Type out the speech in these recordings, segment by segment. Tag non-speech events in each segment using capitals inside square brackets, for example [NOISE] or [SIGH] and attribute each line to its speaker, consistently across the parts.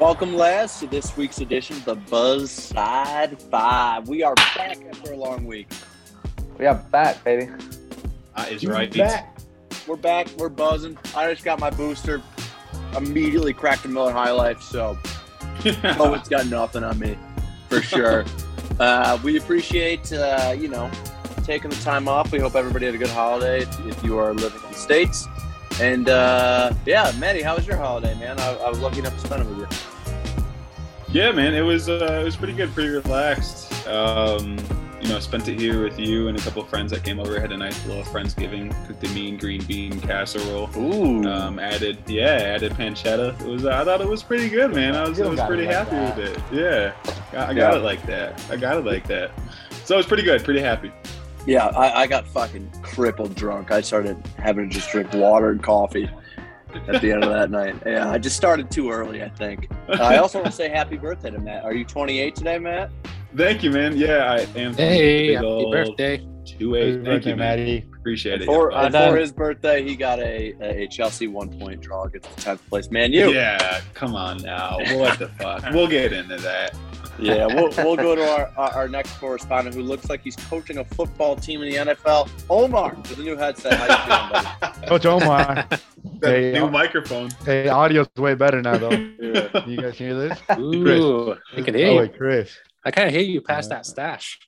Speaker 1: Welcome, lads, to this week's edition of the Buzz Side 5. We are back after a long week.
Speaker 2: We are back, baby.
Speaker 3: Uh, is
Speaker 4: He's
Speaker 3: right. [LAUGHS]
Speaker 4: back.
Speaker 1: We're back. We're buzzing. I just got my booster. Immediately cracked a Miller High Life, so
Speaker 3: [LAUGHS]
Speaker 1: oh, it's got nothing on me for sure. uh, we appreciate uh, you know taking the time off. We hope everybody had a good holiday if, if you are living in the states. And uh, yeah, Maddie, how was your holiday, man? I, I was lucky enough to spend it with you.
Speaker 3: yeah, man. It was uh, it was pretty good, pretty relaxed. Um, you know, spent it here with you and a couple of friends that came over. Had a nice little friendsgiving. Cooked a mean green bean casserole.
Speaker 1: Ooh,
Speaker 3: Um, added yeah, added pancetta. It was I thought it was pretty good, man. I was,
Speaker 2: You
Speaker 3: I
Speaker 2: don't
Speaker 3: was
Speaker 2: gotta
Speaker 3: pretty
Speaker 2: like
Speaker 3: happy
Speaker 2: that.
Speaker 3: with it. Yeah, I, I got
Speaker 1: Yeah.
Speaker 3: it like that. I got it like that. So it was pretty good, pretty happy.
Speaker 1: yeah, I, I got fucking crippled drunk. I started having to just drink water and coffee at the end of that night. Yeah, I just started too early, I think. Uh, I also want to say happy birthday to Matt. Are you 28 today, Matt?
Speaker 3: Thank you, man. Yeah, I am.
Speaker 4: Hey,
Speaker 3: big
Speaker 4: happy
Speaker 3: old
Speaker 4: birthday.
Speaker 3: Two eight.
Speaker 4: Happy
Speaker 3: Thank
Speaker 4: birthday,
Speaker 3: you, man. [LAUGHS]
Speaker 4: Maddie.
Speaker 3: Appreciate it.
Speaker 1: For,
Speaker 3: Yeah,
Speaker 1: and
Speaker 4: I know.
Speaker 1: for his birthday, he got a, a Chelsea one point draw against the tenth place Man U.
Speaker 3: Yeah, come on now. What the fuck? We'll get into that.
Speaker 1: Yeah, we'll, we'll go to our, our, our next correspondent, who looks like he's coaching a football team in the NFL. Omar with a new headset. How you feeling, buddy?
Speaker 5: Coach Omar.
Speaker 3: That
Speaker 5: Hey,
Speaker 3: new
Speaker 5: uh,
Speaker 3: microphone.
Speaker 5: hey, audio's way better now, though. Can
Speaker 3: [LAUGHS]
Speaker 5: you guys hear this?
Speaker 4: Ooh, I can hear
Speaker 5: Oh,
Speaker 4: you.
Speaker 5: wait, Chris.
Speaker 4: I kind of hear you past that stash.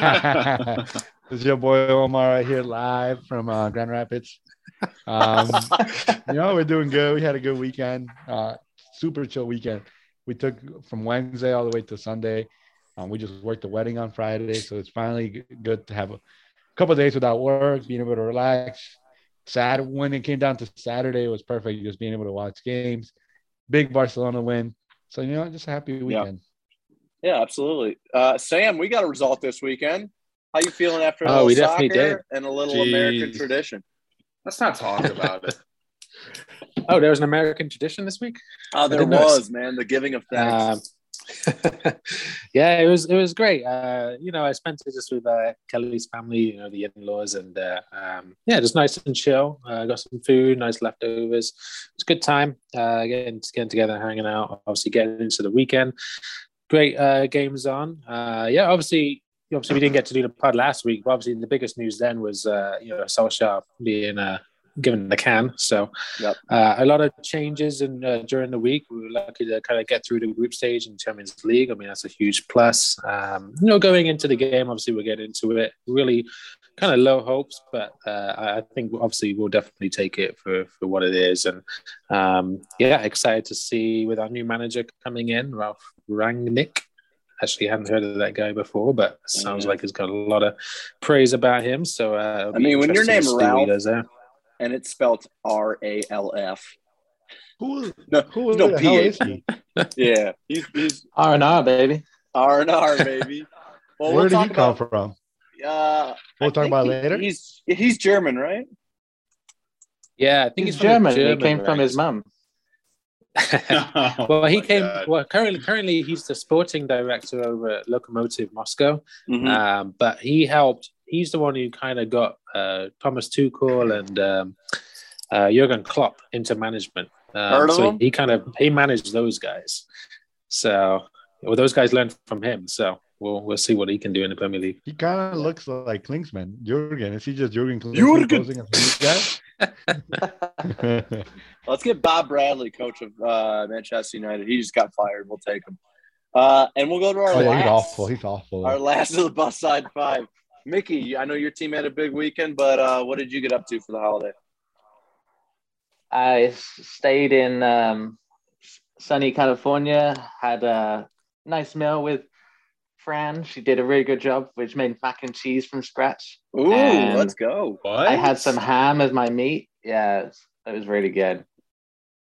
Speaker 5: this is your boy Omar right here, live from uh, Grand Rapids.
Speaker 1: [LAUGHS]
Speaker 5: Um, you know, we're doing good. We had a good weekend, uh, super chill weekend. We took from Wednesday all the way to Sunday. Um, we just worked the wedding on Friday, so it's finally g- good to have a couple days without work, being able to relax. Sad when it came down to Saturday, it was perfect, just being able to watch games. Big Barcelona win, so you know, just a happy weekend.
Speaker 1: Yeah, absolutely. Uh, Sam, we got a result this weekend. How you feeling after a
Speaker 4: Oh,
Speaker 1: little
Speaker 4: we definitely
Speaker 1: soccer and a little American
Speaker 3: Jeez.
Speaker 1: tradition?
Speaker 3: Let's not talk about it.
Speaker 4: Oh, there was an American tradition this week.
Speaker 1: Oh, there
Speaker 4: didn't notice.
Speaker 1: was man the giving of thanks.
Speaker 4: Um, [LAUGHS] yeah, it was it was great. Uh, you know, I spent it just with uh, Kelly's family, you know, the in-laws, and uh, um, yeah, just nice and chill. Uh, got some food, nice leftovers. It's a good time uh, getting getting together, hanging out. Obviously, getting into the weekend. Great uh, games on. Uh, yeah, obviously. Obviously, we didn't get to do the pod last week, but obviously the biggest news then was uh, you know Solskjaer being uh, given the can. So uh, a lot of changes in, uh, during the week. We were lucky to kind of get through the group stage in Champions League. I mean, that's a huge plus. Um, you know, going into the game, obviously we'll get into it. Really kind of low hopes, but uh, I I think obviously we'll definitely take it for, for what it is. And um, yeah, excited to see with our new manager coming in, Ralph Rangnick. Actually, hadn't heard of that guy before, but sounds
Speaker 1: Yeah.
Speaker 4: like he's got a lot of praise about him. So uh, it'll
Speaker 1: I
Speaker 4: be
Speaker 1: mean, when your
Speaker 4: interesting to
Speaker 1: name
Speaker 4: see what he
Speaker 1: Ralph-
Speaker 4: does there.
Speaker 1: and it's spelled R A L F.
Speaker 5: Who,
Speaker 1: No,
Speaker 5: who
Speaker 1: no
Speaker 5: the hell
Speaker 1: PhD.
Speaker 5: is he?
Speaker 1: [LAUGHS] Yeah,
Speaker 3: He's, he's
Speaker 2: R and R, baby.
Speaker 1: R and R, baby. Well,
Speaker 5: Where
Speaker 1: we'll
Speaker 5: did he
Speaker 1: talk
Speaker 5: come
Speaker 1: about.
Speaker 5: from?
Speaker 1: Uh,
Speaker 5: We'll
Speaker 1: I
Speaker 5: talk
Speaker 1: think
Speaker 5: about
Speaker 1: he-
Speaker 5: later.
Speaker 1: He's he's German, right?
Speaker 4: Yeah, I think
Speaker 2: He's
Speaker 4: from the
Speaker 2: German. He came from
Speaker 4: right?
Speaker 2: his mom.
Speaker 4: [LAUGHS] well, he
Speaker 3: Oh my
Speaker 4: came.
Speaker 3: God.
Speaker 4: Well, currently, currently he's the sporting director over at Lokomotiv Moscow.
Speaker 1: Mm-hmm. Hmm.
Speaker 4: Um, but he helped. He's the one who kind of got uh, Thomas Tuchel and um, uh, Jurgen Klopp into management. Um,
Speaker 1: Heard of
Speaker 4: so
Speaker 1: him?
Speaker 4: he kind of he managed those guys. So, well, those guys learned from him. So we'll we'll see what he can do in the Premier League.
Speaker 5: He kind of looks like Klinsmann. Jurgen. Is he just Jurgen Klinsmann?
Speaker 1: Jurgen!
Speaker 5: posing as a
Speaker 1: [LAUGHS]
Speaker 5: new guy?
Speaker 1: Let's get Bob Bradley, coach of uh, Manchester United. He just got fired. We'll take him. Uh, and we'll go to our
Speaker 5: oh, yeah,
Speaker 1: last.
Speaker 5: he's awful. He's awful.
Speaker 1: Our last of the bus side five. Mickey, I know your team had a big weekend, but uh, what did you get up to for the holiday?
Speaker 2: I s- stayed in um, s- sunny California. Had a nice meal with Fran. She did a really good job, which made mac and cheese from scratch.
Speaker 1: Ooh,
Speaker 2: Um,
Speaker 1: let's go.
Speaker 3: What?
Speaker 2: I had some ham as my meat. Yeah, it was, it was really good.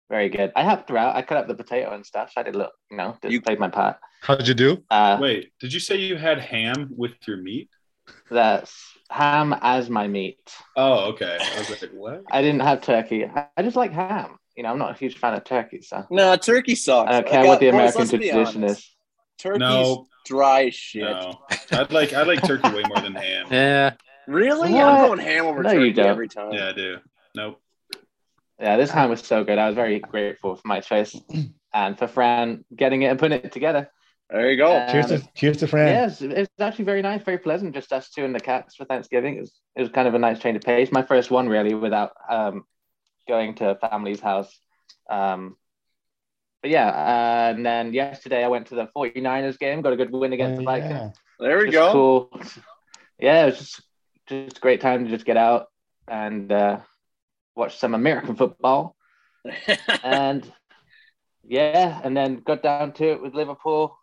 Speaker 2: Very good. I helped her out. I cut up the potato and stuff. I did look, you know, did,
Speaker 1: You-
Speaker 2: played my part.
Speaker 5: How'd you do?
Speaker 2: Uh,
Speaker 3: Wait, did you say you had ham with your meat?
Speaker 2: that's ham as my meat.
Speaker 3: Oh, okay. I was like, what?
Speaker 2: I didn't have turkey. I I just like ham. You know, I'm not a huge fan of turkey, so
Speaker 1: No, turkey sucks.
Speaker 2: I don't
Speaker 1: Like,
Speaker 2: care what the
Speaker 1: uh, boys,
Speaker 2: American
Speaker 1: let's be
Speaker 2: tradition
Speaker 1: honest.
Speaker 2: is.
Speaker 1: Turkey's
Speaker 3: No.
Speaker 1: dry as shit.
Speaker 3: No, I'd like I like turkey way more
Speaker 2: [LAUGHS]
Speaker 3: than ham.
Speaker 4: Yeah,
Speaker 1: Really?
Speaker 2: What?
Speaker 1: I'm going ham over
Speaker 2: No, you
Speaker 1: turkey
Speaker 2: don't.
Speaker 1: every time.
Speaker 3: Yeah, I do. Nope.
Speaker 2: Yeah, this ham was so good. I was very grateful for my choice. and for Fran getting it and putting it together.
Speaker 1: There you go.
Speaker 2: Uh,
Speaker 5: cheers to cheers to Fran.
Speaker 2: Yes, it was actually very nice, very pleasant, just us two and the cats for Thanksgiving. It was, it was kind of a nice change of pace. My first one, really, without um, going to family's house. Um, but yeah, uh, and then yesterday I went to the 49ers game, got a good win against
Speaker 5: Uh,
Speaker 2: the Vikings.
Speaker 5: yeah.
Speaker 1: there we
Speaker 2: Just
Speaker 1: go.
Speaker 2: Cool. Yeah, it was just just a great time to just get out and uh, watch some
Speaker 1: [LAUGHS]
Speaker 2: American football. and yeah, and then got down to it with Liverpool.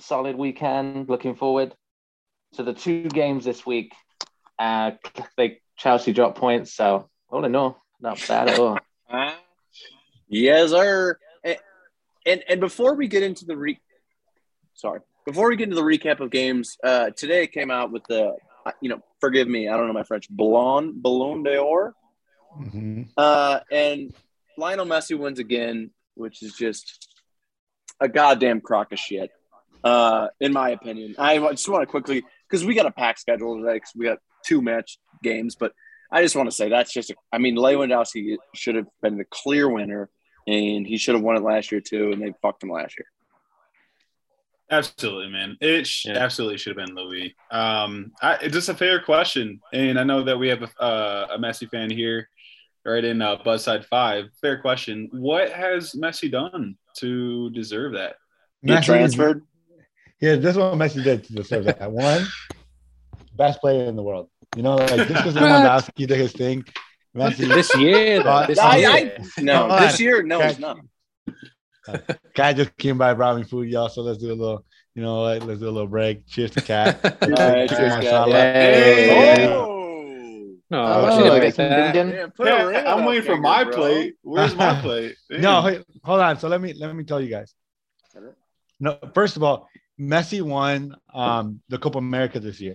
Speaker 2: Solid weekend. Looking forward to the two games this week. Uh, they Chelsea dropped points, so all in all, not bad
Speaker 1: [LAUGHS]
Speaker 2: at all.
Speaker 1: Uh, yes, sir. And, and and before we get into the re, sorry, before we get into the recap of games, uh, today it came out with the, uh, you know, forgive me, I don't know my French, Ballon Ballon d'Or,
Speaker 5: Mhm.
Speaker 1: uh, and Lionel Messi wins again, which is just a goddamn crock of shit, uh, in my opinion. I just want to quickly because we got a packed schedule today because we got two match games, but I just want to say that's just, I mean, Lewandowski should have been the clear winner and he should have won it last year too. And they fucked him last year.
Speaker 3: Absolutely, man. It sh-
Speaker 5: Yeah.
Speaker 3: absolutely should have been Louis. Um, I, it's just a fair question, and I know that we have a, uh, a Messi fan here, right in uh, Buzzside Five. Fair question. What has Messi done to deserve that?
Speaker 1: Get
Speaker 5: Messi-
Speaker 1: transferred.
Speaker 5: Yeah, that's what Messi did to deserve that. One, best player in the world. You know, like this was
Speaker 4: What?
Speaker 5: Lewandowski did his thing. Messi,
Speaker 4: this year, though,
Speaker 1: [LAUGHS]
Speaker 4: this
Speaker 1: I,
Speaker 4: year.
Speaker 1: I, no,
Speaker 5: Come on.
Speaker 1: this year, no, it's not.
Speaker 5: Cat just came by brought me food, y'all. So let's do a little, you know, what, let's do a little break. Cheers to
Speaker 1: [LAUGHS]
Speaker 5: Cat.
Speaker 1: right, cheers, Cat.
Speaker 4: Hey.
Speaker 5: Yeah.
Speaker 1: Oh,
Speaker 4: No,
Speaker 5: Oh,
Speaker 4: should've
Speaker 5: look
Speaker 4: picked that.
Speaker 2: at that.
Speaker 1: yeah, put a ring on
Speaker 3: I'm
Speaker 1: that
Speaker 3: waiting for
Speaker 1: finger,
Speaker 3: my
Speaker 1: bro.
Speaker 3: plate.
Speaker 5: [LAUGHS]
Speaker 3: Where's my plate?
Speaker 5: No,
Speaker 3: Damn.
Speaker 5: hey, hold on. So let me let me tell you guys. No, first of all, Messi won um, the Copa America this year.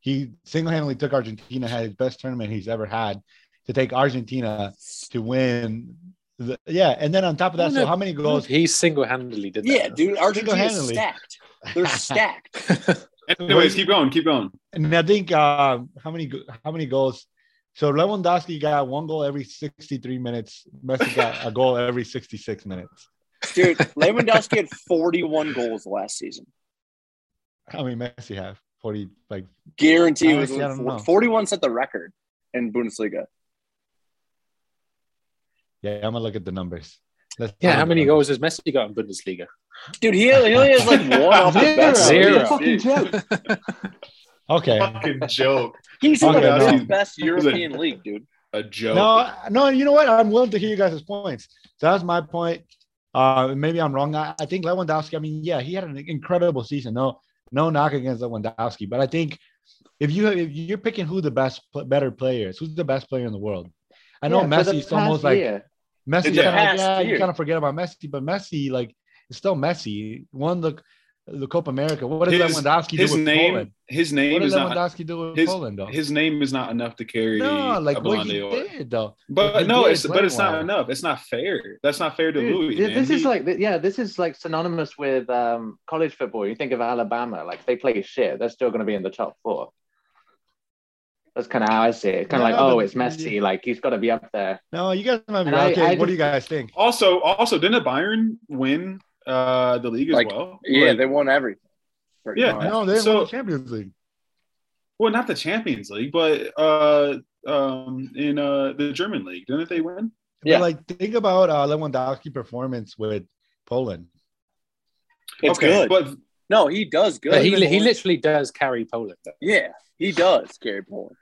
Speaker 5: He single-handedly took Argentina, had his best tournament he's ever had, to take Argentina to win. The, yeah, and then on top of that, so how many goals?
Speaker 4: He single-handedly did that.
Speaker 1: Yeah, dude, Argentina's
Speaker 5: Single-handedly.
Speaker 1: stacked. They're stacked.
Speaker 3: Anyways, keep going. Keep going.
Speaker 5: And I think uh, how many go- how many goals? So Lewandowski got one goal every 63 minutes. Messi got a goal every 66 minutes.
Speaker 1: Dude, Lewandowski had 41 goals last season.
Speaker 5: How many Messi have? 40, like
Speaker 1: Guarantee it was
Speaker 5: Honestly, I don't know.
Speaker 1: 41 set the record in Bundesliga.
Speaker 5: yeah. I'm gonna look at the numbers. Let's
Speaker 4: Yeah, how many
Speaker 5: goals?
Speaker 4: goals has Messi got in Bundesliga?
Speaker 1: Dude, he, he only has like one off the bench.
Speaker 4: Zero. Zero.
Speaker 2: Fucking joke.
Speaker 5: Okay.
Speaker 3: [LAUGHS] Fucking joke.
Speaker 1: He's in
Speaker 5: Okay,
Speaker 1: the
Speaker 5: no.
Speaker 1: fifth best European league, dude.
Speaker 3: A joke.
Speaker 5: No, no, you know what? I'm willing to hear you guys' points. That's my point. Uh, maybe I'm wrong. I, I think Lewandowski, I mean, yeah, he had an incredible season. No, no knock against Lewandowski, but I think if you if you're picking who the best pl- better player is, who's the best player in the world? I know
Speaker 2: Yeah, for the
Speaker 5: Messi's almost
Speaker 2: past
Speaker 5: like
Speaker 2: year.
Speaker 5: Messi.
Speaker 1: In the
Speaker 5: Yeah,
Speaker 1: past
Speaker 5: yeah
Speaker 1: year.
Speaker 5: you kind of forget about Messi, but Messi like is still Messi. Won the the Copa America. What did
Speaker 3: His-
Speaker 5: Lewandowski
Speaker 3: his
Speaker 5: do with
Speaker 3: name.
Speaker 5: Poland?
Speaker 3: His
Speaker 5: What
Speaker 3: name
Speaker 5: did
Speaker 3: is not.
Speaker 5: Lewandowski do with
Speaker 3: his-
Speaker 5: Poland though?
Speaker 3: His name is not enough to carry.
Speaker 5: no, like
Speaker 3: a
Speaker 5: what
Speaker 3: Ballon
Speaker 5: he
Speaker 3: d'Or.
Speaker 5: did though. But
Speaker 3: But
Speaker 5: he
Speaker 3: no,
Speaker 5: did
Speaker 3: it's but
Speaker 5: play
Speaker 3: it's not
Speaker 5: one.
Speaker 3: enough. It's not fair. That's not fair to
Speaker 2: Dude,
Speaker 3: Louis.
Speaker 2: th-
Speaker 3: man.
Speaker 2: This is
Speaker 3: He-
Speaker 2: like, th- yeah, this is like synonymous with um, college football. You think of Alabama, like they play shit, they're still going to be in the top four. That's kind of how I see it. Kind of
Speaker 5: Yeah,
Speaker 2: like, oh,
Speaker 5: but-
Speaker 2: it's Messi, like he's got to be up there.
Speaker 5: No, you guys might be
Speaker 2: And
Speaker 5: right.
Speaker 2: I-
Speaker 5: Okay,
Speaker 2: I
Speaker 5: what
Speaker 2: just-
Speaker 5: do you guys think?
Speaker 3: also also didn't Byron win uh the league as
Speaker 1: Like,
Speaker 3: well?
Speaker 1: Yeah,
Speaker 3: Like-
Speaker 1: they won everything. pretty
Speaker 3: Yeah.
Speaker 1: much.
Speaker 5: No, they didn't win the
Speaker 3: So-
Speaker 5: Champions League.
Speaker 3: well, not the Champions League, but uh um in uh the German league, didn't they win?
Speaker 1: Yeah.
Speaker 5: But like, think about uh, Lewandowski performance with Poland.
Speaker 1: It's good.
Speaker 3: but
Speaker 1: no, he does good.
Speaker 4: But he, he literally does carry Poland. Though.
Speaker 1: yeah, he does, Gary Poland.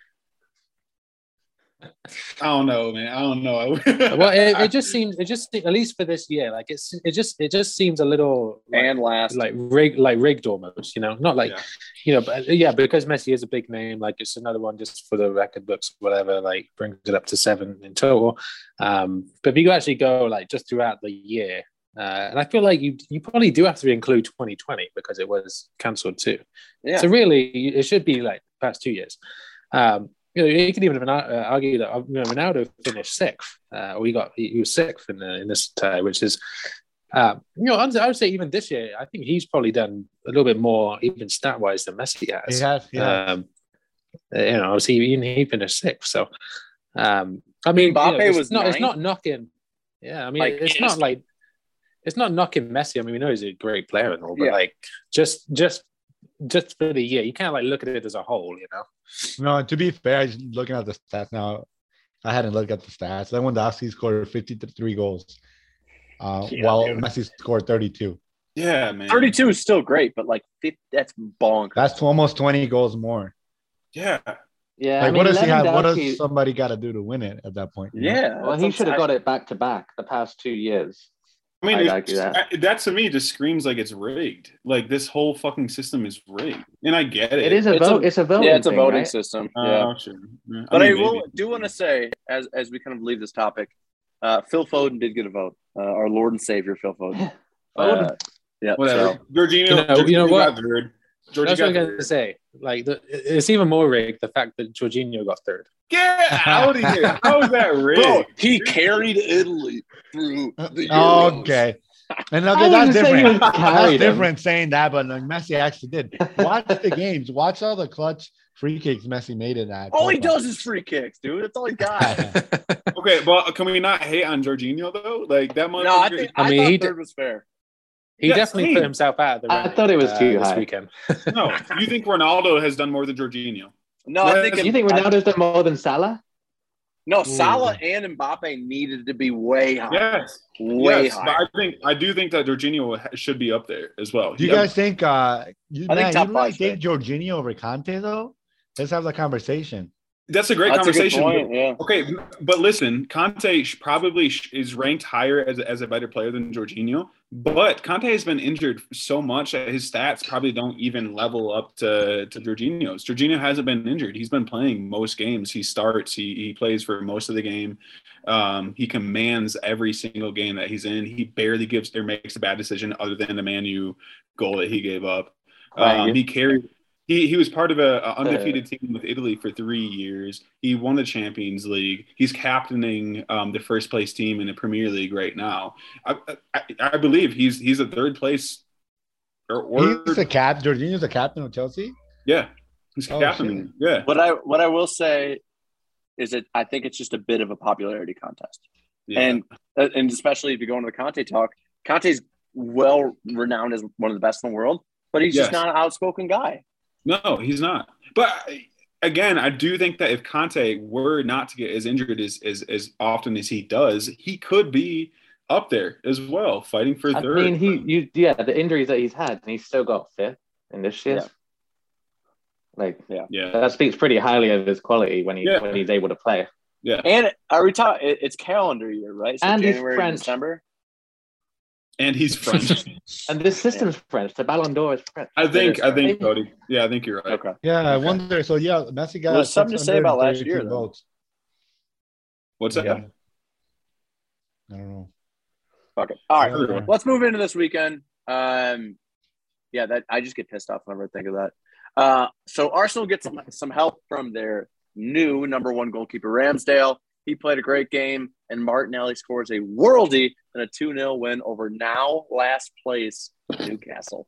Speaker 3: I don't know, man. I don't
Speaker 2: [LAUGHS]
Speaker 3: know.
Speaker 4: Well, it, it just seems it just at least for this year, like it's it just it just seems a little like,
Speaker 1: And last.
Speaker 4: like rig like rigged almost, you know, not like
Speaker 3: Yeah.
Speaker 4: you know, but yeah, because Messi is a big name, like it's another one just for the record books, whatever, like brings it up to seven in total. Um, but if you actually go like just throughout the year, uh, and I feel like you you probably do have to include 2020 because it was cancelled too.
Speaker 1: yeah.
Speaker 4: So really, it should be like past two years. Um, you know, you could even have an, uh, argue that uh, you know, Ronaldo finished sixth. Uh, we got he, he was sixth in, the, in this tie, which is, uh, you know, I'd- I would say even this year, I think he's probably done a little bit more, even stat wise, than Messi
Speaker 5: He uh,
Speaker 4: has.
Speaker 5: has, he has.
Speaker 4: Um, you know, obviously even he finished sixth. So, um, I mean, you know,
Speaker 1: Mbappe
Speaker 4: it's
Speaker 1: was
Speaker 4: not. It's
Speaker 1: ninth.
Speaker 4: not knocking. Yeah, I mean,
Speaker 1: Like,
Speaker 4: it's
Speaker 1: it's-
Speaker 4: not like it's not knocking Messi. I mean, we know he's a great player and all, but
Speaker 1: Yeah.
Speaker 4: like just just just for the year, you can't like look at it as a whole, you know.
Speaker 5: No, to be fair, just looking at the stats now, I hadn't looked at the stats. Lewandowski scored 53 goals, uh,
Speaker 3: Yeah,
Speaker 5: while
Speaker 3: dude.
Speaker 5: Messi scored 32.
Speaker 3: [LAUGHS] Yeah, man.
Speaker 1: 32 is still great, but like 50, that's bonkers.
Speaker 5: That's almost 20 goals more.
Speaker 3: Yeah.
Speaker 2: Yeah.
Speaker 5: Like,
Speaker 2: I mean,
Speaker 5: what does he have? What does
Speaker 2: Lewandowski-
Speaker 5: somebody got to do to win it at that point? you know?
Speaker 1: yeah.
Speaker 2: well, he should have got it back to back the past two years.
Speaker 3: I mean,
Speaker 2: I'd
Speaker 3: it's-
Speaker 2: argue
Speaker 3: I-
Speaker 2: that.
Speaker 3: that. to me just screams like it's rigged. Like this whole fucking system is rigged, and I get it.
Speaker 2: It is a
Speaker 1: It's a-
Speaker 2: vote. It's a vote.
Speaker 1: Yeah, it's a voting system.
Speaker 3: Uh,
Speaker 1: yeah.
Speaker 3: sure. Yeah.
Speaker 1: But I,
Speaker 3: mean,
Speaker 1: will
Speaker 3: maybe.
Speaker 1: do want to say, as as we kind of leave this topic, uh, Phil Foden did get a vote. Uh, our Lord and Savior, Phil Foden. Uh, yeah.
Speaker 3: Whatever.
Speaker 1: so-
Speaker 3: Jorginho,
Speaker 4: You know- you know
Speaker 3: Jorginho
Speaker 4: what?
Speaker 3: got third. Jorginho
Speaker 4: That's what
Speaker 3: got
Speaker 4: I'm going
Speaker 3: third.
Speaker 4: to say. Like, the, it's even more rigged the fact that Jorginho got third. [LAUGHS]
Speaker 3: Get out of here! How is that
Speaker 1: Bro,
Speaker 3: rigged?
Speaker 1: he carried Italy through the Euros.
Speaker 5: Uh, Okay.
Speaker 2: [LAUGHS]
Speaker 5: And
Speaker 2: I
Speaker 5: okay, that's
Speaker 2: wouldn't say he
Speaker 5: different.
Speaker 2: was
Speaker 5: That's
Speaker 2: carried him.
Speaker 5: different saying that, but like Messi actually did. Watch the games. Watch all the clutch free kicks Messi made in that.
Speaker 1: All he
Speaker 5: Copa.
Speaker 1: does is free kicks, dude. That's all he
Speaker 3: [LAUGHS]
Speaker 1: got.
Speaker 3: Okay, well, can we not hate on Jorginho though? Like that much.
Speaker 1: no, I think I,
Speaker 4: I mean,
Speaker 1: thought
Speaker 4: he
Speaker 1: third was fair.
Speaker 4: He
Speaker 3: Yeah,
Speaker 4: definitely
Speaker 3: same.
Speaker 4: put himself out of the
Speaker 2: I
Speaker 4: running, uh,
Speaker 2: thought it was too
Speaker 4: this
Speaker 2: high.
Speaker 4: weekend.
Speaker 3: no. You think Ronaldo has done more than Jorginho?
Speaker 1: No, I
Speaker 3: Well,
Speaker 1: think
Speaker 2: [LAUGHS] You think
Speaker 1: I-
Speaker 2: Ronaldo's done more than Salah?
Speaker 1: no Salah and Mbappe needed to be way higher,
Speaker 3: Yes.
Speaker 1: way
Speaker 3: yes, but
Speaker 1: higher.
Speaker 3: I think I do think that Jorginho ha- should be up there as well.
Speaker 5: [LAUGHS] Do you
Speaker 3: Yeah.
Speaker 5: guys think uh you,
Speaker 1: I think
Speaker 5: Matt,
Speaker 1: top
Speaker 5: you really
Speaker 1: five,
Speaker 5: think Jorginho over Conte though? Let's have the conversation.
Speaker 3: That's a great
Speaker 1: That's a good
Speaker 3: conversation.
Speaker 1: point, yeah.
Speaker 3: Okay, but listen, Conte sh- probably sh- is ranked higher as, as a better player than Jorginho, but Conte has been injured so much that his stats probably don't even level up to, to Jorginho's. Jorginho hasn't been injured. He's been playing most games. He starts, he, he plays for most of the game. Um, he commands every single game that he's in. He barely gives or makes a bad decision other than the Manu goal that he gave up.
Speaker 2: Right.
Speaker 3: Um, he carried. He, he was part of a, a undefeated team with Italy for three years. He won the Champions League. He's captaining um, the first place team in the Premier League right now. I, I, I believe he's he's a third place or, or
Speaker 5: He's the cap. Jorginho's the captain of Chelsea.
Speaker 3: yeah, he's
Speaker 5: Oh,
Speaker 3: captaining. Yeah,
Speaker 1: What I what I will say is that I think it's just a bit of a popularity contest.
Speaker 3: yeah.
Speaker 1: and uh, and especially if you go into the Conte talk, Conte's well renowned as one of the best in the world, but he's just
Speaker 3: Yes.
Speaker 1: not an outspoken guy.
Speaker 3: No, he's not. But I- again, I do think that if Conte were not to get as injured as as, as often as he does, he could be up there as well, fighting for
Speaker 2: I
Speaker 3: third.
Speaker 2: mean, he, you, yeah, the injuries that he's had, and he's still got fifth in this year.
Speaker 1: Yeah.
Speaker 2: Like
Speaker 3: yeah,
Speaker 2: that speaks pretty highly of his quality when he
Speaker 3: Yeah.
Speaker 2: when he's able to play.
Speaker 3: yeah,
Speaker 1: And are we talking? it- It's calendar year, right?
Speaker 2: And he's
Speaker 1: January,
Speaker 2: French.
Speaker 1: December.
Speaker 3: and he's
Speaker 2: [LAUGHS]
Speaker 3: French.
Speaker 2: And this system's French. The Ballon d'Or is French.
Speaker 3: I think, I think,
Speaker 2: Maybe.
Speaker 3: Cody. Yeah, I think you're right.
Speaker 1: Okay.
Speaker 5: Yeah, I wonder. So yeah, Messi got
Speaker 1: There's something to say about last
Speaker 5: 632
Speaker 1: year, though.
Speaker 5: votes.
Speaker 3: What's that?
Speaker 5: Yeah. I don't know.
Speaker 1: Okay. All right.
Speaker 5: Yeah.
Speaker 1: Let's move into this weekend. Um, yeah, that I just get pissed off whenever I think of that. Uh, so Arsenal gets some, some help from their new number one goalkeeper Ramsdale. He played a great game, and Martinelli scores a worldie and a 2 0 win over now last place Newcastle.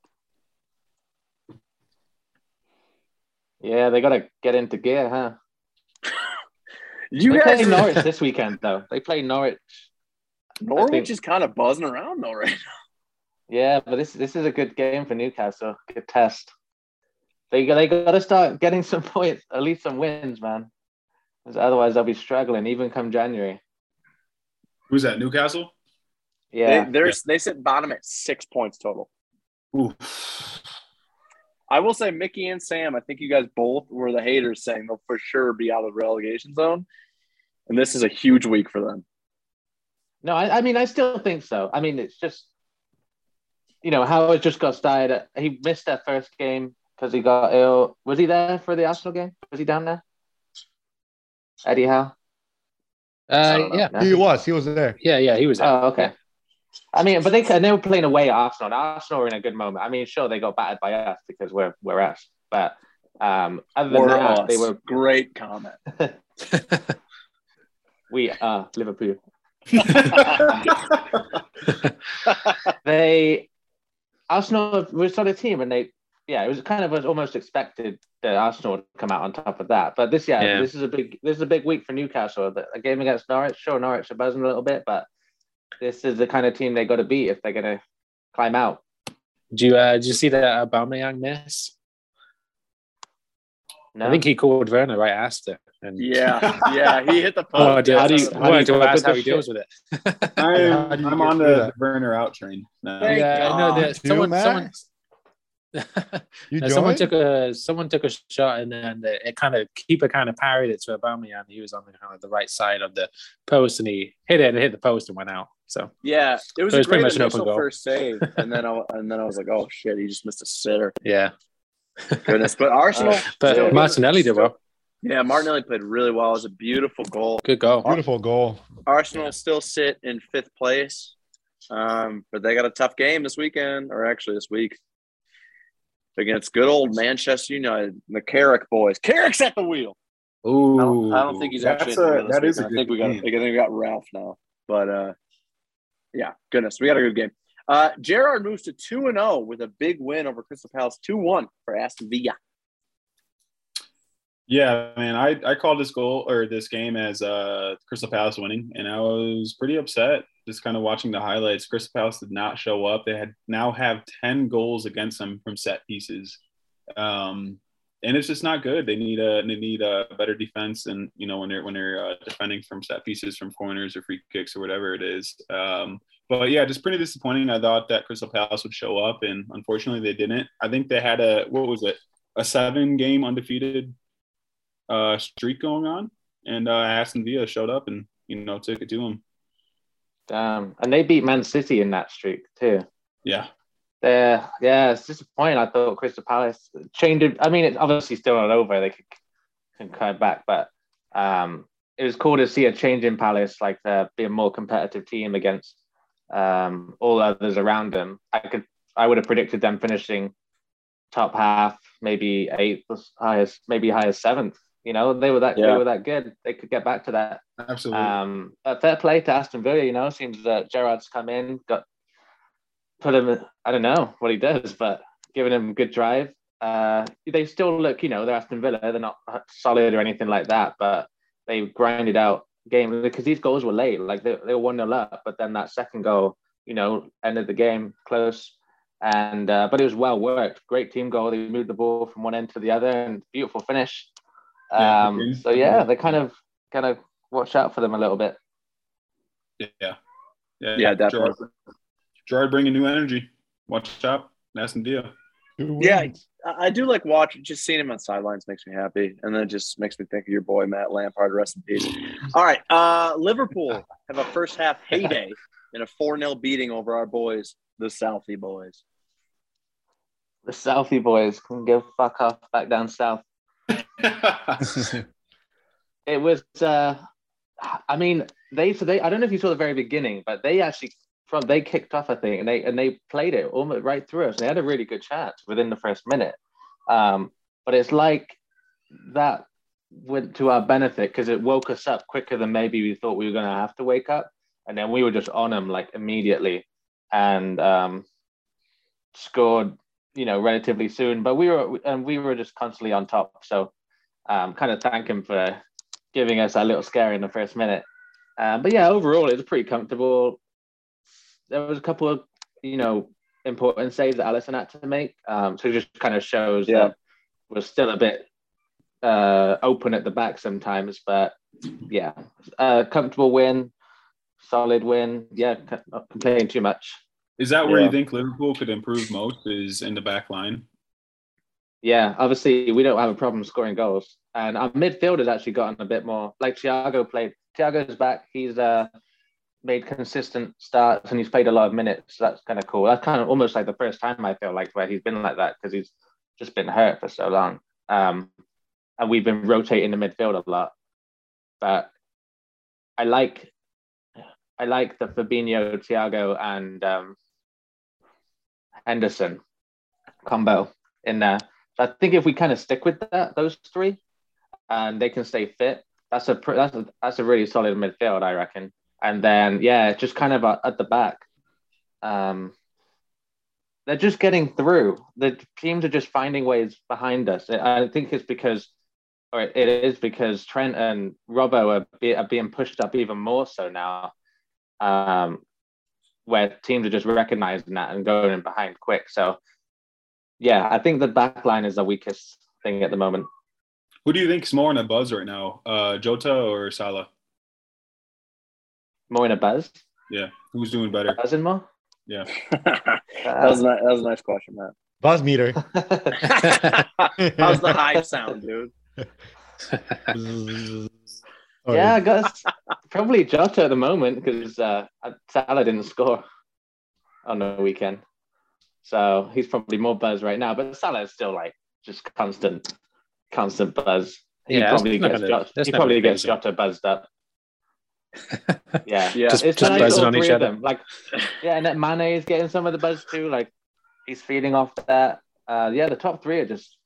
Speaker 2: Yeah, they got to get into gear, huh?
Speaker 1: You
Speaker 2: they
Speaker 1: guys,
Speaker 2: play Norwich this weekend, though. They play Norwich.
Speaker 1: Norwich
Speaker 2: I think-
Speaker 1: is kind of buzzing around though, right?
Speaker 2: Yeah, but this this is a good game for Newcastle. Good test. They they got to start getting some [LAUGHS] points, at least some wins, man. 'Cause Otherwise, they'll be struggling even come January.
Speaker 3: Who's that? Newcastle.
Speaker 2: Yeah,
Speaker 1: They, they're, they sit bottom at six points total.
Speaker 3: Ooh.
Speaker 1: I will say Mickey and Sam, I think you guys both were the haters saying they'll for sure be out of the relegation zone. And this is a huge week for them.
Speaker 2: No, I, I mean, I still think so. I mean, it's just, you know, Howard just got started. He missed that first game because he got ill. Was he there for the Arsenal game? Was he down there? Eddie Howe? I
Speaker 4: Uh,
Speaker 2: don't know.
Speaker 4: yeah,
Speaker 2: No?
Speaker 5: He was. He was there.
Speaker 4: yeah, yeah. He was. out.
Speaker 2: Oh, okay. I mean, but they and they were playing away at Arsenal. And Arsenal were in a good moment. I mean, sure, they got battered by us because we're we're us, but um, other than
Speaker 1: Or
Speaker 2: that,
Speaker 1: us.
Speaker 2: they were
Speaker 1: Great
Speaker 2: [LAUGHS]
Speaker 1: comment.
Speaker 2: we are Liverpool. [LAUGHS]
Speaker 3: yeah,
Speaker 2: they Arsenal was sort of team, and they yeah, it was kind of was almost expected that Arsenal would come out on top of that. But this yeah,
Speaker 4: Yeah.
Speaker 2: this is a big this is a big week for Newcastle. The- A game against Norwich, sure Norwich are buzzing a little bit, but this is the kind of team they got to beat if they're going to climb out.
Speaker 4: Do you uh, did you see that Aubameyang miss?
Speaker 2: No?
Speaker 4: I think he called Werner right after. And
Speaker 1: Yeah, yeah. He hit the
Speaker 4: [LAUGHS] oh, I
Speaker 1: post.
Speaker 4: do,
Speaker 1: Yeah,
Speaker 4: how do you,
Speaker 1: so-
Speaker 4: how do you
Speaker 2: how do you
Speaker 4: ask
Speaker 2: put
Speaker 4: how
Speaker 2: this
Speaker 4: he deals with it? [LAUGHS]
Speaker 3: [LAUGHS]
Speaker 5: How do
Speaker 3: [LAUGHS] I'm,
Speaker 5: you
Speaker 3: I'm
Speaker 5: get
Speaker 3: on
Speaker 5: through
Speaker 3: the
Speaker 5: that?
Speaker 3: burner out train. No.
Speaker 1: Thank
Speaker 4: yeah, I know
Speaker 1: God.
Speaker 4: that
Speaker 5: Two,
Speaker 4: someone,
Speaker 5: Matt?
Speaker 4: someone,
Speaker 5: You
Speaker 4: No, [LAUGHS] someone
Speaker 5: joined?
Speaker 4: took a someone took a shot and then the, it kind of keeper kind of parried it to Aubameyang. He was on the kind of the right side of the post and he hit it and it hit the post and went out. So
Speaker 1: [LAUGHS] Yeah, it was,
Speaker 4: So it's
Speaker 1: a great
Speaker 4: pretty much an open
Speaker 1: initial
Speaker 4: goal.
Speaker 1: first save, and then
Speaker 4: [LAUGHS]
Speaker 1: I and then I was like, oh shit, he just missed a sitter.
Speaker 4: yeah,
Speaker 1: Goodness, but
Speaker 2: [LAUGHS]
Speaker 1: Arsenal.
Speaker 2: Uh,
Speaker 4: but
Speaker 1: still-
Speaker 4: Martinelli did well.
Speaker 1: Yeah, Martinelli played really well. It was a beautiful goal.
Speaker 4: Good goal.
Speaker 5: Beautiful goal.
Speaker 1: Arsenal still sit in fifth place, um, but they got a tough game this weekend, or actually this week, against good old Manchester United. The Carrick boys. Carrick's at the wheel.
Speaker 3: Ooh,
Speaker 1: I don't, I don't think he's actually.
Speaker 3: That's
Speaker 1: at the
Speaker 3: a,
Speaker 1: wheel this
Speaker 3: that is a
Speaker 1: weekend. I
Speaker 3: good
Speaker 1: think we got.
Speaker 3: game.
Speaker 1: I think we got Ralph now, but uh, yeah, goodness, we got a good game. Uh, Gerard moves to two and zero with a big win over Crystal Palace, two one for Aston Villa.
Speaker 3: Yeah, man, I, I called this goal or this game as uh, Crystal Palace winning, and I was pretty upset just kind of watching the highlights. Crystal Palace did not show up. They had now have ten goals against them from set pieces, um, and it's just not good. They need a they need a better defense, and you know when they're when they're uh, defending from set pieces, from corners or free kicks or whatever it is. Um, but yeah, just pretty disappointing. I thought that Crystal Palace would show up, and unfortunately they didn't. I think they had a what was it? A seven game undefeated uh, streak going on, and uh, Aston Villa showed up and you know took it to them.
Speaker 2: Um, and they beat Man City in that streak too.
Speaker 3: Yeah,
Speaker 2: They're, yeah, it's disappointing. I thought Crystal Palace changed. it- I mean, it's obviously still not over. They could can come back, but um, it was cool to see a change in Palace, like uh, be a more competitive team against um, all others around them. I could, I would have predicted them finishing top half, maybe eighth, highest, maybe highest seventh. You know, they were that
Speaker 1: Yeah.
Speaker 2: they were that good. They could get back to that
Speaker 3: absolutely.
Speaker 2: um, but fair play to Aston Villa. You know, seems that Gerard's come in, got put him. I don't know what he does, but giving him good drive. Uh, they still look, you know, they're Aston Villa. They're not solid or anything like that, but they grinded out game because these goals were late. Like they, they were one 0 up, but then that second goal, you know, ended the game close. And uh, but it was well worked. Great team goal. They moved the ball from one end to the other, and beautiful finish.
Speaker 3: Yeah,
Speaker 2: Um,
Speaker 3: agree.
Speaker 2: so yeah, they kind of kind of watch out for them a little bit.
Speaker 3: yeah, yeah,
Speaker 1: Yeah, definitely.
Speaker 3: Gerard, Gerard bringing new energy. Watch out, Aston Villa. [LAUGHS]
Speaker 5: Two
Speaker 1: Yeah.
Speaker 5: wins.
Speaker 1: I I do like watching, just seeing him on sidelines makes me happy. And then it just makes me think of your boy, Matt Lampard, rest in peace. All right. Uh, Liverpool have a first half heyday in a 4 0 beating over our boys, the Southie boys.
Speaker 2: The Southie boys can go fuck off back down south. It was, uh, I mean, they so they I don't know if you saw the very beginning, but they actually from they kicked off I think and they and they played it almost right through us. They had a really good chance within the first minute, um, but it's like that went to our benefit because it woke us up quicker than maybe we thought we were going to have to wake up, and then we were just on them like immediately, and um, scored you know relatively soon but we were and we were just constantly on top so um kind of thank him for giving us a little scare in the first minute um, but yeah overall it was pretty comfortable there was a couple of you know important saves that Allison had to make um so it just kind of shows
Speaker 1: Yeah.
Speaker 2: that we're still a bit uh open at the back sometimes but yeah uh comfortable win solid win yeah c- not complaining too much
Speaker 3: is that where
Speaker 1: Yeah.
Speaker 3: you think Liverpool could improve most? Is in the back line?
Speaker 2: Yeah, obviously we don't have a problem scoring goals, and our midfield has actually gotten a bit more. Like Thiago played. Thiago's back. He's uh, made consistent starts and he's played a lot of minutes. So that's kind of cool. That's kind of almost like the first time I feel like where he's been like that because he's just been hurt for so long. Um, and we've been rotating the midfield a lot, but I like I like the Fabinho, Thiago, and um, Henderson combo in there. So I think if we kind of stick with that, those three, and they can stay fit, that's a pr- that's a, that's a really solid midfield, I reckon. And then yeah, just kind of uh, at, at the back, um, they're just getting through. The teams are just finding ways behind us. I I think it's because, or it is because Trent and Robbo are, be, are being pushed up even more so now. Um, where teams are just recognizing that and going in behind quick. So, yeah, I think the back line is the weakest thing at the moment.
Speaker 3: Who do you think's more in a buzz right now, uh, Jota or Salah?
Speaker 2: More in a buzz?
Speaker 3: Yeah, who's doing better?
Speaker 2: Buzzing more?
Speaker 3: Yeah,
Speaker 1: that
Speaker 2: [LAUGHS]
Speaker 1: was a, that was a nice question, man. [LAUGHS]
Speaker 5: Buzz meter.
Speaker 1: How's the hype sound, dude?
Speaker 5: [LAUGHS] Sorry.
Speaker 2: Yeah, I guess probably Jota at the moment because uh, Salah didn't score on the weekend, so he's probably more buzz right now. But Salah is still like just constant, constant buzz. He
Speaker 4: Yeah, that's
Speaker 2: probably
Speaker 4: not
Speaker 2: gets
Speaker 4: gonna-
Speaker 2: Jota,
Speaker 4: that's
Speaker 2: he
Speaker 4: not
Speaker 2: probably
Speaker 4: gonna
Speaker 2: gets
Speaker 4: change
Speaker 2: Jota
Speaker 4: [LAUGHS]
Speaker 2: buzzed up. yeah,
Speaker 1: Yeah,
Speaker 4: Just-
Speaker 2: it's
Speaker 4: just
Speaker 2: nice,
Speaker 4: buzzing
Speaker 2: all
Speaker 4: on each
Speaker 2: three of
Speaker 4: other.
Speaker 2: them. Like, yeah, and that Mane is getting some of the buzz too. Like, he's feeding off that. Uh, yeah, the top three are just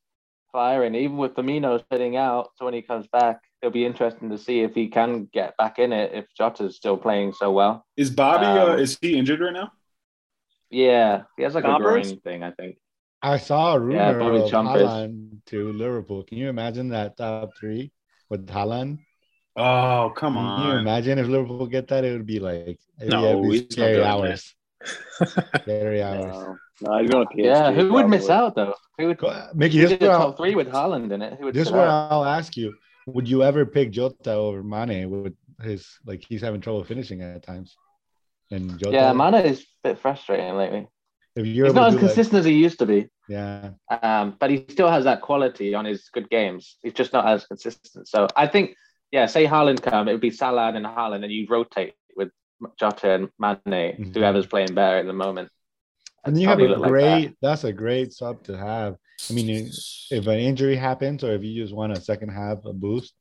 Speaker 2: firing. Even with Firmino sitting out, so when he comes back, it'll be interesting to see if he can get back in it. If Jota's still playing so well,
Speaker 3: is Bobby? uh,
Speaker 2: Um,
Speaker 3: is he injured right now?
Speaker 2: yeah, he has like
Speaker 1: Chompers?
Speaker 2: a groin thing, I think.
Speaker 5: I saw a rumor
Speaker 2: Yeah, probably
Speaker 5: of
Speaker 2: Jumpers.
Speaker 5: Haaland to Liverpool. Can you imagine that top three with Haaland?
Speaker 3: Oh, come
Speaker 5: Can you
Speaker 3: on!
Speaker 5: imagine if Liverpool get that? It would be like it'd
Speaker 4: No,
Speaker 5: be every
Speaker 4: he's not
Speaker 5: scary
Speaker 4: doing
Speaker 5: hours.
Speaker 3: [LAUGHS]
Speaker 5: scary hours.
Speaker 1: No, no, he's going to PSG.
Speaker 2: Yeah, who would miss
Speaker 1: probably.
Speaker 2: out though? Who would?
Speaker 5: Go- Mickey,
Speaker 2: Who
Speaker 5: this is
Speaker 2: did the
Speaker 5: where I'll,
Speaker 2: top three with uh, Haaland in it? Who would
Speaker 5: this is
Speaker 2: sit
Speaker 5: where
Speaker 2: out?
Speaker 5: I'll ask you: Would you ever pick Jota over Mane? With his like, he's having trouble finishing at times. And Jota,
Speaker 2: Yeah, Mane is a bit frustrating lately.
Speaker 5: if you're
Speaker 2: He's
Speaker 5: able to
Speaker 2: not as
Speaker 5: do that-
Speaker 2: consistent as he used to be.
Speaker 5: yeah,
Speaker 2: Um, but he still has that quality on his good games. He's just not as consistent. So I think, yeah, say Haaland come, it would be Salah and Haaland, and you rotate with Jota and Mane,
Speaker 5: Mhm.
Speaker 2: whoever's playing better at the moment.
Speaker 5: and you have
Speaker 2: Probably
Speaker 5: a
Speaker 2: look like
Speaker 5: great. that's a great sub to have. I mean, if an injury happens, or if you just want a second half a boost,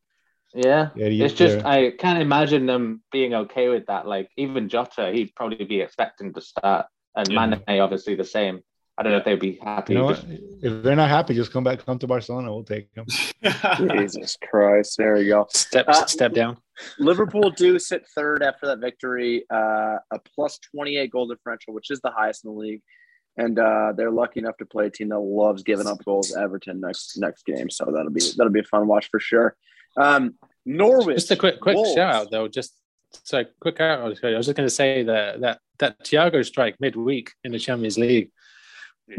Speaker 2: Yeah.
Speaker 5: yeah, you-
Speaker 2: It's just,
Speaker 5: you're-
Speaker 2: I can't imagine them being okay with that. Like, even Jota, he'd probably be expecting to start, and
Speaker 3: Yeah.
Speaker 2: Mane, obviously, the same. I don't know if they'd be happy.
Speaker 5: You know
Speaker 2: just-
Speaker 5: what? If they're not happy, just come back, come to Barcelona. We'll take them.
Speaker 3: [LAUGHS]
Speaker 1: Jesus Christ. There we go.
Speaker 4: Step
Speaker 1: Uh,
Speaker 4: step down.
Speaker 1: Liverpool do sit third after that victory, uh, a plus 28 goal differential, which is the highest in the league. And uh, they're lucky enough to play a team that loves giving up goals, Everton next next game. So that'll be that'll be a fun watch for sure. Um, Norwich.
Speaker 4: Just a quick quick
Speaker 1: Wolves.
Speaker 4: shout out though. Just so quick out. I was just going to say that that that Thiago strike midweek in the Champions League.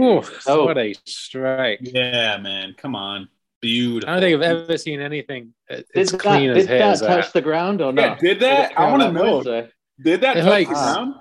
Speaker 4: Ooh,
Speaker 2: Oh.
Speaker 4: What a strike!
Speaker 3: yeah, man, come on,
Speaker 4: I
Speaker 3: beautiful.
Speaker 4: don't think I've ever seen anything as
Speaker 2: Did
Speaker 4: as clean
Speaker 2: that,
Speaker 4: as
Speaker 2: did
Speaker 4: his.
Speaker 2: that
Speaker 4: uh,
Speaker 2: touch the ground or
Speaker 3: Yeah,
Speaker 2: not?
Speaker 3: did that? I want to know. Did that
Speaker 4: It
Speaker 3: touch
Speaker 4: like-
Speaker 1: [LAUGHS]
Speaker 3: the ground?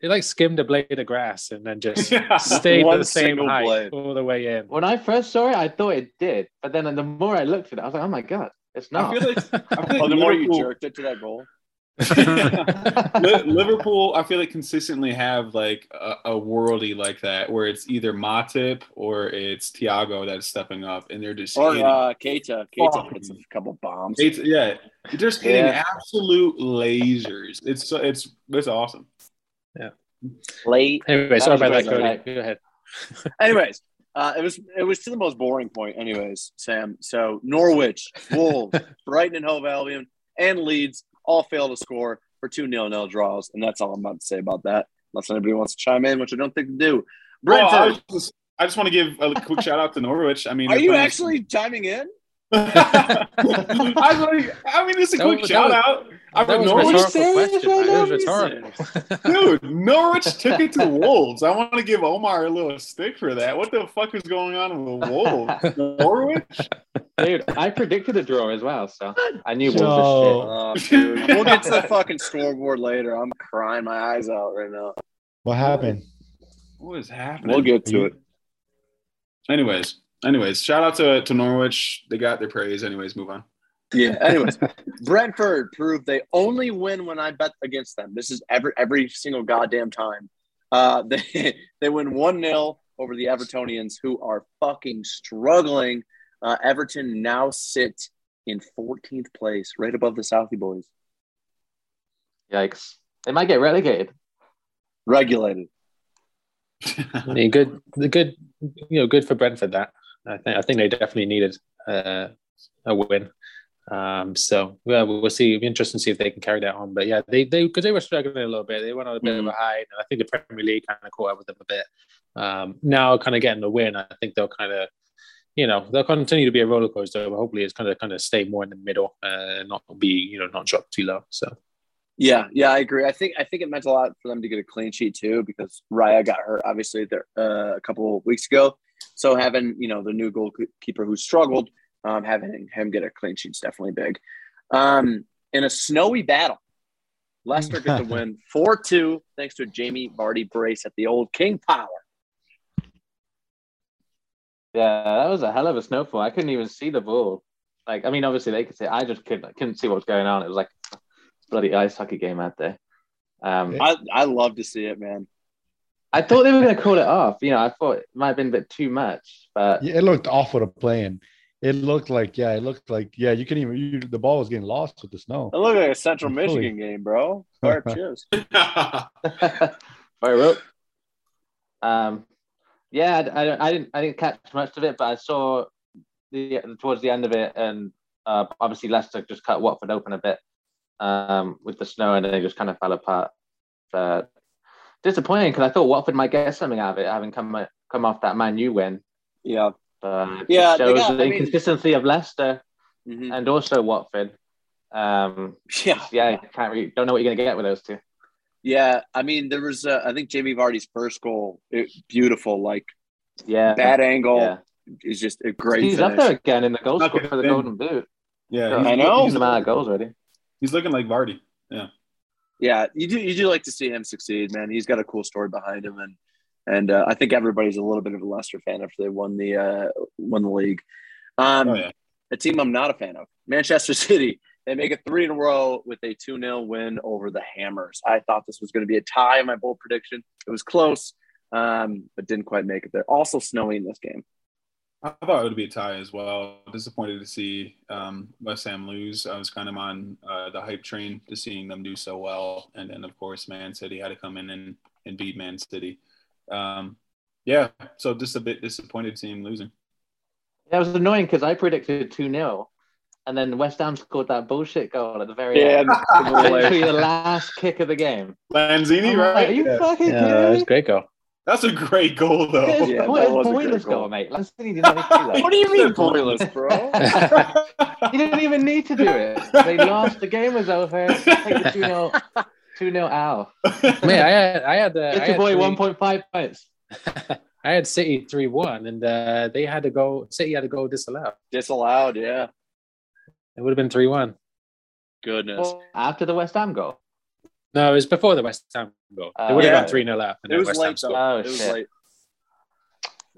Speaker 4: It like skimmed a blade of grass and then
Speaker 3: [LAUGHS]
Speaker 4: just
Speaker 3: Yeah.
Speaker 4: stayed
Speaker 1: One
Speaker 4: the same
Speaker 1: single
Speaker 4: height
Speaker 1: blade.
Speaker 4: all the way in.
Speaker 2: When I first saw it, I thought it did, but then the more I looked at it, I was like, "Oh my god, it's
Speaker 3: [LAUGHS] I
Speaker 2: not."
Speaker 3: feel like, I feel
Speaker 1: Oh,
Speaker 3: like
Speaker 1: the more you
Speaker 3: Liverpool-
Speaker 1: jerked it to that goal.
Speaker 3: [LAUGHS]
Speaker 1: [LAUGHS]
Speaker 3: Li- Liverpool, I feel like consistently have like a, a worldy like that, where it's either Matip or it's Thiago that's stepping up, and they're just
Speaker 1: Or
Speaker 3: hitting.
Speaker 1: uh, Keita. Keita
Speaker 3: Fuck.
Speaker 1: hits a couple bombs.
Speaker 3: it's, yeah, they're just hitting
Speaker 2: Yeah.
Speaker 3: absolute lasers. It's so- it's it's awesome.
Speaker 1: Late
Speaker 4: Anyway, sorry about that, Cody.
Speaker 2: Like-
Speaker 4: Go ahead.
Speaker 1: Anyways, uh, it was it was to the most boring point. Anyways, Sam. So Norwich, Wolves, Brighton, and Hove Albion, and Leeds all fail to score for two nil nil draws, and that's all I'm about to say about that. Unless anybody wants to chime in, which I don't think they do.
Speaker 3: Well, I,
Speaker 1: Brentford,
Speaker 3: was just, I just want to give a quick shout out to Norwich. I mean,
Speaker 1: are
Speaker 3: they're
Speaker 1: you
Speaker 3: playing-
Speaker 1: actually chiming in?
Speaker 3: [LAUGHS] I, was like, I mean, it's a
Speaker 4: That
Speaker 3: quick
Speaker 4: was- that
Speaker 3: shout
Speaker 4: was-
Speaker 3: out. I
Speaker 4: That
Speaker 3: mean,
Speaker 4: was
Speaker 3: Norwich
Speaker 4: rhetorical
Speaker 2: serious
Speaker 4: question.
Speaker 2: right
Speaker 4: It was
Speaker 2: now?
Speaker 4: rhetorical.
Speaker 3: Dude, Norwich took it to the Wolves. I want to give Omar a little stick for that. What the fuck is going on with the
Speaker 2: [LAUGHS]
Speaker 3: Wolves? Norwich?
Speaker 2: Dude, I predicted a draw as well, so I knew Wolves
Speaker 5: So-
Speaker 3: [LAUGHS]
Speaker 2: was
Speaker 1: Oh, dude. we'll get to the fucking scoreboard later. I'm crying my eyes out right now.
Speaker 5: What happened?
Speaker 3: What is happening?
Speaker 1: We'll get to it.
Speaker 3: Anyways, anyways, shout out to, to Norwich. They got their praise. Anyways, move on. [LAUGHS]
Speaker 1: Yeah. Anyways, Brentford proved they only win when I bet against them. This is every every single goddamn time. Uh, [LAUGHS] they they win one 0 over the Evertonians, who are fucking struggling. Uh, Everton now sit in 14th place, right above the Southie boys,
Speaker 2: shit. Yikes! They might get relegated.
Speaker 1: regulated.
Speaker 4: I mean, good, the good, you know, good for Brentford. That I think, I think they definitely needed uh, a win. Um, so yeah, we'll we'll see. It'll be interesting to see if they can carry that on. But yeah, they they because they were struggling a little bit. They went on a bit
Speaker 2: Mm.
Speaker 4: of a high, and I think the Premier League kind of caught up with them a bit. Um, now, kind of getting the win, I think they'll kind of, you know, they'll continue to be a roller coaster. But hopefully, it's kind of kind of stay more in the middle, uh, not be you know not drop too low. So
Speaker 1: Yeah, yeah, I agree. I think I think it meant a lot for them to get a clean sheet too, because Raya got hurt obviously there uh, a couple weeks ago. So having you know the new goalkeeper who struggled, um, having him get a clean sheet is definitely big. Um, in a snowy battle, Leicester get the win four two thanks to a Jamie Vardy brace at the old King Power.
Speaker 2: Yeah, that was a hell of a snowfall. I couldn't even see the ball. Like, I mean, obviously they could see. I just couldn't I couldn't see what was going on. It was like bloody ice hockey game out there. Um,
Speaker 1: I I love to see it, man.
Speaker 2: I thought they were going to call it off. You know, I thought it might have been a bit too much, but
Speaker 5: Yeah, it looked awful to play in. It looked like yeah, it looked like yeah. You can even you, the ball was getting lost with the
Speaker 2: [LAUGHS]
Speaker 5: snow.
Speaker 1: It looked like a Central
Speaker 5: Totally.
Speaker 1: Michigan game, bro. Fire cheers.
Speaker 2: [LAUGHS] fire up. Um, yeah, I, I, don't- I didn't I didn't catch much of it, but I saw the towards the end of it, and uh, obviously Leicester just cut Watford open a bit um, with the snow, and they just kind of fell apart. But disappointing because I thought Watford might get something out of it, having come come off that Man U win.
Speaker 1: Yeah.
Speaker 2: But it
Speaker 1: Yeah, they
Speaker 2: shows
Speaker 1: got- I
Speaker 2: the
Speaker 1: mean-
Speaker 2: inconsistency of Leicester
Speaker 1: Mhm.
Speaker 2: and also Watford. Um,
Speaker 1: Yeah.
Speaker 2: yeah, I can't really, don't know what you're gonna get with those two.
Speaker 1: Yeah. I mean, there was, uh, I think Jamie Vardy's first goal, it, beautiful, like
Speaker 2: Yeah,
Speaker 1: bad angle
Speaker 2: yeah.
Speaker 1: is just a great
Speaker 2: He's up
Speaker 1: finish.
Speaker 2: there again in the goal
Speaker 3: Not
Speaker 2: score
Speaker 3: gonna
Speaker 2: for the
Speaker 3: win.
Speaker 2: Golden Boot.
Speaker 3: yeah,
Speaker 2: Yeah.
Speaker 3: he's-
Speaker 1: I know.
Speaker 2: He's the man of goals already.
Speaker 3: He's looking like Vardy.
Speaker 1: Yeah. You do, you do like to see him succeed, man. He's got a cool story behind him. And, and uh, I think everybody's a little bit of a Leicester fan after they won the, uh, won the league. Um,
Speaker 3: Oh yeah,
Speaker 1: a team I'm not a fan of, Manchester [LAUGHS] City. They make it three in a row with a 2 0 win over the Hammers. I thought this was going to be a tie in my bold prediction. It was close, um, but didn't quite make it there. Also, snowy in this game.
Speaker 3: I thought it would be a tie as well. Disappointed to see um, West Ham lose. I was kind of on uh, the hype train to seeing them do so well, and then of course Man City had to come in and, and beat Man City. Um, yeah, so just a bit disappointed seeing losing.
Speaker 2: That was annoying because I predicted 2 0. And then West Ham scored that bullshit goal at the very end.
Speaker 3: [LAUGHS]
Speaker 2: Literally the last kick of the game.
Speaker 1: [LAUGHS]
Speaker 3: Lanzini,
Speaker 2: I'm like,
Speaker 3: right?
Speaker 2: Are you
Speaker 3: Yeah.
Speaker 2: fucking
Speaker 4: Yeah, it was
Speaker 2: kidding
Speaker 4: a
Speaker 2: me?
Speaker 4: great Oh, goal.
Speaker 3: That's a great goal
Speaker 2: It's
Speaker 3: though.
Speaker 1: Yeah,
Speaker 2: point-
Speaker 1: that was
Speaker 2: it's
Speaker 1: a great
Speaker 2: pointless
Speaker 1: goal.
Speaker 2: goal, mate. Lanzini didn't need to do
Speaker 1: What do you mean, pointless, bro?
Speaker 4: [LAUGHS]
Speaker 2: that.
Speaker 1: [LAUGHS]
Speaker 2: he didn't even need to do it. They lost. The game was over. Take the 2
Speaker 1: [LAUGHS]
Speaker 2: 0 2 0 out.
Speaker 4: Man, I had I had, uh, I
Speaker 2: Get
Speaker 4: had
Speaker 2: your boy
Speaker 4: three-
Speaker 2: 1.5 points.
Speaker 4: I had City three one, and uh, they had to go. City had to go disallowed.
Speaker 1: Disallowed, yeah.
Speaker 4: It would have been three one.
Speaker 1: Goodness.
Speaker 2: After the West Ham goal.
Speaker 4: No, it was before the West Ham goal. They would have
Speaker 1: Uh, Yeah.
Speaker 4: gone three 0 up. and
Speaker 1: It
Speaker 4: then
Speaker 1: was
Speaker 4: West Ham
Speaker 1: late,
Speaker 4: scored.
Speaker 1: though.
Speaker 2: Oh,
Speaker 1: it was
Speaker 2: shit.
Speaker 1: late.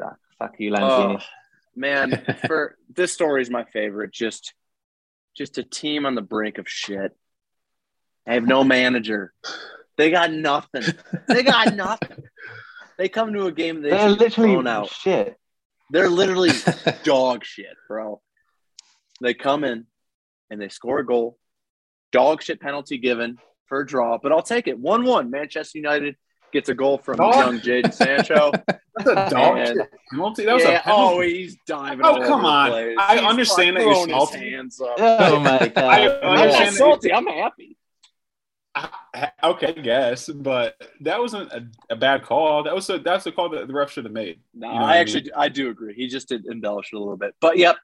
Speaker 2: Ah, Fuck you, Lanzini.
Speaker 1: Oh, man, for this story is my favorite. Just, just a team on the brink of shit. They have no manager. They got nothing. They got nothing. They come to a game. They
Speaker 2: They're
Speaker 1: should get thrown
Speaker 2: literally
Speaker 1: out.
Speaker 2: shit.
Speaker 1: They're literally dog shit, bro. They come in and they score a goal. Dog shit penalty given for a draw, but I'll take it. 1 1. Manchester United gets a goal from
Speaker 3: Dog-
Speaker 1: young Jadon Sancho.
Speaker 3: [LAUGHS] That's a [LAUGHS] dog
Speaker 1: And-
Speaker 3: shit penalty. That was
Speaker 1: yeah,
Speaker 3: a penalty.
Speaker 1: oh, he's diving.
Speaker 3: Oh,
Speaker 1: all
Speaker 3: come
Speaker 1: over
Speaker 3: on.
Speaker 1: The place.
Speaker 3: I
Speaker 1: He's
Speaker 3: understand
Speaker 1: like
Speaker 3: that you're
Speaker 1: throwing his
Speaker 3: salty.
Speaker 1: hands up.
Speaker 2: Oh my god!
Speaker 3: I
Speaker 1: I'm not
Speaker 3: understand
Speaker 2: Yeah.
Speaker 3: that-
Speaker 1: salty. I'm happy.
Speaker 3: I- okay, I guess, but that wasn't a, a bad call. That was a that's a call that the ref should have made.
Speaker 1: No,
Speaker 3: You know what
Speaker 1: I
Speaker 3: I
Speaker 1: actually I do agree. He just did embellish it a little bit, but yep,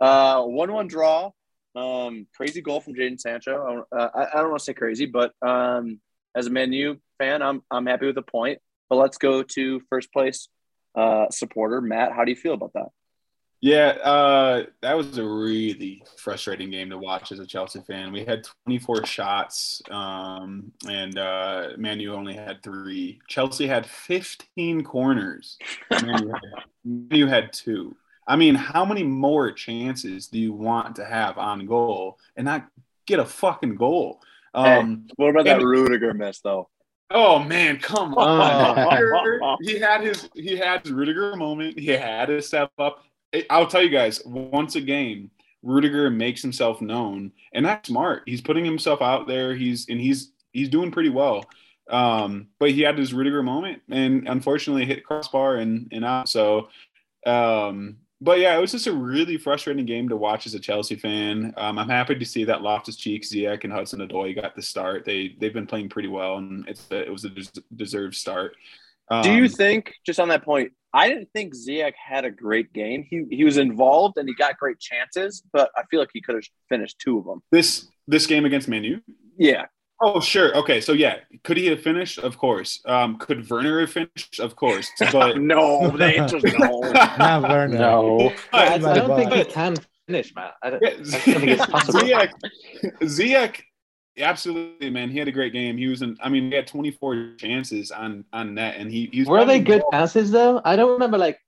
Speaker 1: uh, one-one draw. Um, crazy goal from Jaden Sancho. I don't- Uh, I, I don't want to say crazy, but um, as a Man U fan, I'm I'm happy with the point. But let's go to first place uh, supporter Matt. How do you feel about that?
Speaker 3: Yeah, uh, that was a really frustrating game to watch as a Chelsea fan. We had 24 shots, um, and uh, Manu only had three. Chelsea had 15 corners. Manu had, Manu had two. I mean, how many more chances do you want to have on goal and not get a fucking goal? Um,
Speaker 1: What about
Speaker 3: that
Speaker 1: that Rudiger miss though?
Speaker 3: Oh man, come on!
Speaker 1: Oh.
Speaker 3: Rudiger, he had his he had his Rudiger moment. He had his step up. I- I'll tell you guys once a game, Rudiger makes himself known, and that's smart. He's putting himself out there. He's and he's he's doing pretty well. Um, but he had his Rudiger moment, and unfortunately hit crossbar and and out. So, um, but yeah, it was just a really frustrating game to watch as a Chelsea fan. Um, I'm happy to see that Loftus Cheek, Ziyech, and Hudson Odoi got the start. They they've been playing pretty well, and it's a, it was a des- deserved start. Um,
Speaker 1: Do you think, just on that point, I didn't think Ziyech had a great game. He he was involved and he got great chances, but I feel like he could have finished two of them.
Speaker 3: this this game against Manu?
Speaker 1: Yeah,
Speaker 3: Oh, sure. Okay. So, yeah. Could he have finished? Of course. Um, could Werner have finished?
Speaker 1: [LAUGHS]
Speaker 3: Of course. But
Speaker 1: no, the
Speaker 3: [LAUGHS]
Speaker 1: answer's no.
Speaker 5: Not Werner.
Speaker 4: No.
Speaker 2: I, I
Speaker 5: my
Speaker 2: don't think he
Speaker 3: God.
Speaker 2: can finish, man. I don't,
Speaker 3: Yeah,
Speaker 2: I don't think
Speaker 3: [LAUGHS]
Speaker 2: it's possible.
Speaker 3: Ziyech, Ziyech, absolutely, man. He had a great game. He was in. I mean, he had 24 chances on on net, and he. he was
Speaker 2: Were they
Speaker 3: probably-
Speaker 2: good passes though? I don't remember like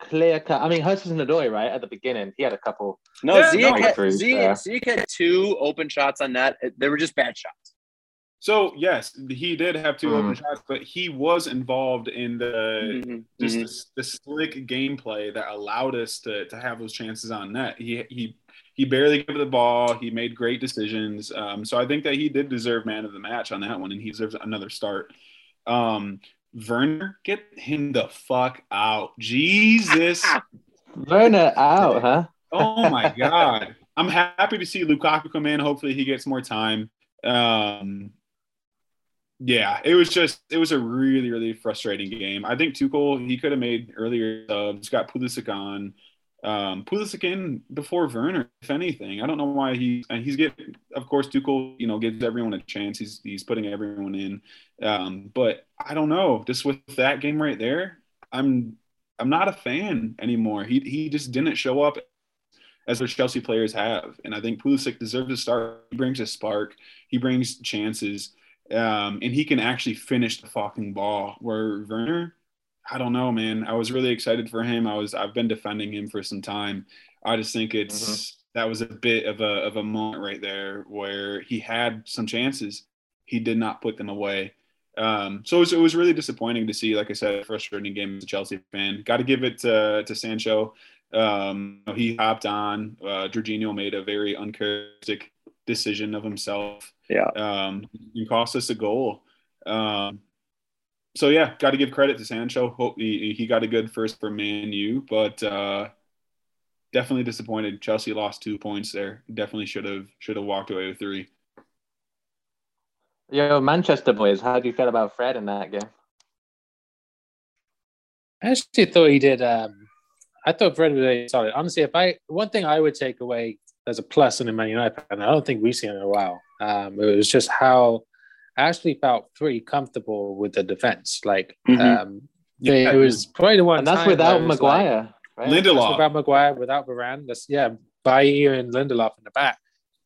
Speaker 2: clear cut. I mean, Hurst was Odoi, right at the beginning. He had a couple.
Speaker 1: No,
Speaker 3: Yeah,
Speaker 1: Zeke,
Speaker 3: no.
Speaker 1: had,
Speaker 2: Breakthroughs,
Speaker 1: Zeke,
Speaker 2: yeah.
Speaker 1: Zeke had two open shots on net. They were just bad shots.
Speaker 3: So yes, he did have two open
Speaker 2: Mm.
Speaker 3: shots, but he was involved in
Speaker 2: Mm-hmm.
Speaker 3: the
Speaker 4: Mm-hmm.
Speaker 1: Mhm,
Speaker 3: just
Speaker 1: mhm.
Speaker 3: the, the slick gameplay that allowed us to to have those chances on net. He he. He barely gave the ball. He made great decisions. Um, so I think that he did deserve man of the match on that one, and he deserves another start. Um, Werner, get him the fuck out. Jesus
Speaker 2: Werner out, huh?
Speaker 3: Oh my god! I'm happy to see Lukaku come in. Hopefully, he gets more time. Um, yeah, it was just it was a really really frustrating game. I think Tuchel he could have made earlier subs. Got Pulisic on. Um, Pulisic in before Werner, if anything. I don't know why he and he's getting. Of course, Tuchel you know gives everyone a chance. He's he's putting everyone in. Um, but I don't know. Just with that game right there, I'm. I'm not a fan anymore. He, he just didn't show up as their Chelsea players have. And I think Pulisic deserves a start. He brings a spark. He brings chances, um, and he can actually finish the fucking ball. Where Werner, I don't know, man. I was really excited for him. I was I've been defending him for some time. I just think it's that was a bit of a of a moment right there where he had some chances. He did not put them away. Um, so it was, it was really disappointing to see, like I said, a frustrating game as a Chelsea fan. Got to give it to, to Sancho. Um, he hopped on. Uh, Jorginho made a very uncharacteristic decision of himself.
Speaker 1: Yeah.
Speaker 3: Um, and cost us a goal. Um, so yeah, got to give credit to Sancho. Hope he, he got a good first for Man U, but uh, definitely disappointed. Chelsea lost two points there. Definitely should have should have walked away with three.
Speaker 2: Yo, Manchester boys, how do you feel about Fred in that game?
Speaker 4: I actually thought he did. Um, I thought Fred was really solid. Honestly, if I one thing I would take away as a plus in the Man United, and I don't think we've seen it in a while. Um, it was just how I actually felt pretty comfortable with the defense. Like
Speaker 1: Mhm.
Speaker 4: um, they,
Speaker 3: Yeah.
Speaker 4: it was probably the one,
Speaker 2: And that's
Speaker 4: time where
Speaker 2: without
Speaker 4: it was like-
Speaker 2: Maguire, right?
Speaker 4: That's
Speaker 3: Lindelof.
Speaker 4: without Maguire, without Varane. That's yeah, Bailly and Lindelof in the back.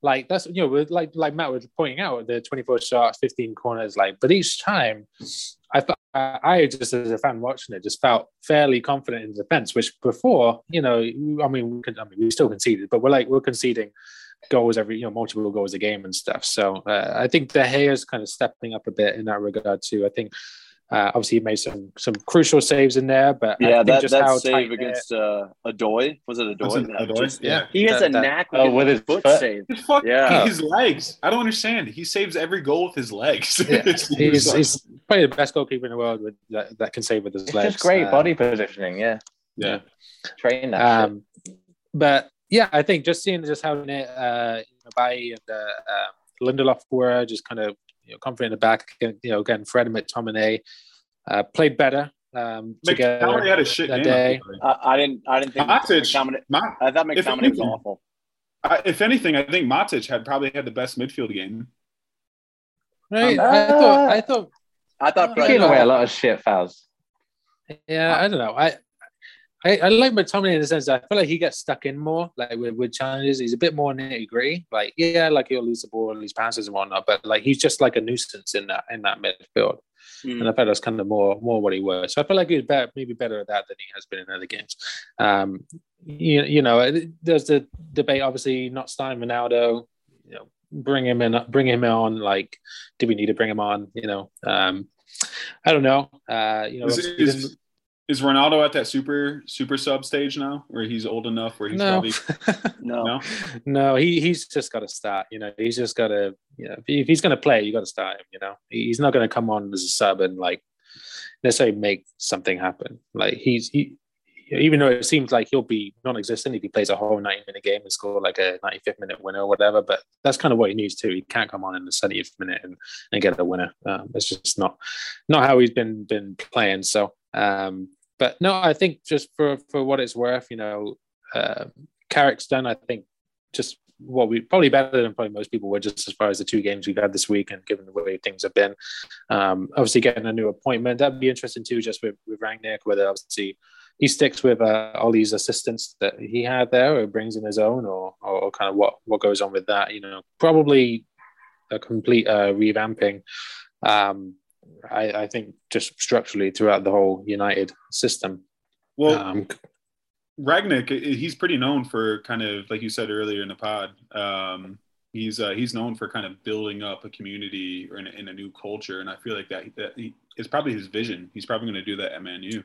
Speaker 4: Like that's you know, with- like like Matt was pointing out, the 24 shots, 15 corners, like. But each time, I fe- I I just as a fan watching it, just felt fairly confident in defense. Which before, you know, I mean, we can, I mean, we still conceded, but we're like we're conceding goals every you know multiple goals a game and stuff. So uh, I think De Gea is kind of stepping up a bit in that regard too. I think. Uh, obviously, he made some some crucial saves in there, but Mm-hmm. I
Speaker 1: Yeah,
Speaker 4: think
Speaker 1: that,
Speaker 4: just
Speaker 1: that
Speaker 4: how
Speaker 1: save
Speaker 4: tight
Speaker 1: against uh, Adoy was it
Speaker 3: That's
Speaker 1: Adoy?
Speaker 3: an-
Speaker 1: No,
Speaker 3: Adoy,
Speaker 1: just-
Speaker 3: yeah.
Speaker 1: He has
Speaker 4: That-
Speaker 1: a
Speaker 4: that-
Speaker 1: knack
Speaker 2: Oh,
Speaker 1: with,
Speaker 2: with his
Speaker 1: his foot,
Speaker 2: foot.
Speaker 1: save.
Speaker 3: Just fucking
Speaker 1: Yeah.
Speaker 3: his legs. I don't understand. He saves every goal with his legs. [LAUGHS]
Speaker 4: Yeah. he's, he's probably the best goalkeeper in the world with that, that can save with his
Speaker 2: It's
Speaker 4: legs.
Speaker 2: just great
Speaker 4: Uh,
Speaker 2: body positioning. Yeah,
Speaker 3: yeah.
Speaker 2: train that. shit.
Speaker 4: Um, but yeah, I think just seeing just having it, uh, you know, Bailly and uh, um, Lindelof were just kind of you know confident in the back. Again, you know, again, Fred and McTominay uh, played better um,
Speaker 3: McTominay
Speaker 4: together.
Speaker 3: had a shit game.
Speaker 4: that day.
Speaker 1: I, I didn't. I didn't think.
Speaker 3: Matic.
Speaker 1: McTominay-
Speaker 3: My,
Speaker 1: I thought
Speaker 3: If
Speaker 1: McTominay was
Speaker 3: anything-
Speaker 1: awful.
Speaker 3: I, if anything, I think Matic had probably had the best midfield game.
Speaker 4: Right? I thought. I thought.
Speaker 1: I thought.
Speaker 2: Oh, he
Speaker 1: Fred
Speaker 2: gave
Speaker 1: was-
Speaker 2: away a lot of shit fouls.
Speaker 4: Yeah, I don't know. I. I, I like McTominay in the sense that I feel like he gets stuck in more, like with, with challenges. He's a bit more nitty gritty. Like, yeah, like he'll lose the ball and lose passes and whatnot, but like he's just like a nuisance in that in that midfield.
Speaker 1: Mm.
Speaker 4: And I felt that's kind of more more what he was. So I feel like he was better, maybe better at that than he has been in other games. Um, you, you know, there's the debate. Obviously, not starting Ronaldo. You know, bring him in, bring him on. Like, do we need to bring him on? You know, um, I don't know. Uh, you know,
Speaker 3: Is,
Speaker 4: obviously he didn't-
Speaker 3: is, is Ronaldo at that super super sub stage now, where he's old enough where he's
Speaker 4: no.
Speaker 3: probably
Speaker 1: No.
Speaker 3: no?
Speaker 4: No, he he's just got to start. You know, he's just got to. You know, if he's going to play, you got to start him. You know, He- he's not going to come on as a sub and like necessarily make something happen. Like he's he, even though it seems like he'll be non-existent if he plays a whole ninety-minute game and score like a ninety-fifth minute winner or whatever. But that's kind of what he needs to. He can't come on in the seventieth minute and, and get a winner. Um, it's just not not how he's been been playing. So. um but no, I think just for, for what it's worth, you know, uh, Carrick's done. I think just what we probably better than probably most people were just as far as the two games we've had this week and given the way things have been. Um, obviously, getting a new appointment that'd be interesting too, just with, with Rangnick, whether obviously he sticks with uh, Ollie's assistants that he had there, or brings in his own, or, or or kind of what what goes on with that. You know, probably a complete uh, revamping. Um, I, I think just structurally throughout the whole United system.
Speaker 3: Well,
Speaker 4: Um,
Speaker 3: Ragnick, he's pretty known for kind of like you said earlier in the pod. Um, he's uh, he's known for kind of building up a community or in, a- in a new culture, and I feel like that that he, is probably his vision. He's probably going to do that at Man U.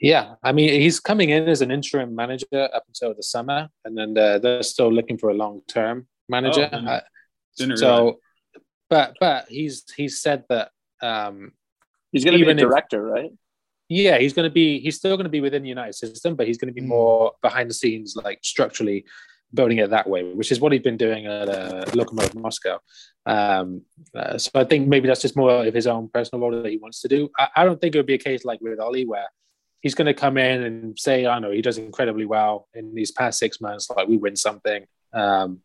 Speaker 4: Yeah, I mean, he's coming in as an interim manager up until the summer, and then uh, they're still looking for a long-term manager.
Speaker 3: Oh, then-
Speaker 4: Uh,
Speaker 3: then
Speaker 4: so, but but he's he's said that um,
Speaker 1: He's going to be a
Speaker 4: Even if-
Speaker 1: director, right?
Speaker 4: yeah, he's going to be he's still going to be within the United system, but he's going to be
Speaker 5: Mm.
Speaker 4: more behind the scenes, like structurally building it that way, which is what he's been doing at uh, Lokomotiv Moscow. Um, uh, so I think maybe that's just more of his own personal role that he wants to do. I, I don't think it would be a case like with Ollie where he's going to come in and say, I know he does incredibly well in these past six months, like we win something. Um,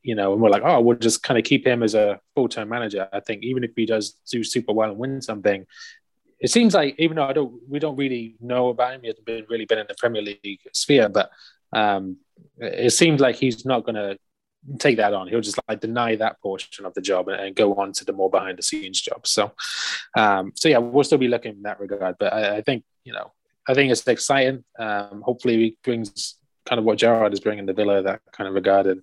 Speaker 4: you know, and we're like, oh, we'll just kind of keep him as a full-time manager. I think even if he does do super well and win something, it seems like even though I don't, we don't really know about him. He hasn't been, really been in the Premier League sphere, but um, it seems like he's not going to take that on. He'll just like deny that portion of the job and, and go on to the more behind the scenes job. So, um, so yeah, we'll still be looking in that regard. But I, I think you know, I think it's exciting. Um, hopefully, he brings kind of what Gerard is bringing to Villa that kind of regard. And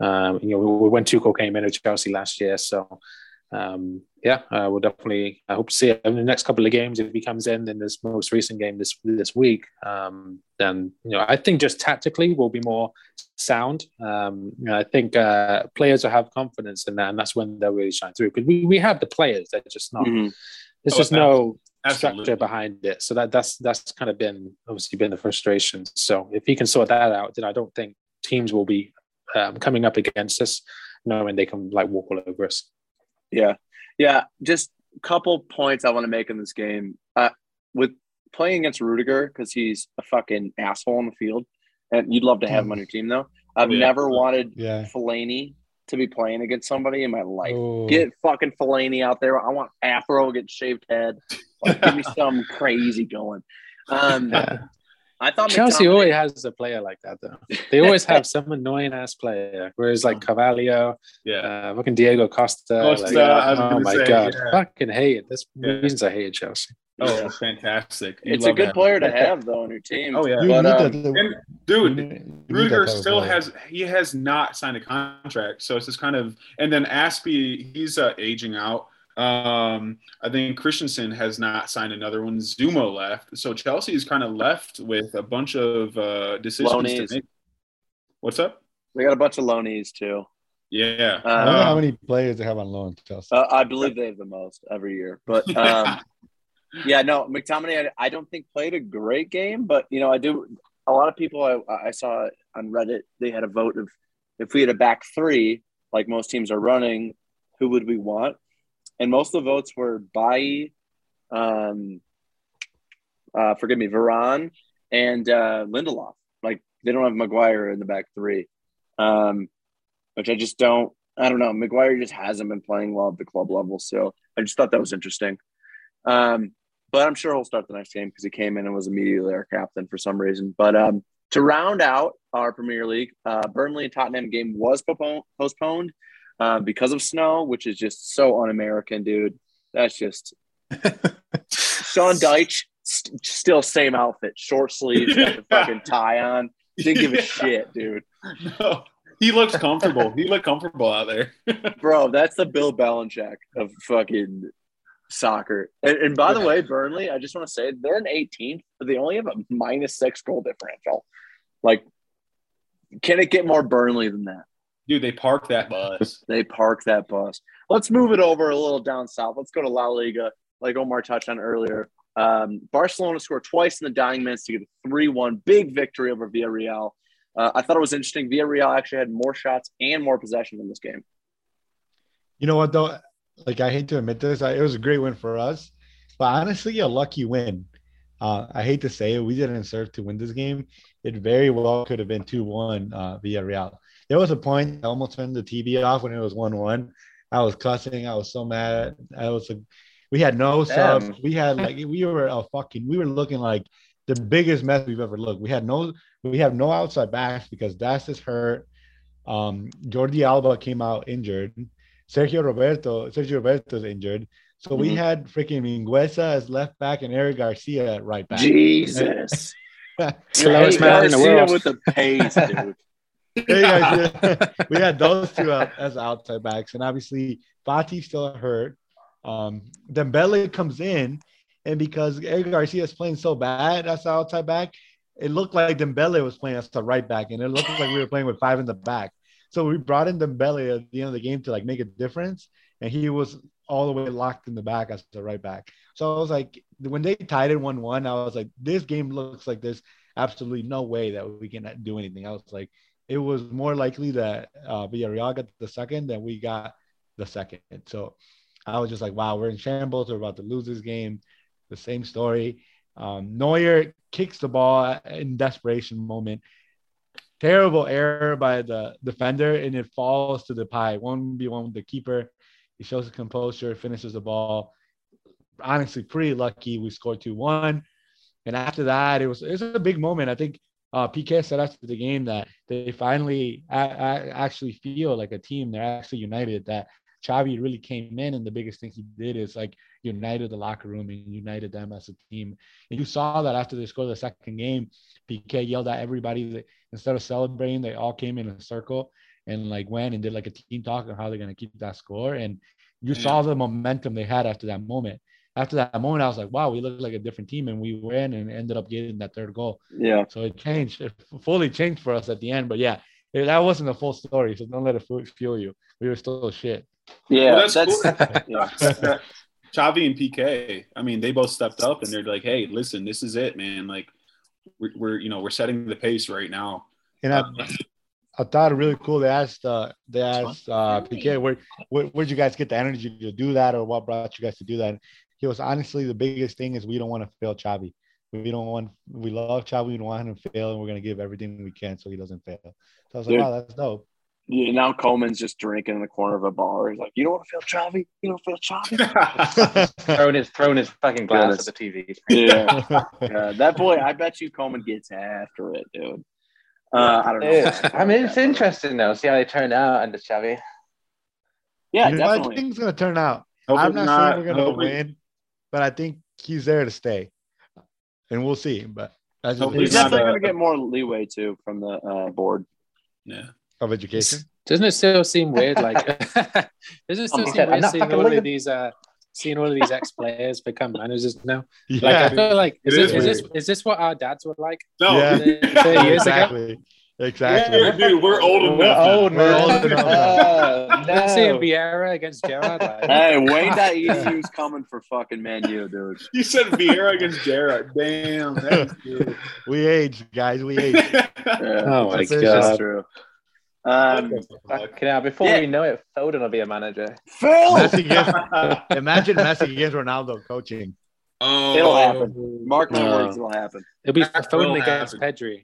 Speaker 4: um, you know, when Tuchel came in with Chelsea last year, so um, yeah, uh, we'll definitely. I hope to see it in the next couple of games if he comes in in this most recent game this this week. Um, then you know, I think just tactically we'll be more sound. Um, you know, I think uh, players will have confidence in that, and that's when they'll really shine through. Because we, we have the players, they're just not.
Speaker 1: Mhm.
Speaker 4: There's
Speaker 3: Oh,
Speaker 4: just no
Speaker 3: Absolutely.
Speaker 4: structure behind it. So that that's that's kind of been obviously been the frustration. So if he can sort that out, then I don't think teams will be um, coming up against us, knowing they can like walk all
Speaker 3: [LAUGHS]
Speaker 4: over us.
Speaker 1: Yeah, yeah. Just a couple points I want to make in this game. Uh, with playing against Rudiger because he's a fucking asshole on the field, and you'd love to have him on your team though. I've
Speaker 3: Yeah.
Speaker 1: never wanted
Speaker 5: Yeah.
Speaker 1: Fellaini to be playing against somebody in my life.
Speaker 5: Oh.
Speaker 1: Get fucking Fellaini out there. I want Afro get shaved head. Like,
Speaker 3: [LAUGHS]
Speaker 1: give me something crazy going. Um, I thought
Speaker 4: Chelsea
Speaker 1: McTominay-
Speaker 4: always has a player like that though. They
Speaker 3: [LAUGHS]
Speaker 4: always have some annoying ass player. Whereas like Carvalho,
Speaker 3: Yeah.
Speaker 4: uh, fucking Diego Costa.
Speaker 3: Oh. Costa,
Speaker 4: like,
Speaker 3: I was
Speaker 4: oh
Speaker 3: gonna
Speaker 4: my
Speaker 3: say,
Speaker 4: god,
Speaker 3: yeah.
Speaker 4: fucking hate it. That's
Speaker 3: Yeah.
Speaker 4: reasons I hated Chelsea.
Speaker 1: [LAUGHS]
Speaker 3: Oh, fantastic! You
Speaker 1: It's a
Speaker 3: love
Speaker 1: good
Speaker 3: that.
Speaker 1: player to have though on your team.
Speaker 3: Oh yeah,
Speaker 5: You
Speaker 1: But,
Speaker 5: need
Speaker 1: um,
Speaker 5: that- that-
Speaker 3: and
Speaker 5: you
Speaker 3: dude.
Speaker 5: need- you need that
Speaker 3: Rudiger
Speaker 5: type of
Speaker 3: still
Speaker 5: player.
Speaker 3: has he has not signed a contract, so it's just kind of and then Aspie he's uh, aging out. Um, I think Christensen has not signed another one. Zuma left, so Chelsea is kind of left with a bunch of uh, decisions
Speaker 1: Loanees.
Speaker 3: to make. What's up?
Speaker 1: They got a bunch of loanees too.
Speaker 3: Yeah,
Speaker 5: I don't know how
Speaker 1: Um,
Speaker 3: Uh,
Speaker 5: many players they have on loan. Chelsea.
Speaker 1: Uh, I believe they have the most every year. But um, yeah, no, McTominay, I, I don't think played a great game, but you know, I do. A lot of people I, I saw on Reddit, they had a vote of if we had a back three, like most teams are running, who would we want? And most of the votes were Bailly, um, uh, forgive me, Varane, and uh, Lindelof. Like they don't have Maguire in the back three, um, which I just don't. I don't know. Maguire just hasn't been playing well at the club level, so I just thought that was interesting. Um, but I'm sure he'll start the next game because he came in and was immediately our captain for some reason. But um, to round out our Premier League, uh, Burnley and Tottenham game was postpone- postponed uh, because of snow, which is just so un-American, dude. That's just Sean Deitch st- still same outfit, short sleeves, got the fucking tie on. Didn't give a
Speaker 3: [LAUGHS] Yeah.
Speaker 1: shit, dude.
Speaker 3: No. he looks comfortable. he looked comfortable out there.
Speaker 1: Bro, that's the Bill Belichick of fucking soccer. And, and by the way, Burnley, I just want to say they're an 18th, but they only have a minus six goal differential. Like, can it get more Burnley than that?
Speaker 3: Dude, they parked that bus.
Speaker 1: They park that bus. Let's move it over a little down south. Let's go to La Liga, like Omar touched on earlier. Um, Barcelona scored twice in the dying minutes to get a 3 1 big victory over Villarreal. Uh, I thought it was interesting. Villarreal actually had more shots and more possession in this game.
Speaker 5: You know what though? Like I hate to admit this, I, it was a great win for us, but honestly, a lucky win. Uh, I hate to say it, we didn't serve to win this game. It very well could have been two one uh, Villarreal. There was a point I almost turned the TV off when it was one-one. I was cussing. I was so mad. I was. A, we had no
Speaker 2: Damn.
Speaker 5: subs. We had like we were a fucking. We were looking like the biggest mess we've ever looked. We had no. We have no outside backs because Das is hurt. Um, Jordi Alba came out injured. Sergio Roberto. Sergio Roberto's injured. So we
Speaker 1: Mhm.
Speaker 5: had freaking Mingueza as left back and Eric Garcia at right back.
Speaker 1: Jesus.
Speaker 4: Slowest
Speaker 1: Hey,
Speaker 4: man in the
Speaker 1: Garcia
Speaker 4: world.
Speaker 1: With the pace, dude.
Speaker 5: Yeah, [LAUGHS] yeah. we had those two out, as outside backs, and obviously Fati still hurt. Um, Dembele comes in, and because Eric Garcia is playing so bad as the outside back, it looked like Dembele was playing as the right back, and it looked like we were playing with five in the back. So we brought in Dembele at the end of the game to like make a difference, and he was all the way locked in the back as the right back. So I was like, when they tied it one-one, I was like, this game looks like there's absolutely no way that we can do anything. I was like it was more likely that uh, Villarreal got the second than we got the second. So I was just like, wow, we're in shambles. We're about to lose this game. The same story. Um, Neuer kicks the ball in desperation moment. Terrible error by the defender, and it falls to the pie. 1v1 with the keeper. He shows his composure, finishes the ball. Honestly, pretty lucky. We scored 2 1. And after that, it was, it was a big moment. I think uh, PK said after the game that they finally a- a- actually feel like a team. They're actually united. That Xavi really came in, and the biggest thing he did is like united the locker room and united them as a team. And you saw that after they scored the second game, PK yelled at everybody that instead of celebrating, they all came in a circle and like went and did like a team talk on how they're gonna keep that score. And you
Speaker 3: Yeah.
Speaker 5: saw the momentum they had after that moment. After that moment, I was like, wow, we look like a different team, and we win and ended up getting that third goal.
Speaker 1: Yeah.
Speaker 5: So it changed, it f- fully changed for us at the end. But yeah, it- that wasn't the full story. So don't let it fu- fuel you. We were still shit.
Speaker 1: Yeah.
Speaker 3: Well, that's [LAUGHS]
Speaker 1: yeah.
Speaker 3: Chavi and PK. I mean, they both stepped up and they're like, "Hey, listen, this is it, man. Like, we're, we're you know we're setting the pace right now."
Speaker 5: And I, I thought it really cool. They asked, uh, they asked uh, PK, where, where, where'd you guys get the energy to do that, or what brought you guys to do that? He was honestly the biggest thing is we don't want to fail Chavi. We don't want, we love Chavi. We don't want him to fail, and we're gonna give everything we can so he doesn't fail. So I was like,
Speaker 1: Dude.
Speaker 5: wow, that's dope.
Speaker 1: Yeah, now Coleman's just drinking in the corner of a bar. He's like, you don't want to feel Chavi? You don't feel Chavi?
Speaker 2: Thrown his thrown his fucking glass
Speaker 1: Goodness.
Speaker 2: at the TV.
Speaker 1: yeah. Yeah, that boy, I bet you Coleman gets after it, dude. Uh, I don't know.
Speaker 2: Yeah. I mean, it's interesting though. See how they turn out under Xavi.
Speaker 1: Yeah,
Speaker 5: [LAUGHS] You know, I
Speaker 1: definitely.
Speaker 5: think it's gonna turn out.
Speaker 3: [LAUGHS] Hope
Speaker 5: I'm
Speaker 3: it's
Speaker 5: not, saying we're gonna
Speaker 3: hope it-
Speaker 5: win, but I think he's there to stay, and we'll see. But that's just
Speaker 3: Hopefully
Speaker 1: He's
Speaker 3: It's not
Speaker 5: of
Speaker 1: definitely
Speaker 3: a-
Speaker 1: going to get more leeway too from the uh, board.
Speaker 3: Yeah.
Speaker 5: education.
Speaker 4: Doesn't it still seem weird? Like, doesn't it
Speaker 1: Oh
Speaker 4: still
Speaker 1: my
Speaker 4: seem
Speaker 2: God, I'm
Speaker 4: weird
Speaker 2: not
Speaker 4: seeing
Speaker 2: fucking
Speaker 4: all
Speaker 2: looking.
Speaker 4: of these, uh, seeing all of these ex-players become managers now? [LAUGHS] Like, I
Speaker 5: Yeah,
Speaker 4: feel like is,
Speaker 3: It
Speaker 4: this,
Speaker 3: is
Speaker 4: is this is this what our dads were like?
Speaker 3: No,
Speaker 5: Yeah.
Speaker 4: Thirty years ago.
Speaker 5: [LAUGHS] exactly, exactly.
Speaker 3: Yeah, dude, we're old enough.
Speaker 2: We're
Speaker 3: now.
Speaker 2: old,
Speaker 5: We're
Speaker 2: man.
Speaker 5: old enough.
Speaker 2: Oh, no.
Speaker 4: Let's see a Vieira against Gerard.
Speaker 2: [LAUGHS]
Speaker 4: Like,
Speaker 1: Hey, Wayne Edu's coming for fucking Man U, dude.
Speaker 3: You said Vieira against Jared.
Speaker 5: [LAUGHS]
Speaker 3: Damn. That
Speaker 5: We age, guys. We
Speaker 3: [LAUGHS]
Speaker 5: age.
Speaker 3: is
Speaker 1: Yeah,
Speaker 4: oh my
Speaker 5: That's it,
Speaker 1: that's
Speaker 4: god!
Speaker 1: true. Um,
Speaker 2: Fucking hell, Before
Speaker 1: Yeah.
Speaker 2: we know it, Foden will be a manager.
Speaker 5: [LAUGHS]
Speaker 1: Phil,
Speaker 5: Messi against, imagine Messi against Ronaldo coaching.
Speaker 1: it'll
Speaker 3: oh,
Speaker 1: happen. Mark my words, it'll happen.
Speaker 4: It'll be
Speaker 3: That
Speaker 4: Foden
Speaker 3: will
Speaker 4: against Pedri.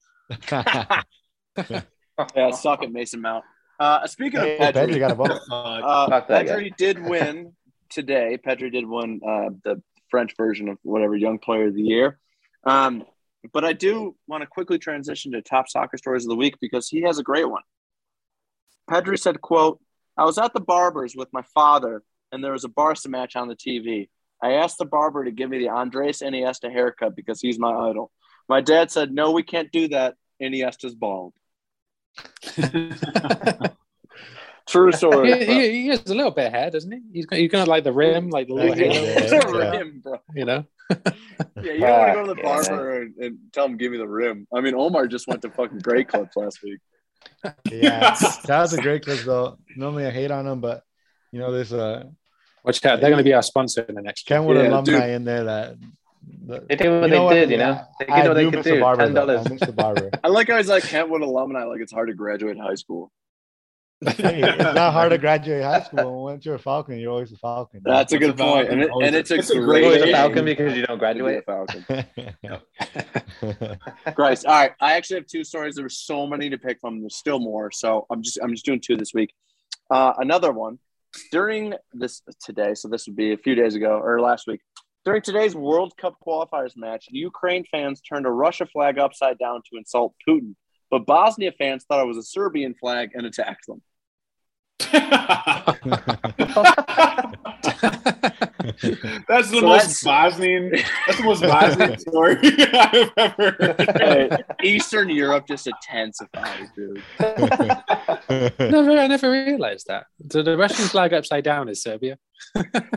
Speaker 1: Yeah, suck it, Mason Mount. Uh, speaking of
Speaker 5: hey,
Speaker 1: Pedri,
Speaker 5: Oh, Pedri got a vote.
Speaker 3: fuck. [LAUGHS]
Speaker 1: Uh,
Speaker 2: Fuck that guy.
Speaker 1: Pedri did win today. Pedri did win uh, the French version of whatever Young Player of the Year. Um, but I do want to quickly transition to top soccer stories of the week because he has a great one. Pedri said, "Quote: I was at the barber's with my father, and there was a Barca match on the TV. I asked the barber to give me the Andres Iniesta haircut because he's my idol. My dad said, "No, we can't do that. Iniesta's
Speaker 4: [LAUGHS]
Speaker 1: bald." True story.
Speaker 4: He, he, he has a little bit of hair, doesn't he? He's got, he's got like the rim, like the
Speaker 1: bro.
Speaker 4: little
Speaker 5: Yeah.
Speaker 4: halo,
Speaker 1: It's a rim, bro.
Speaker 4: you know.
Speaker 1: Yeah, you don't want to go to the
Speaker 2: Fuck, yeah.
Speaker 1: barber and, and tell him give me the rim. I mean, Omar just went to fucking Great Clips last week.
Speaker 5: Yeah, that was a great clip though. Normally I hate on him, but you know there's a
Speaker 4: Watch out, they're going to be our sponsor in the next.
Speaker 5: Kenwood
Speaker 1: Yeah,
Speaker 5: alumni in there that. that-
Speaker 2: They did what they did, you know. They did
Speaker 5: I
Speaker 2: what they
Speaker 5: do
Speaker 2: could
Speaker 5: miss the
Speaker 2: do.
Speaker 5: barber,
Speaker 2: Ten [LAUGHS]
Speaker 5: though.
Speaker 2: dollars.
Speaker 5: I miss the barber.
Speaker 1: I like how he's like Kentwood alumni, like it's hard to graduate high school.
Speaker 5: hey, it's [LAUGHS] not hard to graduate high school. Once you're a Falcon, you're always a Falcon.
Speaker 1: That's a
Speaker 3: That's
Speaker 1: good
Speaker 3: about-
Speaker 1: point. And, it, and it's a great,
Speaker 2: Always a
Speaker 1: age.
Speaker 2: Falcon because you don't
Speaker 1: To be a
Speaker 2: graduate.
Speaker 1: Falcon.
Speaker 5: good.
Speaker 1: Christ. All right. I actually have two stories. There were so many to pick from. There's still more. So I'm just I'm just doing two this week. Uh, another one during this today. So this would be a few days ago or last week. During today's World Cup qualifiers match, Ukraine fans turned a Russia flag upside down to insult Putin, but Bosnia fans thought it was a Serbian flag and attacked
Speaker 3: [LAUGHS]
Speaker 1: them.
Speaker 3: That's the
Speaker 1: So that's-
Speaker 3: most Bosnian. That's the most Bosnian story [LAUGHS] I've ever heard.
Speaker 1: Hey, Eastern Europe just intensifies, dude.
Speaker 5: [LAUGHS]
Speaker 4: Never, I never realized that. So the Russian flag upside down is Serbia.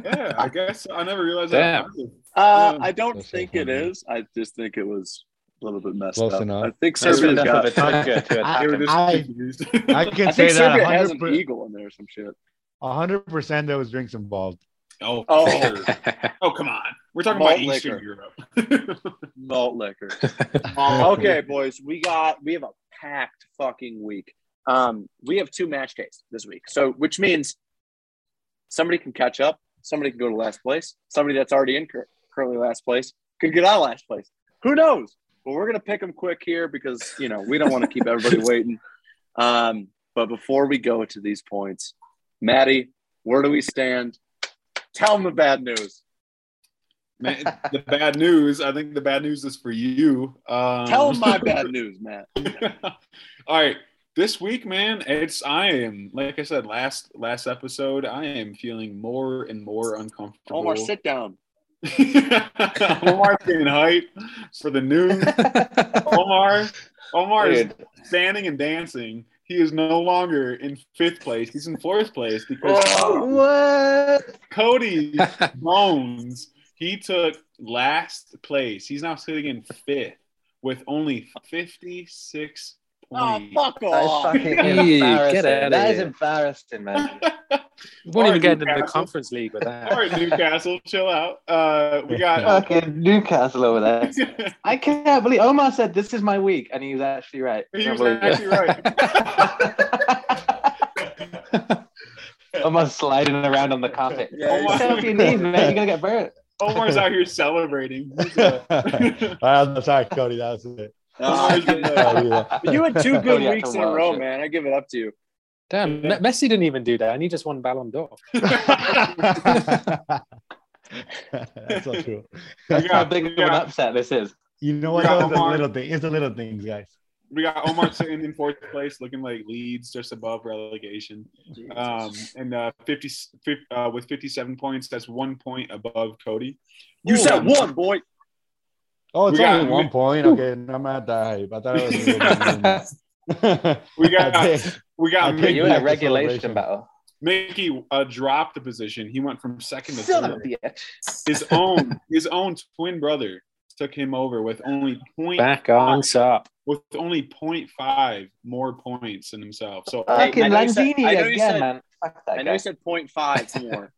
Speaker 3: Yeah, I guess I never realized
Speaker 4: Damn.
Speaker 3: that.
Speaker 1: Uh,
Speaker 3: Yeah.
Speaker 1: I don't
Speaker 5: That's so
Speaker 1: think it
Speaker 5: funny.
Speaker 1: is. I just think it was a little bit messed
Speaker 5: Close
Speaker 1: up.
Speaker 5: enough.
Speaker 1: I think
Speaker 3: That's
Speaker 1: Serbia's
Speaker 3: enough
Speaker 1: got.
Speaker 2: of a trigger to attack
Speaker 5: I-
Speaker 3: They were
Speaker 2: him.
Speaker 3: just
Speaker 5: I-
Speaker 3: confused. [LAUGHS]
Speaker 5: I can
Speaker 1: I
Speaker 5: say
Speaker 1: think
Speaker 5: that
Speaker 1: Serbia has an
Speaker 5: 100%,
Speaker 1: eagle in there, or some shit.
Speaker 5: 100% there was drinks [LAUGHS] involved.
Speaker 3: oh,
Speaker 1: Oh.
Speaker 3: sure. oh, come on. We're talking
Speaker 1: Malt
Speaker 3: about Eastern
Speaker 1: liquor.
Speaker 3: Europe. [LAUGHS]
Speaker 1: Malt liquor. Uh, okay, boys, we got we have a packed fucking week. Um, we have two match days this week, so which means somebody can catch up, somebody can go to last place, somebody that's already in cur- currently last place could get out of last place. Who knows? But we're gonna pick them quick here because you know we don't want to keep everybody waiting. Um, but before we go to these points, Maddie, where do we stand? Tell them the bad news.
Speaker 3: Man, the bad news. I think the bad news is for you. Um,
Speaker 1: Tell
Speaker 3: [LAUGHS]
Speaker 1: them [LAUGHS] my bad news, Matt.
Speaker 3: All right. This week, man, it's I am like I said last last episode, I am feeling more and more uncomfortable.
Speaker 1: Omar,
Speaker 3: [LAUGHS]
Speaker 1: sit down.
Speaker 3: Omar getting hype for the news. Omar Omar is
Speaker 2: Dude,
Speaker 3: standing and dancing. He is no longer in fifth place. He's in fourth place because
Speaker 2: Oh. [LAUGHS] what?
Speaker 3: Cody Bones, he took last place. He's now sitting in fifth with only 56
Speaker 1: Oh,
Speaker 3: points.
Speaker 1: fuck
Speaker 2: That's
Speaker 1: off.
Speaker 2: fucking
Speaker 4: Ew,
Speaker 2: embarrassing.
Speaker 4: get outta
Speaker 2: That is
Speaker 4: here.
Speaker 2: embarrassing, man.
Speaker 4: We won't even
Speaker 3: Alright,
Speaker 4: get into the
Speaker 3: Newcastle.
Speaker 4: Conference League with
Speaker 3: All
Speaker 4: that.
Speaker 3: right, Newcastle, chill out. Uh, we got.
Speaker 2: [LAUGHS] Fucking Newcastle over there. I can't believe Omar said this is my week, and he was actually right.
Speaker 3: [LAUGHS] he
Speaker 2: Can't
Speaker 3: was
Speaker 2: believe
Speaker 3: actually right.
Speaker 2: it. [LAUGHS] Omar's sliding around on the carpet. Oh,
Speaker 1: Yeah,
Speaker 2: Get off your knees, man. You're gonna get burnt.
Speaker 3: Omar's out here celebrating. uh, [LAUGHS]
Speaker 5: [LAUGHS] I'm sorry, Cody. That was it.
Speaker 1: Uh, [LAUGHS] but you had two good
Speaker 2: Oh, yeah,
Speaker 1: weeks in
Speaker 2: come
Speaker 1: a
Speaker 2: on,
Speaker 1: row,
Speaker 2: shit.
Speaker 1: man. I give it up to you.
Speaker 4: Damn, Me- Messi didn't even do that, and he just won Ballon d'Or.
Speaker 5: [LAUGHS] That's so true.
Speaker 3: I
Speaker 2: How
Speaker 3: got,
Speaker 2: big
Speaker 3: we,
Speaker 2: of an
Speaker 3: got,
Speaker 2: upset this is.
Speaker 5: You know what?
Speaker 3: Yeah,
Speaker 5: though? It's the
Speaker 3: Omar.
Speaker 5: little thing. It's the little things, guys.
Speaker 3: we got Omar sitting in fourth place, looking like Leeds just above relegation. Um, and uh, 50, fif- uh, with 57 points, that's one point above Cody.
Speaker 1: you said one, boy.
Speaker 5: Oh, it's
Speaker 3: We got-
Speaker 5: only one point. Okay, I'm not that hype. I thought it was. A
Speaker 1: [LAUGHS]
Speaker 5: little bit more.
Speaker 3: We got-
Speaker 5: [LAUGHS] I think-
Speaker 3: We got
Speaker 5: I think
Speaker 3: Mickey.
Speaker 2: You're in
Speaker 5: back
Speaker 2: a
Speaker 5: to
Speaker 2: regulation
Speaker 5: celebration.
Speaker 2: battle.
Speaker 3: Mickey uh, dropped the position. He went from second to
Speaker 2: Son of a
Speaker 3: third.
Speaker 2: bitch.
Speaker 3: His own his own twin brother took him over with only point
Speaker 4: Back on top.
Speaker 3: with only point five more points than himself. So
Speaker 1: I-
Speaker 2: Fucking
Speaker 1: know you said-
Speaker 2: Lanzini
Speaker 1: I know you
Speaker 2: again,
Speaker 1: said-
Speaker 2: man. Fuck
Speaker 1: I
Speaker 2: that
Speaker 1: know
Speaker 2: guy.
Speaker 1: you said [LAUGHS] 0.5 more,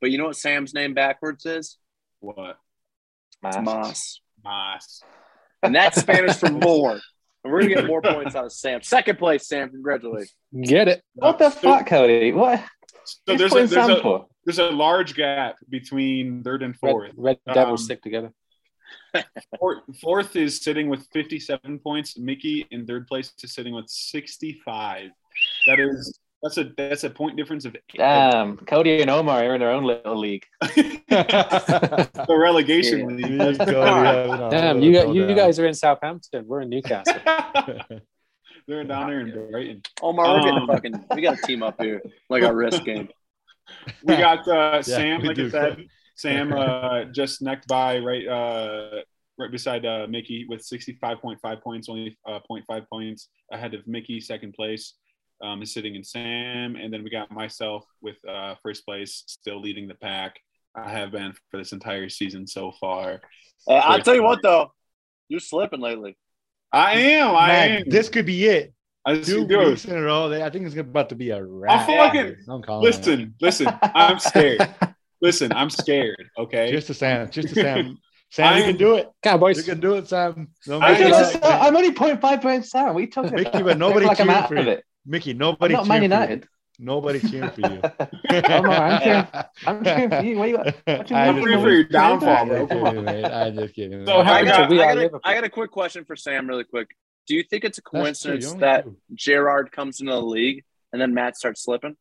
Speaker 1: but you know what Sam's name backwards is?
Speaker 3: what?
Speaker 2: Mas.
Speaker 1: Mas.
Speaker 3: Nice.
Speaker 1: And that's Spanish [LAUGHS] for more. And we're going to get more points out of Sam. Second place, Sam. Congratulations.
Speaker 4: Get it.
Speaker 2: What the fuck, Cody? What?
Speaker 3: So
Speaker 2: He's
Speaker 3: there's a,
Speaker 2: putting
Speaker 3: there's,
Speaker 2: Sam
Speaker 3: a,
Speaker 2: for?
Speaker 3: there's a large gap between third and fourth.
Speaker 4: Red,
Speaker 3: Um,
Speaker 4: Red Devils stick together.
Speaker 3: Fourth, fourth is sitting with 57 points. Mickey in third place is sitting with 65. That is that's a that's a point difference of eight. [LAUGHS]
Speaker 2: Damn, Cody and Omar are in their own little league.
Speaker 3: the relegation
Speaker 1: Yeah.
Speaker 5: Me
Speaker 3: league. [LAUGHS]
Speaker 5: and Cody having
Speaker 3: uh,
Speaker 5: a
Speaker 4: Damn,
Speaker 5: little
Speaker 4: you
Speaker 5: go
Speaker 4: got, you
Speaker 5: down. [LAUGHS]
Speaker 4: guys are in Southampton. We're
Speaker 3: [LAUGHS]
Speaker 4: in Newcastle.
Speaker 3: They're down there in Brighton.
Speaker 1: Omar, we're getting
Speaker 3: Um.
Speaker 1: fucking, we got to team up here like our wrist game.
Speaker 3: We got uh, Sam,
Speaker 5: we
Speaker 3: like I
Speaker 5: do.
Speaker 3: said,
Speaker 5: [LAUGHS]
Speaker 3: Sam uh, just necked by right uh, right beside uh, Mickey with 65.5 points, only uh, 0.5 points ahead of Mickey, second place. Um, is sitting in Sam, and then we got myself with uh, first place, still leading the pack. I have been for this entire season so far.
Speaker 1: Uh, I'll tell you what, though, you're slipping lately.
Speaker 3: I am. I
Speaker 5: Man,
Speaker 3: am.
Speaker 5: this could be it.
Speaker 3: I just,
Speaker 5: Two
Speaker 3: dude,
Speaker 5: weeks in a row. I think it's about to be a wrap.
Speaker 3: fucking-
Speaker 5: I'm calling it.
Speaker 3: listen, listen. I'm scared. listen, I'm scared. Okay.
Speaker 5: Cheers to Sam. Cheers to
Speaker 3: [LAUGHS]
Speaker 5: Sam. Sam, you
Speaker 3: I'm-
Speaker 5: can do it. You
Speaker 4: Cowboys.
Speaker 5: can do it, Sam. Don't
Speaker 3: I
Speaker 5: make
Speaker 2: I
Speaker 5: it
Speaker 3: just-
Speaker 5: suck, man.
Speaker 2: am only 0.5 points down. What are you talking
Speaker 5: Mickey,
Speaker 2: about?
Speaker 5: but nobody
Speaker 2: Act like I'm
Speaker 5: cheered
Speaker 2: out
Speaker 5: for
Speaker 2: of
Speaker 5: you.
Speaker 2: it.
Speaker 5: Mickey,
Speaker 2: I'm
Speaker 5: nobody
Speaker 2: not Man
Speaker 5: cheering for you.
Speaker 2: United.
Speaker 5: Nobody cheering for you.
Speaker 2: [LAUGHS]
Speaker 5: [LAUGHS]
Speaker 2: I'm all right. I'm cheering- I'm cheering for you. What [LAUGHS] you got? what you
Speaker 5: I'm
Speaker 2: mean?
Speaker 5: cheering
Speaker 3: for your downfall,
Speaker 2: [LAUGHS]
Speaker 5: I'm
Speaker 3: bro.
Speaker 5: just
Speaker 3: Come
Speaker 5: kidding, mate. I'm just kidding.
Speaker 3: So how-
Speaker 1: I got,
Speaker 4: We
Speaker 1: I
Speaker 4: are
Speaker 1: got a,
Speaker 4: Liverpool.
Speaker 1: I got a quick question for Sam, really quick. Do you think it's a
Speaker 5: That's true, you
Speaker 1: coincidence
Speaker 5: only
Speaker 1: that
Speaker 5: do.
Speaker 1: Gerard comes into the league and then Matt starts slipping?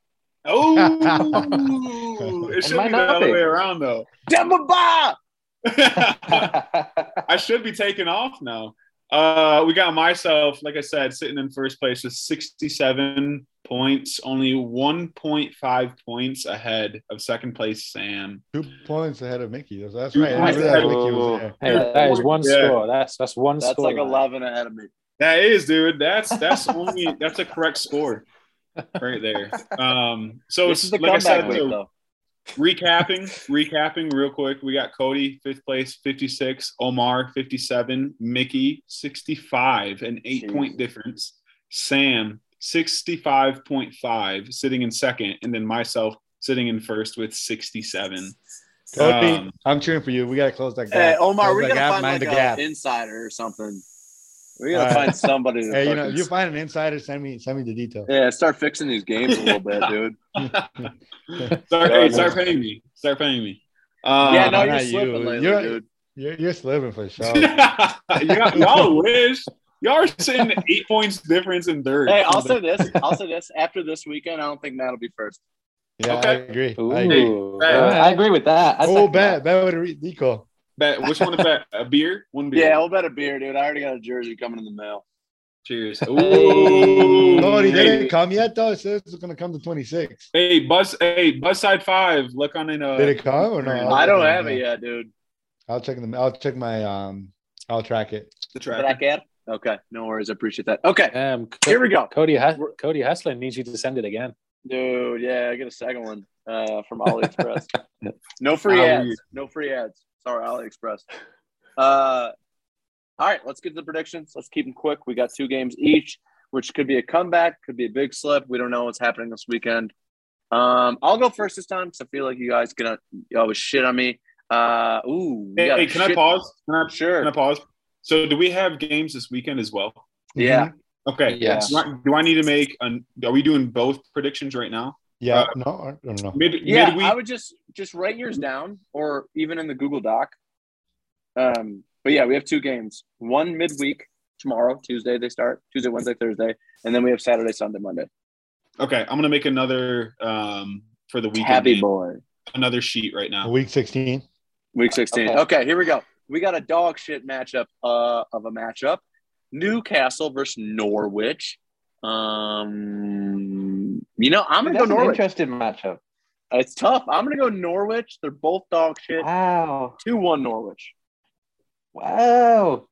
Speaker 5: [LAUGHS]
Speaker 3: Oh, it
Speaker 2: It
Speaker 3: should
Speaker 2: might
Speaker 3: be the
Speaker 2: not
Speaker 3: other
Speaker 2: be.
Speaker 3: way around though.
Speaker 1: Demba Ba!
Speaker 3: I should be taking off now. Uh, we got myself, like I said, sitting in first place with 67 points, only 1.5 points ahead of second place Sam.
Speaker 5: Two points ahead of Mickey. That's- That's
Speaker 3: Two
Speaker 5: right. I
Speaker 3: points
Speaker 5: remember that
Speaker 3: ahead
Speaker 2: of-
Speaker 5: Mickey was there.
Speaker 4: Hey, that is one
Speaker 3: Yeah.
Speaker 4: score. That's that's one
Speaker 1: That's
Speaker 4: score.
Speaker 1: like
Speaker 4: man.
Speaker 1: 11 ahead of me.
Speaker 3: That is, dude. That's that's only that's a correct score right there. Um, so
Speaker 1: this
Speaker 3: it's
Speaker 1: is the
Speaker 3: like I
Speaker 1: comeback
Speaker 3: said,
Speaker 1: week,
Speaker 3: so
Speaker 1: though.
Speaker 3: recapping, recapping real quick. We got Cody, fifth place, 56, Omar, 57, Mickey, 65, an eight
Speaker 1: Jeez.
Speaker 3: point difference. Sam, 65.5, sitting in second. And then myself sitting in first with 67.
Speaker 5: Cody,
Speaker 3: Um,
Speaker 5: I'm cheering for you. We gotta close that
Speaker 1: Hey,
Speaker 5: gap.
Speaker 1: Omar,
Speaker 5: Close
Speaker 1: we
Speaker 5: that
Speaker 1: gotta
Speaker 5: gap,
Speaker 1: find
Speaker 5: mind
Speaker 1: like
Speaker 5: the
Speaker 1: an
Speaker 5: gap.
Speaker 1: insider or something. We gotta
Speaker 5: All right.
Speaker 1: find somebody. To
Speaker 5: Hey, you know, if
Speaker 1: fucking-
Speaker 5: you find an insider, send me send me the details.
Speaker 1: yeah, start fixing these games a little
Speaker 5: [LAUGHS]
Speaker 1: bit, dude.
Speaker 3: Start, hey, start paying me. Start paying me. Um,
Speaker 1: yeah,
Speaker 3: [LAUGHS]
Speaker 1: no, you're
Speaker 5: Uh, not you.
Speaker 1: slipping lately,
Speaker 5: You're-
Speaker 1: dude.
Speaker 5: You're, you're slipping
Speaker 1: [LAUGHS]
Speaker 5: for sure.
Speaker 3: y'all, y'all wish. Y'all are sitting eight points difference in third.
Speaker 1: Hey, I'll say this. I'll say this. After this weekend, I don't think Matt'll be first.
Speaker 5: Yeah, I
Speaker 3: Okay.
Speaker 5: agree.
Speaker 4: Ooh.
Speaker 5: I agree.
Speaker 2: Uh, I agree with that. I
Speaker 5: Oh,
Speaker 2: second
Speaker 5: bet bet with a re- decal.
Speaker 3: Bet, which one is that? A beer? One beer.
Speaker 1: Yeah, we'll bet a beer, dude. I already got a jersey coming in the mail.
Speaker 3: Cheers.
Speaker 2: Hey.
Speaker 5: No, he
Speaker 3: Ooh. hey,
Speaker 5: didn't come yet though. It says it's gonna come to 26.
Speaker 3: hey, bus, hey, bus side five. Look on in. Uh,
Speaker 5: Did it come or no?
Speaker 3: I
Speaker 5: I'll
Speaker 1: I
Speaker 5: check
Speaker 1: don't
Speaker 5: my-
Speaker 1: have it yet, dude.
Speaker 5: I'll check them. I'll check my um. I'll track it.
Speaker 3: the
Speaker 1: Did I
Speaker 3: track.
Speaker 1: get? Okay, no worries. I appreciate that. Okay,
Speaker 4: Um, Co-
Speaker 1: here we go,
Speaker 4: Cody Hu- Cody Hustler needs you to send it again.
Speaker 1: dude. Yeah, I get a second one uh, from AliExpress. [LAUGHS] no free
Speaker 3: Ali.
Speaker 1: ads. No free ads. Sorry, AliExpress. Uh, all right, let's get to the predictions. Let's keep them quick. We got two games each, which could be a comeback, could be a big slip. We don't know what's happening this weekend. Um, I'll go first this time because I feel like you guys gonna you always shit on me. Uh, ooh, we
Speaker 3: Hey,
Speaker 1: got
Speaker 3: hey,
Speaker 1: a
Speaker 3: can I
Speaker 1: shit-
Speaker 3: pause? Can I,
Speaker 1: Sure.
Speaker 3: can I pause? So, do we have games this weekend as well?
Speaker 1: Yeah.
Speaker 5: Mhm.
Speaker 3: Okay.
Speaker 2: Yes.
Speaker 3: Do I, do I need to make? An, are we doing both predictions right now?
Speaker 5: Yeah.
Speaker 3: Uh,
Speaker 5: no. I don't know.
Speaker 3: Mid,
Speaker 1: Yeah,
Speaker 3: midweek.
Speaker 1: I would just just write yours down, or even in the Google Doc. Um, but yeah, we have two games: one midweek tomorrow, Tuesday they start, Tuesday, Wednesday, Thursday, and then we have Saturday, Sunday, Monday.
Speaker 3: okay, I'm gonna make another um, for the weekend.
Speaker 1: Happy
Speaker 3: game,
Speaker 1: boy,
Speaker 3: Another sheet right now.
Speaker 5: Week 16.
Speaker 1: week sixteen.
Speaker 2: Okay.
Speaker 1: Okay. here we go. We got a dog shit matchup uh, of a matchup: Newcastle versus Norwich. Um, you know, I'm gonna
Speaker 2: That's
Speaker 1: go
Speaker 2: an
Speaker 1: Norwich.
Speaker 2: interesting matchup.
Speaker 1: it's tough. I'm gonna go Norwich. They're both dog shit.
Speaker 2: Wow.
Speaker 1: Two one Norwich,
Speaker 2: Wow.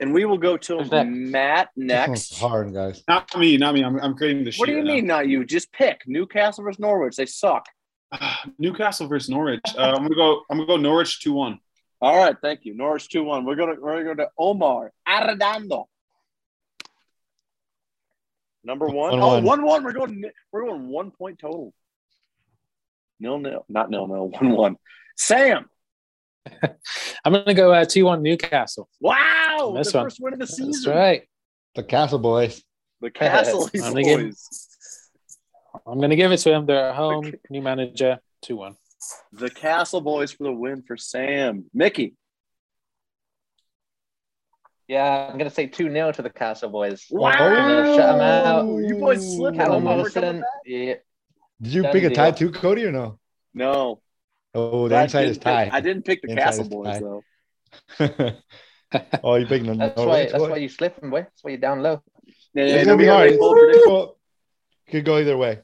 Speaker 1: and we will go to
Speaker 2: Who's next?
Speaker 1: Matt
Speaker 5: This one's
Speaker 1: next.
Speaker 5: hard, guys.
Speaker 3: Not me. Not me. I'm, I'm creating the sheet.
Speaker 1: What do you
Speaker 3: right now.
Speaker 1: mean, not you? Just pick Newcastle versus Norwich. They suck.
Speaker 3: Ah, [SIGHS] Newcastle versus Norwich. Uh, I'm gonna go. I'm gonna go Norwich two one.
Speaker 1: All right, thank you. Norwich two one. We're gonna we're gonna go to Omar Arredondo. Number one.
Speaker 5: One,
Speaker 1: Oh,
Speaker 5: one.
Speaker 1: one one. We're going we're going one point total. Nil nil. Not nil nil. [LAUGHS] One one. Sam.
Speaker 4: I'm going to go uh, two one Newcastle.
Speaker 1: Wow.
Speaker 4: This
Speaker 1: the
Speaker 4: one.
Speaker 1: first win of the season.
Speaker 4: That's right.
Speaker 5: The Castle Boys.
Speaker 1: The Castle
Speaker 4: I'm thinking-
Speaker 1: boys.
Speaker 4: I'm going to give it to him. They're at home. New manager. Two one.
Speaker 1: The Castle boys for the win for Sam. Mickey.
Speaker 2: Yeah, I'm gonna say two 0 to the Castle Boys.
Speaker 5: Wow.
Speaker 2: Shut 'em out.
Speaker 1: You boys slipped.
Speaker 2: Callum
Speaker 1: Omar, we're coming
Speaker 2: Wilson.
Speaker 1: back.
Speaker 2: Yeah.
Speaker 5: Did you
Speaker 2: Done
Speaker 5: pick a tie
Speaker 2: deal.
Speaker 5: too, Cody, or no?
Speaker 1: No.
Speaker 5: Oh,
Speaker 1: I
Speaker 5: the inside
Speaker 1: didn't
Speaker 5: is
Speaker 1: pick-
Speaker 5: tied.
Speaker 1: I didn't pick the
Speaker 5: Inside
Speaker 1: Castle
Speaker 5: is
Speaker 1: Boys
Speaker 5: tied.
Speaker 1: though.
Speaker 5: [LAUGHS] oh, you picked the
Speaker 2: That's why.
Speaker 5: Norwich.
Speaker 2: That's
Speaker 5: boy?
Speaker 2: why you slipping, boy. That's why you're down low.
Speaker 1: Yeah,
Speaker 5: It's
Speaker 1: yeah,
Speaker 5: gonna
Speaker 1: we
Speaker 5: be
Speaker 1: got
Speaker 5: hard.
Speaker 1: a bold prediction.
Speaker 5: Well, Could go either way.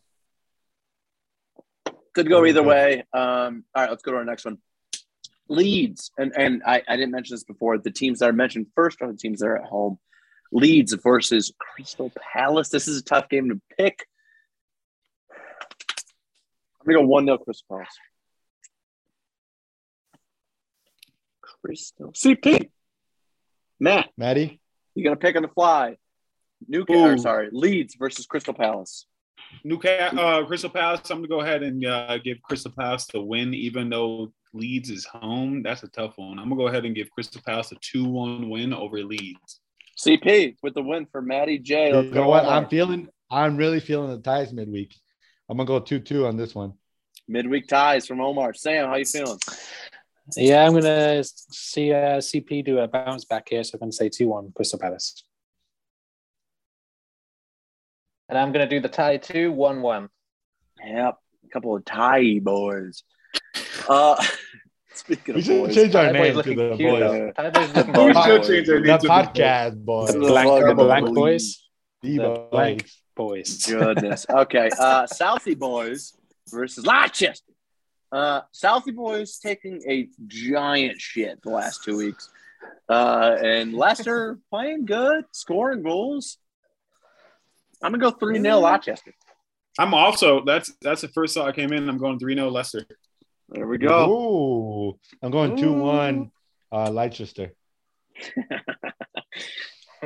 Speaker 1: Could go either way. Um, all right, let's go to our next one. Leeds, and and I, I didn't mention this before. The teams that are mentioned first are the teams that are at home. Leeds versus Crystal Palace. This is a tough game to pick. I'm gonna go one 0 Crystal Palace. Crystal CP. Matt,
Speaker 5: Maddie,
Speaker 1: you gonna pick on the fly? Newcastle, or sorry, Leeds versus Crystal Palace.
Speaker 3: Newcastle, uh, Crystal Palace. I'm gonna go ahead and uh, give Crystal Palace the win, even though Leeds is home. That's a tough one. I'm gonna go ahead and give Crystal Palace a two-one win over Leeds.
Speaker 1: CP with the win for Maddie J.
Speaker 5: You
Speaker 1: Let's
Speaker 5: know
Speaker 1: go
Speaker 5: what?
Speaker 1: on
Speaker 5: I'm
Speaker 1: our
Speaker 5: feeling. I'm really feeling the ties midweek. I'm gonna go two-two on this one.
Speaker 1: midweek ties from Omar. Sam, how you feeling?
Speaker 4: Yeah, I'm gonna see uh, CP do a bounce back here, so I'm gonna say two one Crystal Palace.
Speaker 2: And I'm going to do the tie two, one, one.
Speaker 1: Yep, a couple of tie boys. Uh, [LAUGHS] speaking
Speaker 5: We
Speaker 1: of
Speaker 5: should
Speaker 1: boys,
Speaker 5: change our
Speaker 2: Tie boy's
Speaker 5: name to
Speaker 2: looking
Speaker 5: the
Speaker 2: cute,
Speaker 5: boys.
Speaker 2: though. Tie boy's
Speaker 1: [LAUGHS] The
Speaker 3: We
Speaker 2: looking
Speaker 1: boys.
Speaker 2: cute.
Speaker 3: should change their
Speaker 5: The
Speaker 3: name to
Speaker 5: podcast boys.
Speaker 4: The
Speaker 1: This is
Speaker 4: blank,
Speaker 1: like
Speaker 4: the
Speaker 1: a
Speaker 4: blank
Speaker 1: belief.
Speaker 4: boys,
Speaker 5: The
Speaker 4: the
Speaker 5: boys.
Speaker 4: blank boys.
Speaker 1: goodness. Okay, uh, Southie boys versus Rochester. Uh, Southie boys taking a giant shit the last two weeks, uh, and Lester playing good, scoring goals. I'm gonna go three 0 Rochester.
Speaker 3: I'm also that's that's the first thought I came in. I'm going three 0 Leicester.
Speaker 1: There we go.
Speaker 5: Ooh, I'm going two-one. Uh, Leicester.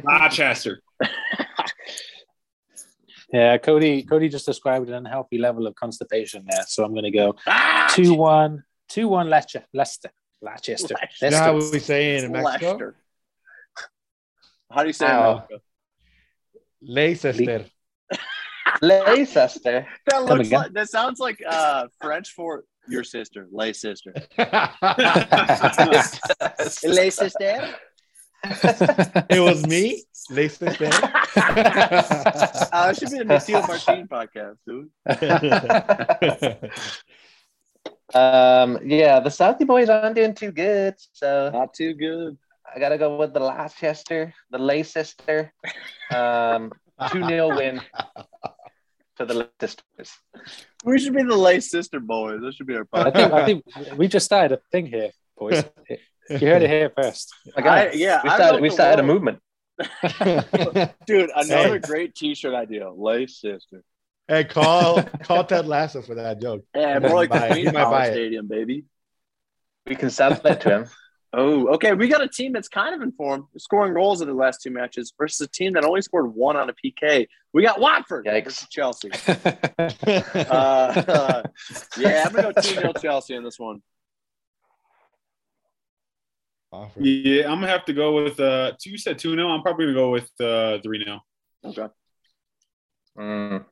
Speaker 3: Rochester.
Speaker 4: Yeah, Cody. Cody just described an unhealthy level of constipation there, so I'm gonna go
Speaker 1: Ah,
Speaker 4: two one, two one Leicester, Leicester, Leicester.
Speaker 1: Leicester.
Speaker 5: You know how
Speaker 4: Leicester.
Speaker 5: we say it in Mexico?
Speaker 1: Leicester. How do you say
Speaker 2: Ow.
Speaker 1: that?
Speaker 5: Leicester.
Speaker 2: Leicester.
Speaker 1: That
Speaker 4: Come
Speaker 1: looks
Speaker 4: again?
Speaker 1: like that sounds like uh, French for your sister, lay sister.
Speaker 3: That's
Speaker 1: Lay sister.
Speaker 5: [LAUGHS] it was me, Leicester.
Speaker 1: Uh, it should be a Matteo Martin podcast, dude.
Speaker 2: um, yeah, the Southie boys aren't doing too good, so
Speaker 1: Not too good.
Speaker 2: I gotta go with the Leicester, the Leicester, um, two 0 win to the Leicesters.
Speaker 1: We should be the lay sister boys. That should be our
Speaker 4: I
Speaker 1: podcast.
Speaker 4: think I think we just started a thing here, boys. You heard it here first.
Speaker 2: My God,
Speaker 1: I- yeah,
Speaker 2: we
Speaker 1: I
Speaker 2: started
Speaker 1: wrote
Speaker 2: we
Speaker 1: the
Speaker 2: started a
Speaker 1: world.
Speaker 2: movement.
Speaker 1: Dude, another
Speaker 5: Hey.
Speaker 1: great T-shirt idea, lay sister.
Speaker 5: hey, call call Ted Lasso for that joke.
Speaker 1: Yeah, more like
Speaker 5: Buy
Speaker 1: the
Speaker 5: it. You
Speaker 1: Queen
Speaker 5: might buy
Speaker 1: Power
Speaker 5: it.
Speaker 1: Stadium, baby.
Speaker 2: We can sell that to him.
Speaker 1: Oh, okay. We got a team that's kind of informed, scoring goals in the last two matches versus a team that only scored one on a PK. We got Watford
Speaker 2: Yikes.
Speaker 1: versus Chelsea. Uh, [LAUGHS] yeah, I'm gonna go two 0 Chelsea in this one.
Speaker 3: yeah, I'm gonna have to go with uh you said two 0 I'm probably gonna go with uh three 0
Speaker 1: Okay.
Speaker 2: Mm.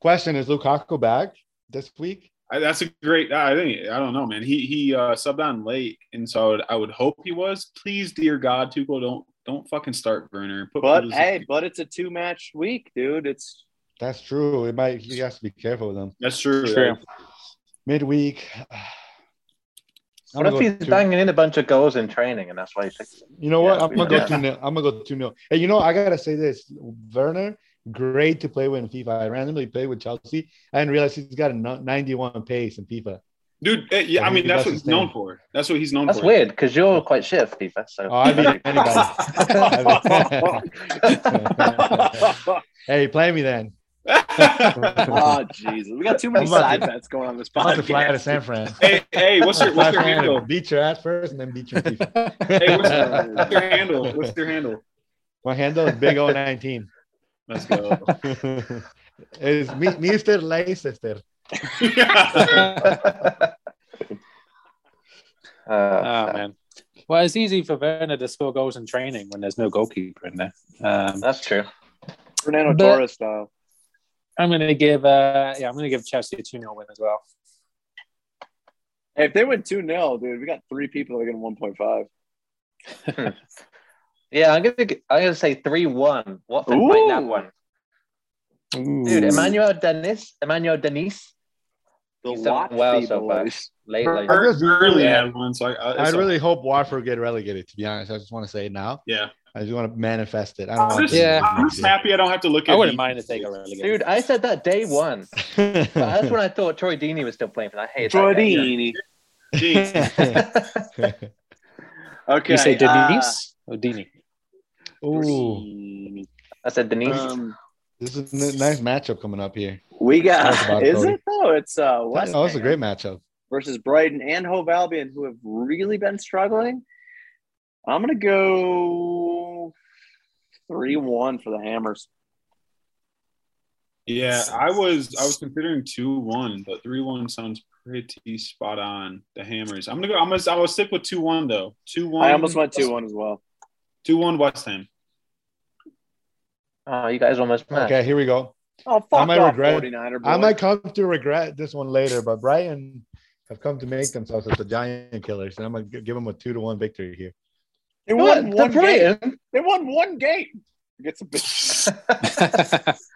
Speaker 5: Question is Lukaku back this week?
Speaker 3: I, that's a great. I think I don't know, man. He he uh, subbed on late, and so I would, I would hope he was. Please, dear God, Tuchel, don't don't fucking start Werner. Put
Speaker 1: But
Speaker 3: Pulisic-
Speaker 1: hey, but it's a two match week, dude. It's
Speaker 5: That's true. It might you have to be careful with them.
Speaker 3: that's true.
Speaker 4: True.
Speaker 5: Midweek. [SIGHS] I'm
Speaker 2: What if
Speaker 5: gonna go
Speaker 2: he's
Speaker 5: two-
Speaker 2: banging in a bunch of goals in training, and that's why he's
Speaker 5: You know what?
Speaker 2: Yeah,
Speaker 5: I'm gonna go
Speaker 2: yeah.
Speaker 5: two 0 I'm gonna go two 0 And you know, I gotta say this: Werner, great to play with in FIFA. I randomly played with Chelsea. I didn't realize he's got a no- 91 pace in
Speaker 2: [LAUGHS]
Speaker 5: FIFA. [LAUGHS]
Speaker 3: dude. eh, yeah, I mean that's,
Speaker 5: That's
Speaker 3: what
Speaker 5: his
Speaker 3: he's known
Speaker 5: thing.
Speaker 3: for. That's what he's known
Speaker 2: that's
Speaker 3: for.
Speaker 2: weird because you're quite shit at FIFA. So
Speaker 5: Oh,
Speaker 2: [LAUGHS]
Speaker 5: I beat anybody. hey, play me
Speaker 2: [LAUGHS]
Speaker 5: then.
Speaker 2: Ah,
Speaker 1: oh Jesus, we got too many
Speaker 5: I'm about
Speaker 1: side
Speaker 5: to-
Speaker 1: bets going on this
Speaker 5: I'm about to fly
Speaker 1: podcast.
Speaker 5: to San Fran.
Speaker 3: hey, hey, [LAUGHS] what's
Speaker 5: [LAUGHS]
Speaker 3: your
Speaker 5: Fly
Speaker 3: what's
Speaker 5: to San
Speaker 3: your
Speaker 5: Fran,
Speaker 3: handle?
Speaker 5: Beat your ass first, and then beat you in
Speaker 3: [LAUGHS] Hey, what's your,
Speaker 5: FIFA.
Speaker 3: what's your handle? What's your handle?
Speaker 5: [LAUGHS] My handle is Big O 19.
Speaker 3: Let's go.
Speaker 5: [LAUGHS] it's Mister Leicester.
Speaker 2: Uh,
Speaker 4: Oh man. Well, it's easy for Werner to score goals in training when there's no goalkeeper in there. Um,
Speaker 2: that's true.
Speaker 1: Fernando
Speaker 4: But-
Speaker 1: Torres style.
Speaker 4: I'm gonna give uh, yeah, I'm gonna give Chelsea a two 0 win as well.
Speaker 1: Hey, if they win two 0 dude, we got three people that are getting one point five.
Speaker 2: Yeah, I'm gonna g- I'm gonna say three one. Watford might that
Speaker 1: Ooh.
Speaker 2: one. Dude, Emmanuel Dennis, Emmanuel Denise
Speaker 1: The
Speaker 2: He's done
Speaker 1: Watford
Speaker 2: well so far.
Speaker 1: boys.
Speaker 2: lately.
Speaker 3: Ur- Early
Speaker 5: Yeah.
Speaker 3: had one, so I, uh, I,
Speaker 5: I
Speaker 3: so-
Speaker 5: really hope Watford get relegated. To be honest, I just want to say it now.
Speaker 3: yeah.
Speaker 5: I just want to manifest it. I don't
Speaker 3: I'm
Speaker 5: want
Speaker 3: just,
Speaker 5: to
Speaker 4: Yeah.
Speaker 3: I'm just happy I don't have to look at.
Speaker 4: I wouldn't
Speaker 3: these.
Speaker 4: mind if they got relegated.
Speaker 2: Dude, I said that day one. But that's when I thought Troy Deeney was still playing for. That. I hate
Speaker 1: Troy
Speaker 2: that guy.
Speaker 1: Deeney.
Speaker 3: Jeez.
Speaker 1: Okay.
Speaker 4: you say
Speaker 1: uh,
Speaker 4: Denise or Dini?
Speaker 5: [LAUGHS] Ooh,
Speaker 1: Deeney.
Speaker 2: I said Denise.
Speaker 1: Um,
Speaker 5: this is a n- nice matchup coming up here.
Speaker 1: we
Speaker 5: Talk about
Speaker 1: got.
Speaker 5: it,
Speaker 1: Is
Speaker 5: Cody.
Speaker 1: it though? It's uh, West.
Speaker 5: Oh, it's a great matchup.
Speaker 1: versus Brighton and Hove Albion, who have really been struggling. I'm going to go 3 1 for the Hammers.
Speaker 3: Yeah, I was I was considering two one, but three one sounds pretty spot on. The Hammers. I'm gonna go. I'm gonna. I will stick with two one though. Two one.
Speaker 1: I almost went 2 1 as well.
Speaker 3: Two one West Ham.
Speaker 2: Oh, you guys almost met.
Speaker 5: Okay, here we go.
Speaker 1: Oh, fuck
Speaker 5: might
Speaker 1: off,
Speaker 5: regret-
Speaker 1: 49er boy.
Speaker 5: I might come to regret this one later, but Brighton have come to make themselves as the giant killers, and I'm gonna gi- give them a two to one victory here.
Speaker 1: they won one game. They won one game. Gets a [LAUGHS] bitch.
Speaker 4: [LAUGHS]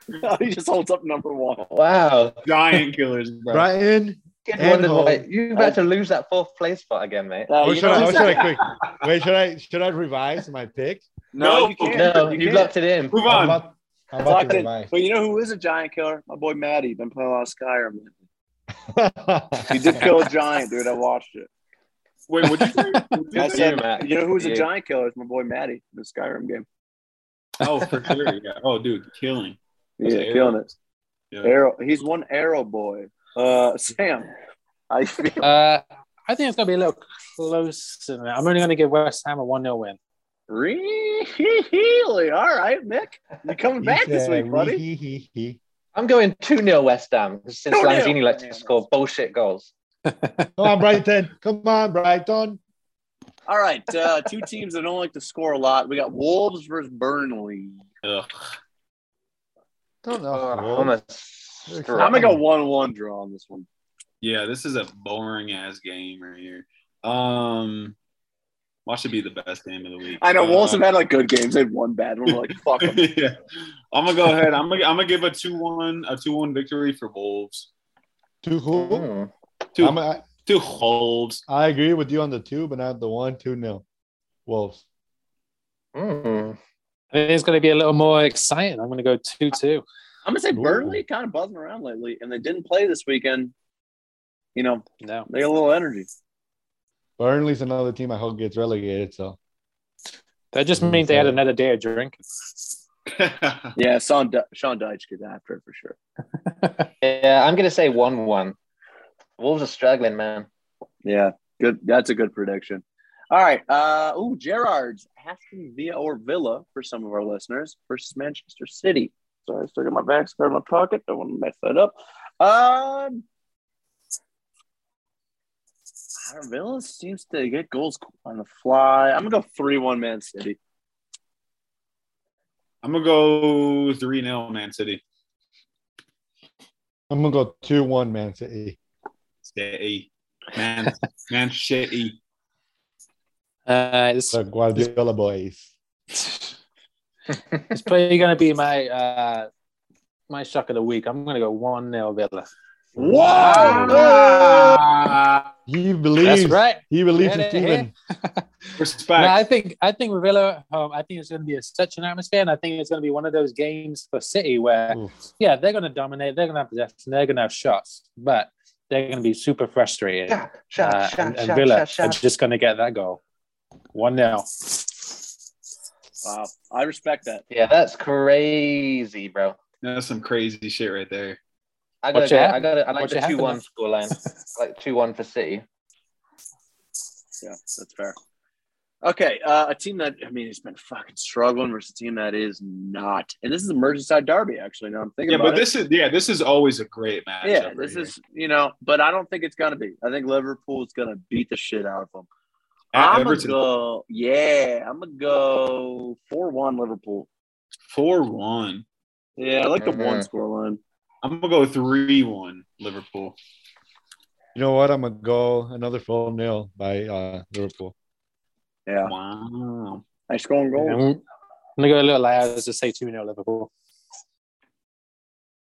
Speaker 1: he just holds up number one.
Speaker 5: Oh,
Speaker 2: Wow.
Speaker 3: Giant killers, bro.
Speaker 5: Brighton,
Speaker 2: Good
Speaker 5: And
Speaker 2: wondering
Speaker 5: home.
Speaker 2: why you're about to lose that fourth place spot again, mate.
Speaker 1: Uh,
Speaker 5: or
Speaker 1: you
Speaker 5: should I,
Speaker 1: know-
Speaker 5: or should I
Speaker 1: [LAUGHS]
Speaker 5: quick? Wait, should I should I revise my pick?
Speaker 1: no,
Speaker 3: No.
Speaker 1: you can't.
Speaker 2: No,
Speaker 1: you
Speaker 2: you
Speaker 1: can't.
Speaker 2: locked it in.
Speaker 3: Move
Speaker 5: I'm
Speaker 3: on.
Speaker 5: about, I'm about
Speaker 1: Locked
Speaker 5: to
Speaker 1: in.
Speaker 5: revise.
Speaker 1: But you know who is a giant killer? My boy Maddie. Been playing a lot of Skyrim. He did kill a giant, dude. I watched it.
Speaker 3: Wait, what you say? What'd you
Speaker 1: I
Speaker 3: say?
Speaker 2: it.
Speaker 1: said,
Speaker 2: Matt.
Speaker 1: you know who's a
Speaker 2: You.
Speaker 1: giant killer? It's my boy Maddie, the Skyrim game.
Speaker 3: Oh, for sure. Yeah. Oh, dude, killing. That's
Speaker 1: Yeah,
Speaker 3: Arrow.
Speaker 1: killing it.
Speaker 3: Yeah.
Speaker 1: Arrow. He's one Arrow boy. Uh, Sam. I feel
Speaker 4: Uh, I think it's going to be a little close. than that. I'm only going to give West Ham a 1 0 win.
Speaker 1: really all right, Mick. You
Speaker 5: [LAUGHS]
Speaker 1: coming
Speaker 5: He
Speaker 1: back this
Speaker 5: said,
Speaker 1: week, buddy?
Speaker 5: "Wee hee hee
Speaker 2: I'm going 2 0 West Ham since
Speaker 1: 2-0.
Speaker 2: Lanzini likes to score bullshit goals.
Speaker 5: hee." Come on, Brighton. Come on, Brighton.
Speaker 1: All right, uh, two teams that don't like to score a lot. We got Wolves versus Burnley.
Speaker 3: Ugh.
Speaker 5: Don't know.
Speaker 2: Oh,
Speaker 5: Wolves.
Speaker 2: almost
Speaker 5: I'm
Speaker 1: I'm gonna
Speaker 2: struck.
Speaker 1: go one-one draw on this one.
Speaker 3: Yeah, this is a boring ass game right here. Um, watch it be the best game of the week.
Speaker 1: I know
Speaker 3: Uh,
Speaker 1: Wolves have had like good games. They had one bad one. We're [LAUGHS] like fuck 'em.
Speaker 3: [LAUGHS] yeah. I'm gonna go ahead. I'm gonna I'm gonna give a two one a two one victory for Wolves.
Speaker 5: Two who?
Speaker 2: Mm.
Speaker 3: Two
Speaker 5: I'm- I,
Speaker 3: two Wolves. [LAUGHS]
Speaker 5: I agree with you on the two, but not the one. Two nil. Wolves.
Speaker 2: Mm.
Speaker 4: I think it's going to be a little more exciting. I'm going to go 2 2.
Speaker 1: I'm gonna say
Speaker 5: Ooh.
Speaker 1: Burnley kind of buzzing around lately, and they didn't play this weekend. You know,
Speaker 4: No.
Speaker 1: they got a little energy.
Speaker 5: Burnley's another team I hope gets relegated. So
Speaker 4: That just means they had another day of drinking.
Speaker 1: Yeah, Sean D- Sean Dyche gets after it for sure.
Speaker 2: Yeah, I'm going to say 1 1. Wolves are struggling, man.
Speaker 1: Yeah, good. That's a good prediction. All right. Uh, ooh, Gerard's Aston Villa or Villa for some of our listeners versus Manchester City. Sorry, I still got my back card in my pocket. Don't want to mess that up. Um, Villa seems to get goals on the fly. I'm gonna go three-one Man City.
Speaker 3: I'm gonna go three 0 Man City.
Speaker 5: I'm gonna go two one Man City.
Speaker 3: City. Man Man
Speaker 1: [LAUGHS]
Speaker 3: City.
Speaker 4: Uh, it's,
Speaker 5: The Guardiola boys.
Speaker 4: it's probably going to be my uh, my shock of the week. I'm going to go 1 0 Villa.
Speaker 1: Ah!
Speaker 5: He believes.
Speaker 4: That's right.
Speaker 5: He believes
Speaker 4: Yeah,
Speaker 5: in
Speaker 4: yeah,
Speaker 5: Steven.
Speaker 3: Respect.
Speaker 4: No, I think I think with Villa at home, I think it's going to be a, such an atmosphere, and I think it's going to be one of those games for City where
Speaker 5: Oof.
Speaker 4: yeah, they're going to dominate, they're going to have possession, they're going to have shots, but they're going to be super frustrated.
Speaker 2: Shot, shot,
Speaker 4: Uh,
Speaker 2: shot,
Speaker 4: and, and
Speaker 2: shot,
Speaker 4: Villa
Speaker 2: shot, shot.
Speaker 4: are just going to get that goal. One 0
Speaker 1: Wow, I respect that.
Speaker 2: Yeah, that's crazy, bro.
Speaker 3: That's some crazy shit right there.
Speaker 2: I got
Speaker 4: Watch
Speaker 2: to
Speaker 4: it
Speaker 2: go. I
Speaker 4: happen.
Speaker 2: got to, I like
Speaker 4: Watch
Speaker 2: the
Speaker 4: it happen.
Speaker 2: two one scoreline. I like two one for City.
Speaker 1: Yeah, that's fair. Okay, uh, a team that I mean, it's been fucking struggling versus a team that is not. And this is a Merseyside derby, actually. Now I'm thinking
Speaker 3: Yeah,
Speaker 1: about
Speaker 3: but
Speaker 1: it.
Speaker 3: this is yeah, this is always a great match.
Speaker 1: Yeah, this is you know, but I don't think it's gonna be. I think Liverpool's gonna beat the shit out of them.
Speaker 3: at
Speaker 1: I'm
Speaker 3: Everton.
Speaker 1: gonna go. Yeah, I'm gonna go four one Liverpool.
Speaker 3: Four one.
Speaker 1: Yeah, I like the
Speaker 2: Mhm.
Speaker 1: one score line.
Speaker 3: I'm gonna go three one Liverpool.
Speaker 5: You know what? I'm gonna go another full nil by uh, Liverpool.
Speaker 1: Yeah,
Speaker 3: Wow.
Speaker 1: I score and
Speaker 4: I'm
Speaker 1: goal.
Speaker 4: going to go a little loud as to say two 0
Speaker 1: [LAUGHS]
Speaker 4: Liverpool.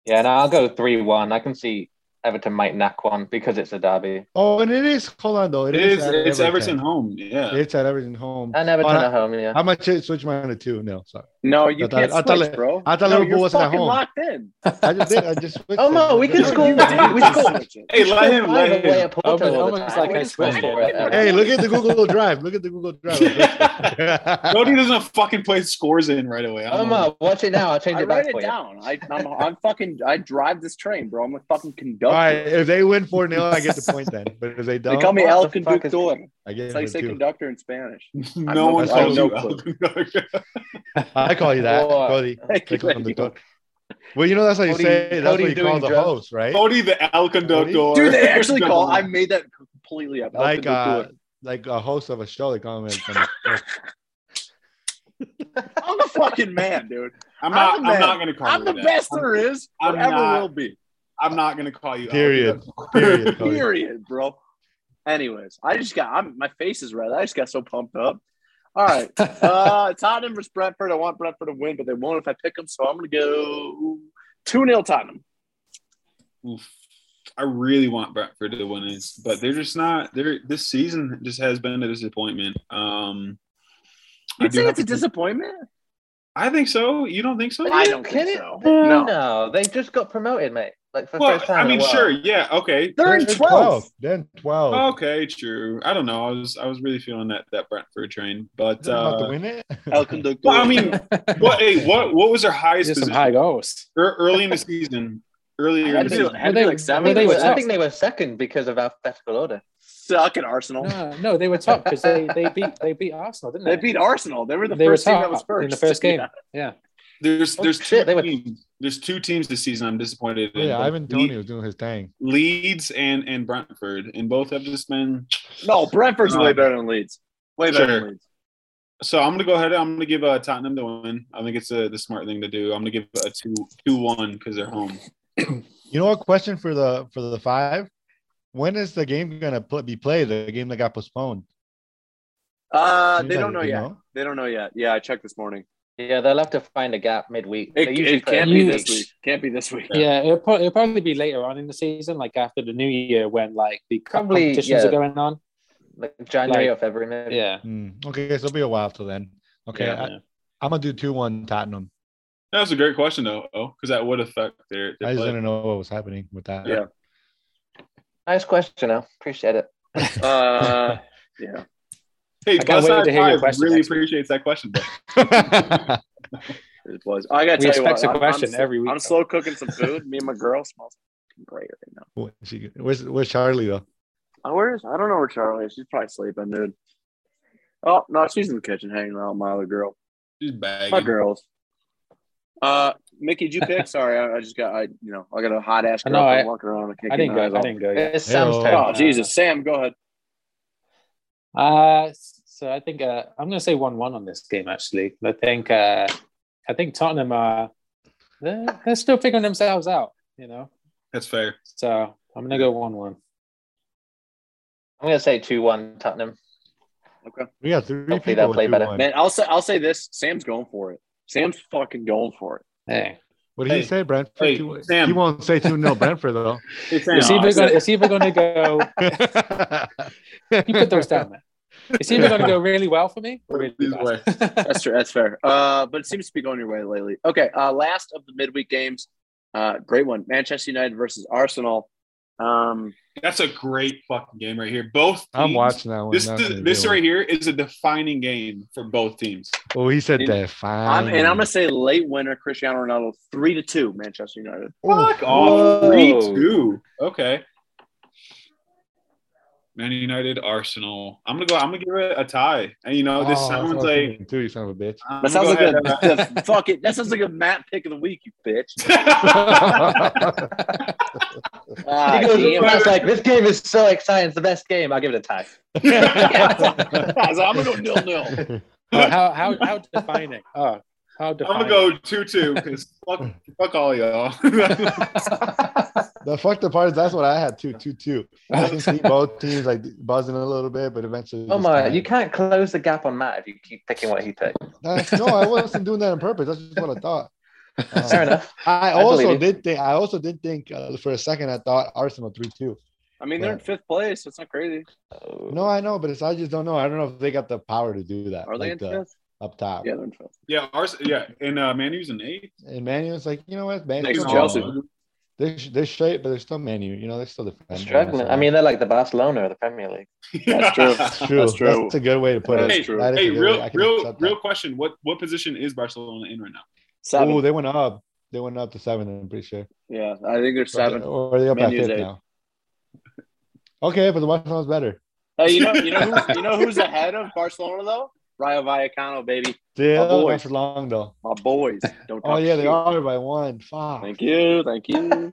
Speaker 2: Yeah, and I'll go three one. I can see Everton might knack one because it's a derby
Speaker 5: Oh, and it is. Hold on though.
Speaker 3: It is
Speaker 5: at
Speaker 3: it's Everton home. Yeah.
Speaker 5: It's at Everton home.
Speaker 2: and Everton
Speaker 5: Oh, I-
Speaker 2: at home. Yeah,
Speaker 5: How much? It switched mine to two nil. Sorry.
Speaker 1: No, you
Speaker 5: I thought-
Speaker 1: can't
Speaker 5: I thought
Speaker 1: switch,
Speaker 5: Li-
Speaker 1: bro.
Speaker 5: I thought
Speaker 1: no,
Speaker 5: Liverpool
Speaker 1: you're
Speaker 5: wasn't at
Speaker 1: fucking
Speaker 5: home.
Speaker 1: locked in.
Speaker 5: I just did. I just. switched
Speaker 2: [LAUGHS] Oh,
Speaker 5: it.
Speaker 2: no, we
Speaker 5: Yeah.
Speaker 2: can
Speaker 1: No,
Speaker 2: score.
Speaker 1: you did
Speaker 2: We
Speaker 1: just
Speaker 2: scored.
Speaker 1: switch it.
Speaker 3: Hey, let him,
Speaker 2: Five
Speaker 3: let him.
Speaker 2: away at Porto
Speaker 4: Almost-
Speaker 2: all the
Speaker 4: almost
Speaker 2: time.
Speaker 4: like I switched
Speaker 1: it.
Speaker 2: We're at Everton.
Speaker 5: Hey, look at the Google Drive. Look at the Google
Speaker 4: [LAUGHS]
Speaker 5: Drive.
Speaker 3: [LAUGHS] Brody doesn't fucking play scores in right away. I'm
Speaker 2: Omar, watch it now. I'll change
Speaker 1: I
Speaker 2: it back
Speaker 1: write
Speaker 2: for
Speaker 1: it
Speaker 2: you.
Speaker 1: down. I, I'm, I'm fucking. I drive this train, bro. I'm a fucking
Speaker 5: All
Speaker 1: conductor.
Speaker 5: right. If they win four 0 I get the point then. But if they
Speaker 1: They
Speaker 5: don't,
Speaker 1: call me
Speaker 2: What
Speaker 1: El
Speaker 2: the fuck is-
Speaker 1: Conductor.
Speaker 5: I get
Speaker 1: It's like
Speaker 5: it
Speaker 1: say
Speaker 5: too.
Speaker 1: conductor in Spanish. [LAUGHS]
Speaker 3: no
Speaker 1: I'm
Speaker 3: one
Speaker 5: not- I
Speaker 3: calls
Speaker 5: have
Speaker 3: you
Speaker 1: no
Speaker 3: out.
Speaker 5: I call you
Speaker 2: [LAUGHS]
Speaker 5: that,
Speaker 2: What?
Speaker 5: Cody.
Speaker 1: Thank
Speaker 5: They
Speaker 1: you,
Speaker 5: call him
Speaker 1: thank
Speaker 2: [LAUGHS]
Speaker 5: the
Speaker 1: you.
Speaker 5: dog. Well, you know that's how you
Speaker 2: Cody-
Speaker 5: say. That's
Speaker 2: Cody
Speaker 5: what you call
Speaker 2: doing
Speaker 5: the
Speaker 2: drugs.
Speaker 5: host, right?
Speaker 3: [LAUGHS] Cody the Al Conductor.
Speaker 1: Dude,
Speaker 3: [LAUGHS]
Speaker 1: they actually call. I made that completely up. El
Speaker 5: Like
Speaker 1: Conductor.
Speaker 3: [LAUGHS]
Speaker 5: uh, like a host of a show. They call him.
Speaker 1: I'm the fucking man, dude.
Speaker 3: I'm not.
Speaker 1: the
Speaker 3: I'm,
Speaker 1: man.
Speaker 3: not gonna call
Speaker 1: I'm
Speaker 3: you
Speaker 1: the
Speaker 3: that.
Speaker 1: best
Speaker 3: I'm,
Speaker 1: there is,
Speaker 3: I'm
Speaker 1: or ever
Speaker 3: not-
Speaker 1: will be.
Speaker 3: I'm not gonna call you. out.
Speaker 5: Period.
Speaker 1: [LAUGHS]
Speaker 5: Period. Cody.
Speaker 1: Period, bro. Anyways, I just got. I'm my face is red. I just got so pumped up. All right, uh, it's Tottenham versus Brentford. I want Brentford to win, but they won't if I pick them. So I'm gonna go two 0 Tottenham.
Speaker 3: Oof. I really want Brentford to win this, but they're just not. They're this season just has been a disappointment. Um, I
Speaker 1: You think
Speaker 3: do have
Speaker 1: it's a
Speaker 3: to-
Speaker 1: disappointment?
Speaker 3: I think so. You don't think so?
Speaker 1: I
Speaker 2: Are you
Speaker 1: don't think
Speaker 2: kidding?
Speaker 1: so.
Speaker 2: No.
Speaker 1: No.
Speaker 2: they just got promoted, mate. Like for the
Speaker 3: Well,
Speaker 2: first time.
Speaker 3: I mean,
Speaker 2: in a while.
Speaker 3: sure. Yeah. Okay.
Speaker 1: They're in
Speaker 5: Then
Speaker 1: twelfth.
Speaker 5: Then 12.
Speaker 3: Okay. True. I don't know. I was I was really feeling that that Brentford train, but
Speaker 5: Is that about to
Speaker 3: uh,
Speaker 5: win
Speaker 3: [LAUGHS]
Speaker 5: it?
Speaker 1: El
Speaker 5: [LAUGHS]
Speaker 1: Conductor.
Speaker 3: well, I mean, what? Hey, what? What was their highest
Speaker 4: Just some
Speaker 3: position
Speaker 4: high goals.
Speaker 3: Ear- early in the season? Earlier in
Speaker 1: Had to
Speaker 3: the
Speaker 1: be-
Speaker 3: season.
Speaker 1: had to be like
Speaker 2: I think,
Speaker 1: seven.
Speaker 2: they
Speaker 4: They
Speaker 2: were,
Speaker 4: were
Speaker 2: I
Speaker 4: top.
Speaker 2: think they were second because of alphabetical order.
Speaker 1: [LAUGHS] Suck at Arsenal.
Speaker 4: No, no, they were top because they, they beat they beat Arsenal, didn't
Speaker 1: They
Speaker 4: they?
Speaker 1: beat Arsenal. They were the
Speaker 4: They were
Speaker 1: first team that
Speaker 4: top
Speaker 1: was first
Speaker 4: in the first game.
Speaker 1: Yeah.
Speaker 3: There's
Speaker 2: Oh,
Speaker 3: there's two
Speaker 2: shit, they were-
Speaker 3: teams. There's two teams this season. I'm disappointed. in.
Speaker 5: yeah, Ivan
Speaker 3: Le-
Speaker 5: Tony was doing his thing.
Speaker 3: Leeds and and Brentford, and both have just been.
Speaker 1: [LAUGHS] No, Brentford's
Speaker 3: No.
Speaker 1: way better than Leeds. Way better
Speaker 3: Sure.
Speaker 1: than Leeds.
Speaker 3: So I'm gonna go ahead. I'm gonna give uh, Tottenham the win. I think it's uh the smart thing to do. I'm gonna give a two two one because they're home.
Speaker 5: You know, a question for the for the five: When is the game gonna pl- be played? The game that got postponed.
Speaker 1: Uh, they
Speaker 5: Anybody,
Speaker 1: don't know
Speaker 5: do you
Speaker 1: yet. They don't know yet. Yeah, I checked this morning.
Speaker 2: Yeah, they'll have to find a gap midweek.
Speaker 1: It,
Speaker 2: They usually
Speaker 1: it
Speaker 2: play
Speaker 1: can't be
Speaker 2: midweek.
Speaker 1: this week. Can't be this
Speaker 4: [LAUGHS]
Speaker 1: week.
Speaker 4: Yeah, it'll, pro- it'll probably be later on in the season, like after the new year when like the cup
Speaker 2: Probably,
Speaker 4: competitions
Speaker 2: yeah.
Speaker 4: are going on.
Speaker 2: Like January
Speaker 4: Like-
Speaker 2: or February, maybe.
Speaker 4: Yeah.
Speaker 5: Hmm, okay, so it'll be a while till then. Okay,
Speaker 3: Yeah,
Speaker 5: I,
Speaker 3: man.
Speaker 5: I'm gonna do two one Tottenham.
Speaker 3: that was a great question though, because that would affect their. their
Speaker 5: I just
Speaker 3: play.
Speaker 5: didn't know what was happening with that. [LAUGHS]
Speaker 1: Yeah.
Speaker 2: Nice question, though. Appreciate it.
Speaker 1: Uh, yeah.
Speaker 3: Hey,
Speaker 4: I can't
Speaker 3: Buzz
Speaker 4: wait to hear your
Speaker 3: Five
Speaker 4: question
Speaker 3: really
Speaker 4: next week.
Speaker 3: appreciates that question. But
Speaker 1: It was. I got to
Speaker 4: We
Speaker 1: tell you
Speaker 4: expect
Speaker 1: what.
Speaker 4: a question
Speaker 1: I'm, I'm,
Speaker 4: every week.
Speaker 1: I'm slow cooking some food. Me and my girl smells great right now.
Speaker 5: Where's she- where's, where's Charlie though?
Speaker 1: Oh, where is? I don't know where Charlie is. She's probably sleeping, dude. Oh no, she's in the kitchen hanging out with my other girl.
Speaker 3: she's bagging.
Speaker 1: My girls. Uh, Mickey, did you
Speaker 4: [LAUGHS]
Speaker 1: pick? Sorry, I, I just got. I you know I got a hot ass
Speaker 4: I
Speaker 1: girl.
Speaker 4: know, I-
Speaker 1: I'm walking around. I can't
Speaker 4: I
Speaker 1: get my
Speaker 4: didn't go.
Speaker 1: eyes
Speaker 4: I
Speaker 1: off.
Speaker 4: didn't go. Yet.
Speaker 2: It's Sam's
Speaker 5: Hey-o.
Speaker 2: turn.
Speaker 1: Oh Jesus, Sam, go ahead.
Speaker 4: Uh, s- so I think uh, I'm going to say one-one on this game. Actually, I think uh, I think Tottenham are they're, they're still figuring themselves out. You know,
Speaker 3: That's fair.
Speaker 4: so I'm going to go one-one.
Speaker 2: I'm going to say 2 1 [LAUGHS] Tottenham.
Speaker 5: We got three
Speaker 2: Hopefully
Speaker 5: people.
Speaker 2: they'll
Speaker 5: with
Speaker 2: play better.
Speaker 5: 2-1.
Speaker 1: Man, I'll say I'll say this. Sam's going for it. Sam's fucking going for
Speaker 4: [LAUGHS]
Speaker 1: it.
Speaker 4: Hey,
Speaker 5: What did he
Speaker 3: Hey,
Speaker 5: say, Brentford?
Speaker 3: hey,
Speaker 5: Two-
Speaker 3: Sam.
Speaker 5: He won't say two 0 Brentford [LAUGHS] though.
Speaker 3: Hey, Sam,
Speaker 4: it's
Speaker 1: No, I
Speaker 4: either
Speaker 1: said-
Speaker 4: gonna, it's either going to go. You put those down, man. It's either going to go really well for me or really
Speaker 3: Either way.
Speaker 4: [LAUGHS] bad. I
Speaker 1: That's true. That's fair. Uh, but it seems to be going your way lately. Okay. Uh, last of the midweek games. Uh, great one. Manchester United versus Arsenal. Um,
Speaker 3: That's a great fucking game right here. Both.
Speaker 5: [LAUGHS] I'm
Speaker 3: teams-
Speaker 5: watching that one.
Speaker 3: This
Speaker 5: Not gonna
Speaker 3: this
Speaker 5: do it.
Speaker 3: right here is a defining game for both teams.
Speaker 5: Oh, he said
Speaker 1: And
Speaker 5: that. Fine.
Speaker 1: I'm, and I'm gonna say late winner Cristiano Ronaldo three to two Manchester United.
Speaker 3: Fuck
Speaker 2: Whoa.
Speaker 3: off. Three two. Okay. Man United, Arsenal. I'm gonna go. I'm gonna give it a tie. And you know, this
Speaker 5: Oh, that's what I
Speaker 3: sounds
Speaker 5: was
Speaker 3: like.
Speaker 5: thinking too. You son of a
Speaker 3: [LAUGHS]
Speaker 5: bitch. [LAUGHS]
Speaker 3: I'm
Speaker 1: That sounds like
Speaker 3: gonna
Speaker 1: a,
Speaker 3: go ahead
Speaker 1: the fuck it. That sounds like a Matt pick of the week, you bitch.
Speaker 3: and-
Speaker 1: Ah,
Speaker 2: he goes,
Speaker 1: damn.
Speaker 2: Matt's like, this game is so exciting. It's the best game. I'll give it a tie.
Speaker 3: [LAUGHS]
Speaker 1: I was like, I'm gonna go nil nil.
Speaker 4: Oh, how how how defining? Oh, how
Speaker 3: I'm
Speaker 4: defining?
Speaker 3: gonna go two two because fuck, fuck all y'all. [LAUGHS] I
Speaker 5: the fucked up part is that's what I had too. Two two. I can [LAUGHS] see both teams like buzzing a little bit, but eventually.
Speaker 2: Oh
Speaker 5: just
Speaker 2: my!
Speaker 5: tied.
Speaker 2: You can't close the gap on Matt if you keep picking what he takes.
Speaker 5: [LAUGHS] That's- no, I wasn't doing that on purpose. That's just what I thought. Uh, [LAUGHS]
Speaker 2: Fair enough.
Speaker 5: I
Speaker 2: I believe
Speaker 5: also
Speaker 2: you.
Speaker 5: did think. I also did think uh, for a second. I thought Arsenal three two.
Speaker 1: I mean, they're in fifth place. It's not crazy.
Speaker 5: No, I know, but it's, I just don't know. I don't know if they got the power to do that.
Speaker 1: Are they in
Speaker 5: like the-
Speaker 1: fifth?
Speaker 5: up top?
Speaker 1: Yeah, they're in fifth.
Speaker 3: yeah, Ars- yeah, and uh, Manu's an eight.
Speaker 5: And Manu's like, you know what? Manu's
Speaker 1: Next
Speaker 5: not-
Speaker 1: Chelsea.
Speaker 5: They're they're straight, but they're still Manu. You know, they're still
Speaker 2: They're
Speaker 5: defending.
Speaker 2: struggling. I mean, they're like the Barcelona of the Premier League.
Speaker 1: That's
Speaker 3: [LAUGHS]
Speaker 1: true.
Speaker 5: That's true. That's,
Speaker 1: That's true.
Speaker 5: a good way to put
Speaker 1: That's
Speaker 5: it.
Speaker 3: hey,
Speaker 1: true.
Speaker 5: That is
Speaker 3: hey,
Speaker 5: a good way.
Speaker 3: real,
Speaker 5: I can
Speaker 3: real,
Speaker 5: accept that.
Speaker 3: real question. What what position is Barcelona in right now?
Speaker 1: Seven.
Speaker 5: Oh, they went up. They went up to seven. I'm pretty sure.
Speaker 1: yeah, I think they're seven.
Speaker 5: Or they up at
Speaker 1: Man U's
Speaker 5: fifth
Speaker 1: eight.
Speaker 5: now. Okay, but the Barcelona's better.
Speaker 1: Hey, you know, you know, who, you know who's ahead of Barcelona though? Rayo Vallecano, baby,
Speaker 5: Still
Speaker 1: boys.
Speaker 5: not for long though.
Speaker 1: my boys. Don't
Speaker 5: Oh
Speaker 1: talk
Speaker 5: yeah, they
Speaker 1: shit.
Speaker 5: are by one. Fuck.
Speaker 1: Thank you, thank you.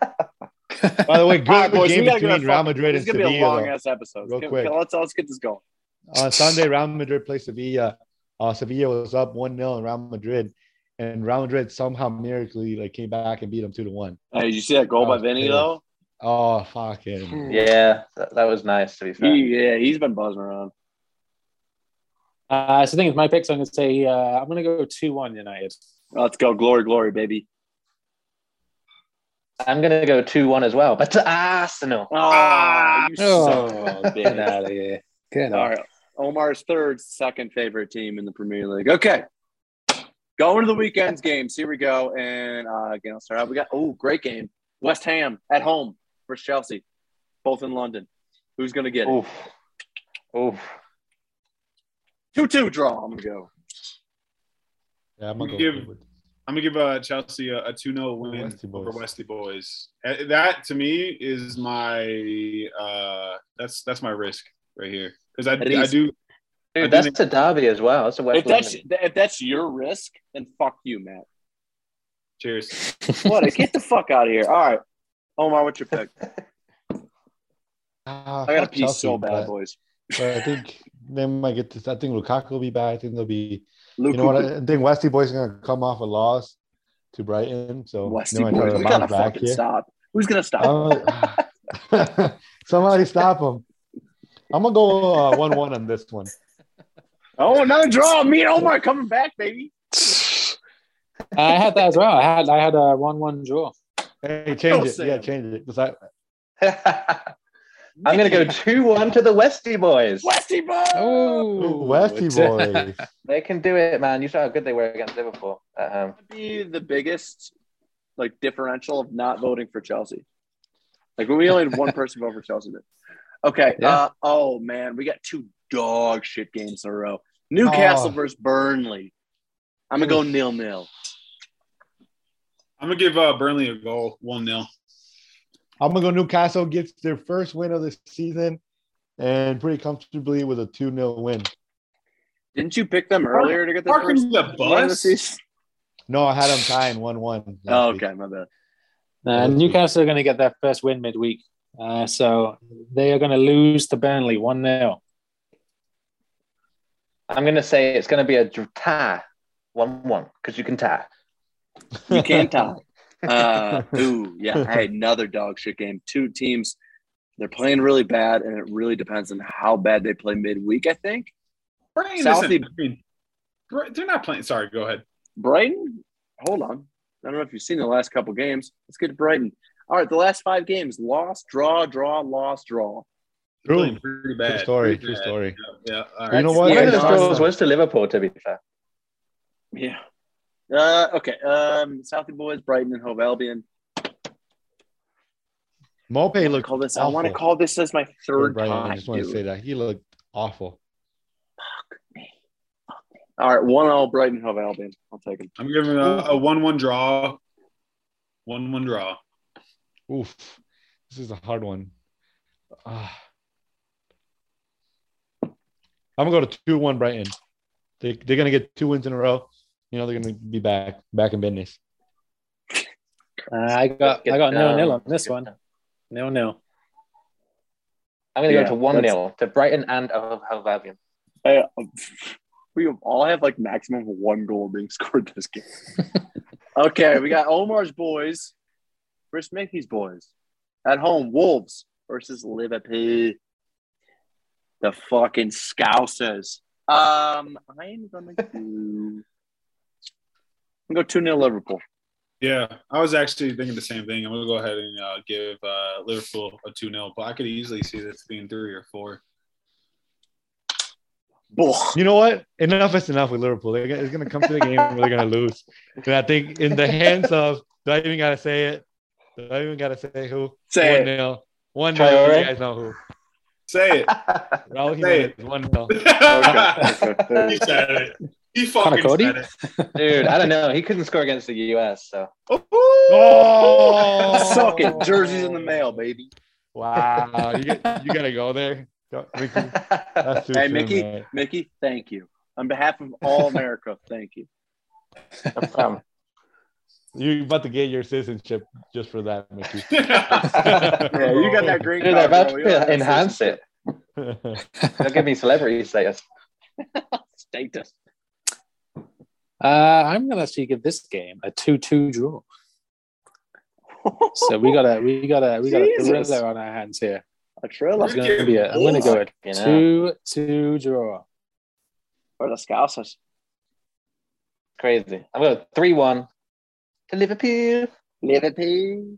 Speaker 5: By the way, good
Speaker 1: All right, boys, we
Speaker 5: game
Speaker 1: gotta go.
Speaker 5: between Real Madrid
Speaker 1: This
Speaker 5: and
Speaker 1: is gonna be a long
Speaker 5: Sevilla.
Speaker 1: ass episode.
Speaker 5: Real
Speaker 1: Can-
Speaker 5: quick. Uh,
Speaker 1: can- let's let's get this going.
Speaker 5: though. On Sunday, Real Madrid plays Sevilla. uh, Sevilla was up one 0 in Real Madrid, and Real Madrid somehow miraculously like came back and beat them two to one.
Speaker 1: Hey, did you see that goal
Speaker 5: Oh,
Speaker 1: by Vinny
Speaker 5: yeah.
Speaker 1: though?
Speaker 5: Oh
Speaker 1: Hmm.
Speaker 2: Hmm.
Speaker 5: fucking!
Speaker 2: Yeah, that, that was nice to be fair.
Speaker 1: He, yeah, he's been buzzing around.
Speaker 4: Uh, so the thing is, my picks. I'm going to say uh, I'm going to go two one United.
Speaker 1: Let's go, glory, glory, baby.
Speaker 2: I'm gonna go two one as well, but to Arsenal.
Speaker 1: Ah, you suck.
Speaker 4: [LAUGHS] get out of here! Get
Speaker 1: All
Speaker 4: out!
Speaker 1: right. Omar's third, second favorite team in the Premier League. Okay. Going to the weekend's games. Here we go. And uh, again, I'll start out. We got, oh, great game. West Ham at home versus Chelsea, both in London. Who's going to get it?
Speaker 2: Oof. Oof.
Speaker 1: 2 2 draw. I'm going to go.
Speaker 5: Yeah, I'm gonna
Speaker 3: Give-
Speaker 5: go with-
Speaker 3: I'm gonna give uh, Chelsea a, a 2 0 win
Speaker 5: Westy boys.
Speaker 3: over Westy Boys. Uh, That to me is my uh, that's that's my risk right here because I, I
Speaker 1: Risk.
Speaker 3: do. I
Speaker 2: Dude,
Speaker 3: do
Speaker 2: that's
Speaker 3: think-
Speaker 2: a derby as well. That's a West
Speaker 1: If that's,
Speaker 2: London.
Speaker 1: if that's your risk, then fuck you, Matt.
Speaker 3: cheers.
Speaker 1: What? Get the fuck out of here. All right. Omar, what's your pick?
Speaker 5: Ah,
Speaker 1: I got to
Speaker 5: fuck
Speaker 1: pee
Speaker 5: Chelsea,
Speaker 1: so bad,
Speaker 5: but-
Speaker 1: boys.
Speaker 5: but I think they might get this. I think Lukaku will be back. I think they'll be.
Speaker 1: Luke,
Speaker 5: You know what? I think Westy Boys are gonna come off a loss to Brighton, so
Speaker 1: Westy
Speaker 5: they might try
Speaker 1: boys.
Speaker 5: to
Speaker 1: We
Speaker 5: bounce
Speaker 1: got to
Speaker 5: back
Speaker 1: fucking
Speaker 5: here. Um,
Speaker 1: stop. Who's going to stop?
Speaker 5: I'm- [LAUGHS] Somebody stop him. I'm gonna go uh, one-one on this one.
Speaker 1: oh, another draw. Me and Omar coming back, baby.
Speaker 4: I had that as well. I had I had a one one draw.
Speaker 5: Hey, change it.
Speaker 1: Sam.
Speaker 5: Yeah, change it. 'Cause I,
Speaker 2: [LAUGHS] I'm gonna go two one to the Westy boys.
Speaker 1: Westy boys.
Speaker 4: Oh, [LAUGHS]
Speaker 5: Westy Boys.
Speaker 2: They can do it, man. You saw how good they were against Liverpool at home.
Speaker 1: would be the biggest like differential of not voting for Chelsea. Like we only had [LAUGHS] one person vote for Chelsea. Then. Okay. Uh, oh man, we got two dog shit games in a row. Newcastle
Speaker 5: Oh.
Speaker 1: versus Burnley. I'm gonna go nil nil.
Speaker 3: I'm gonna give uh, Burnley a goal, one 0
Speaker 5: [LAUGHS] I'm gonna go Newcastle gets their first win of the season, and pretty comfortably with a 2-0 win.
Speaker 1: Didn't you pick them earlier to get the first
Speaker 3: Parking the
Speaker 1: one of the [LAUGHS]
Speaker 3: bus.
Speaker 1: season?
Speaker 5: No, I had them tying one-one. last
Speaker 1: Oh,
Speaker 5: week.
Speaker 1: okay, my bad.
Speaker 4: Uh, Newcastle are going to get their first win midweek, uh, so they are going to lose to Burnley one 0
Speaker 2: I'm gonna say it's gonna be a dr- tie, one one, because you can tie.
Speaker 1: [LAUGHS] You can't tie. Uh, ooh, yeah. I had another dog shit game. Two teams, they're playing really bad, and it really depends on how bad they play midweek. I think
Speaker 3: Brighton
Speaker 1: Southie-
Speaker 3: isn't- I mean, Bri- they're not playing. Sorry, go ahead.
Speaker 1: Brighton, hold on. I don't know if you've seen the last couple games. Let's get to Brighton. All right, the last five games: loss, draw, draw, loss, draw.
Speaker 3: They're
Speaker 5: True.
Speaker 3: playing pretty bad.
Speaker 5: True story.
Speaker 3: Pretty
Speaker 5: True
Speaker 3: bad.
Speaker 5: story.
Speaker 3: Yeah. yeah, all
Speaker 5: You
Speaker 3: right.
Speaker 5: know what?
Speaker 2: One
Speaker 1: Yeah,
Speaker 2: of those
Speaker 1: no, it's
Speaker 2: goals was to Liverpool, to be fair.
Speaker 1: Yeah. Uh, okay. Um, Southie Boys, Brighton, and Hove Albion.
Speaker 5: Mope
Speaker 1: I
Speaker 5: looked.
Speaker 1: call this. I want to
Speaker 5: awful.
Speaker 1: call this as my third
Speaker 5: Brian,
Speaker 1: time.
Speaker 5: I just want to
Speaker 1: dude.
Speaker 5: say that he looked awful.
Speaker 1: All right, one all Brighton, Hove Albion. I'll take him.
Speaker 3: I'm giving a, a one-one draw. One-one draw.
Speaker 5: Oof, this is a hard one. Ah. I'm gonna go to two one Brighton. They they're gonna get two wins in a row. You know they're gonna be back back in business.
Speaker 4: Uh, I got I got nil nil on this one. Nil nil.
Speaker 2: I'm gonna
Speaker 1: Yeah,
Speaker 2: go to one 0 to Brighton and Ho- Hove Albion.
Speaker 1: Hey, um, [LAUGHS] we all have like maximum one goal being [LAUGHS] scored this game. okay, we got Omar's boys versus Mickey's boys at home. Wolves versus Liverpool. The fucking Scousers. Um, I'm gonna go. I'm gonna go two 0 Liverpool.
Speaker 3: Yeah, I was actually thinking the same thing. I'm gonna go ahead and uh, give uh, Liverpool a two 0 but I could easily see this being three or four.
Speaker 1: Bull.
Speaker 5: You know what? Enough is enough with Liverpool. They're gonna, it's gonna come to the game where they're gonna lose. And I think in the hands of do I even gotta say it? Do I even gotta say who?
Speaker 1: Say
Speaker 5: one
Speaker 1: it.
Speaker 5: nil. One nil. You
Speaker 2: Traore?
Speaker 5: guys know who.
Speaker 3: Say it.
Speaker 5: Raul
Speaker 3: Say it.
Speaker 5: Jimenez. One nil.
Speaker 1: [LAUGHS]
Speaker 3: [LAUGHS]
Speaker 1: Okay, okay.
Speaker 3: he said it. He fucking
Speaker 4: Cody?
Speaker 3: said it.
Speaker 2: Dude, I don't know. He couldn't score against the US, [LAUGHS] so
Speaker 5: [LAUGHS]
Speaker 3: [LAUGHS]
Speaker 5: Oh,
Speaker 1: Suck it. Jerseys in the mail, baby.
Speaker 5: Wow, you, get- you gotta go there, Don't- Mickey. That's too
Speaker 1: Hey,
Speaker 5: soon,
Speaker 1: Mickey.
Speaker 5: man.
Speaker 1: Mickey, thank you. On behalf of all America, thank you.
Speaker 2: [LAUGHS] um,
Speaker 5: You're about to get your citizenship just for that, Mickey. [LAUGHS]
Speaker 1: Yeah, you got that green
Speaker 2: dude, they're
Speaker 1: card.
Speaker 2: about
Speaker 1: bro. We don't have
Speaker 2: to enhance
Speaker 1: citizenship. [LAUGHS]
Speaker 2: it. They'll give me celebrity status.
Speaker 1: status.
Speaker 4: Uh, I'm going to actually give this game a two-two draw. So we got a we got a we got a
Speaker 1: Jesus.
Speaker 4: thriller on our hands here.
Speaker 1: a trailer
Speaker 4: It's going to be a, I'm going to go a
Speaker 2: You know?
Speaker 4: two-two draw.
Speaker 1: for the Scousers.
Speaker 2: Crazy. I'm going three one to Liverpool.
Speaker 1: Liverpool.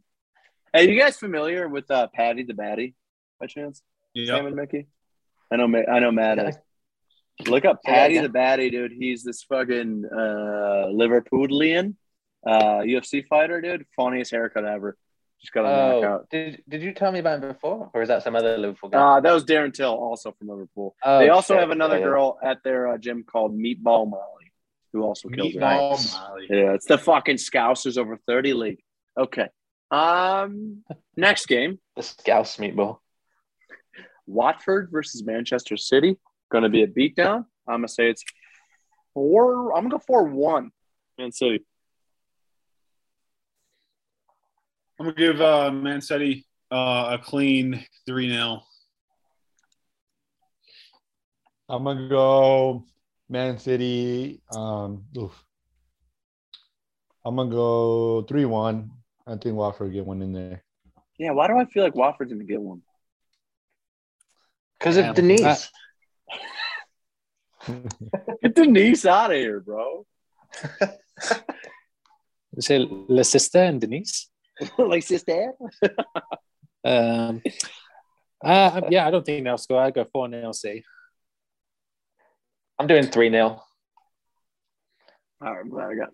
Speaker 1: Are you guys familiar with uh, Patty the Batty by chance? Sam
Speaker 3: Yep.
Speaker 1: and Mickey. I know. Ma- I know Matt. is. Look up
Speaker 2: Yeah,
Speaker 1: Patty
Speaker 2: yeah.
Speaker 1: the Batty, dude. He's this fucking uh, Liverpoolian uh, UFC fighter, dude. Funniest haircut ever. Just got a
Speaker 2: Oh,
Speaker 1: knockout.
Speaker 2: did did you tell me about him before, or is that some other Liverpool guy?
Speaker 1: Uh, that was Darren Till, also from Liverpool.
Speaker 2: Oh,
Speaker 1: Uh, they also
Speaker 2: shit.
Speaker 1: have another
Speaker 2: Yeah, yeah.
Speaker 1: girl at their uh, gym called Meatball Molly, who also kills her.
Speaker 3: Meatball Molly.
Speaker 1: Yeah, it's the fucking Scousers over 30 league. Okay. Um, next game.
Speaker 2: The Scouse meatball.
Speaker 1: Watford versus Manchester City. Going to be a beatdown. I'm going to say it's four. I'm going to go 4 1. Man City.
Speaker 3: I'm gonna give uh, Man City uh, a clean three
Speaker 1: [LAUGHS]
Speaker 3: 0
Speaker 5: I'm gonna go Man City. Um, oof. I'm gonna go three one. I think Watford get one in there.
Speaker 1: Yeah, why do I feel like Watford's going to get one?
Speaker 2: Because of
Speaker 4: Damn.
Speaker 2: Denise.
Speaker 4: That-
Speaker 1: Get Denise out of here,
Speaker 2: [LAUGHS]
Speaker 1: bro.
Speaker 4: You say La Sister and Denise.
Speaker 1: like, sister.
Speaker 4: Um, uh, yeah, I don't think they'll score. I go four nil C.
Speaker 2: I'm doing three 0
Speaker 1: All right, I'm glad I got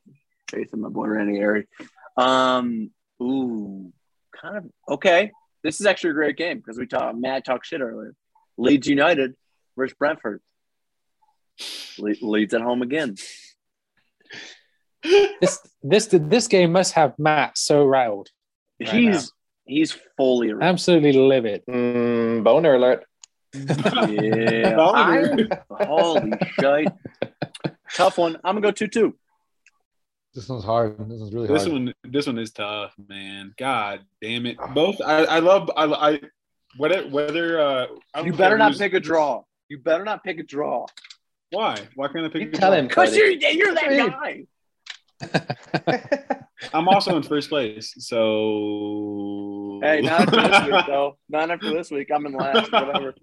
Speaker 1: faith in my boy Randy Airy. Um, ooh, kind of okay. This is actually a great game because we talked Matt talked shit earlier. Leeds United versus Brentford. Le- Leeds at home again.
Speaker 4: This this this game must have Matt so riled, Right
Speaker 1: he's he's fully around.
Speaker 4: absolutely livid.
Speaker 2: Mm, boner alert.
Speaker 1: yeah. I- holy shit. Tough one. I'm gonna go two two.
Speaker 5: This one's hard. This one's really hard.
Speaker 3: This one, this one is tough, man. God damn it! Both, I, I love, I, I, whether, whether, uh, I don't
Speaker 1: You better
Speaker 3: care
Speaker 1: not
Speaker 3: who's-
Speaker 1: pick a draw. You better not pick a draw.
Speaker 3: Why? Why can't I pick?
Speaker 2: You
Speaker 3: a
Speaker 2: tell
Speaker 3: draw?
Speaker 2: him.
Speaker 1: Cause
Speaker 2: Cody.
Speaker 1: you're you're that guy.
Speaker 3: I'm also in first place, so.
Speaker 1: Hey, not after
Speaker 3: [LAUGHS]
Speaker 1: this week though. Not after this week. I'm in last. Whatever.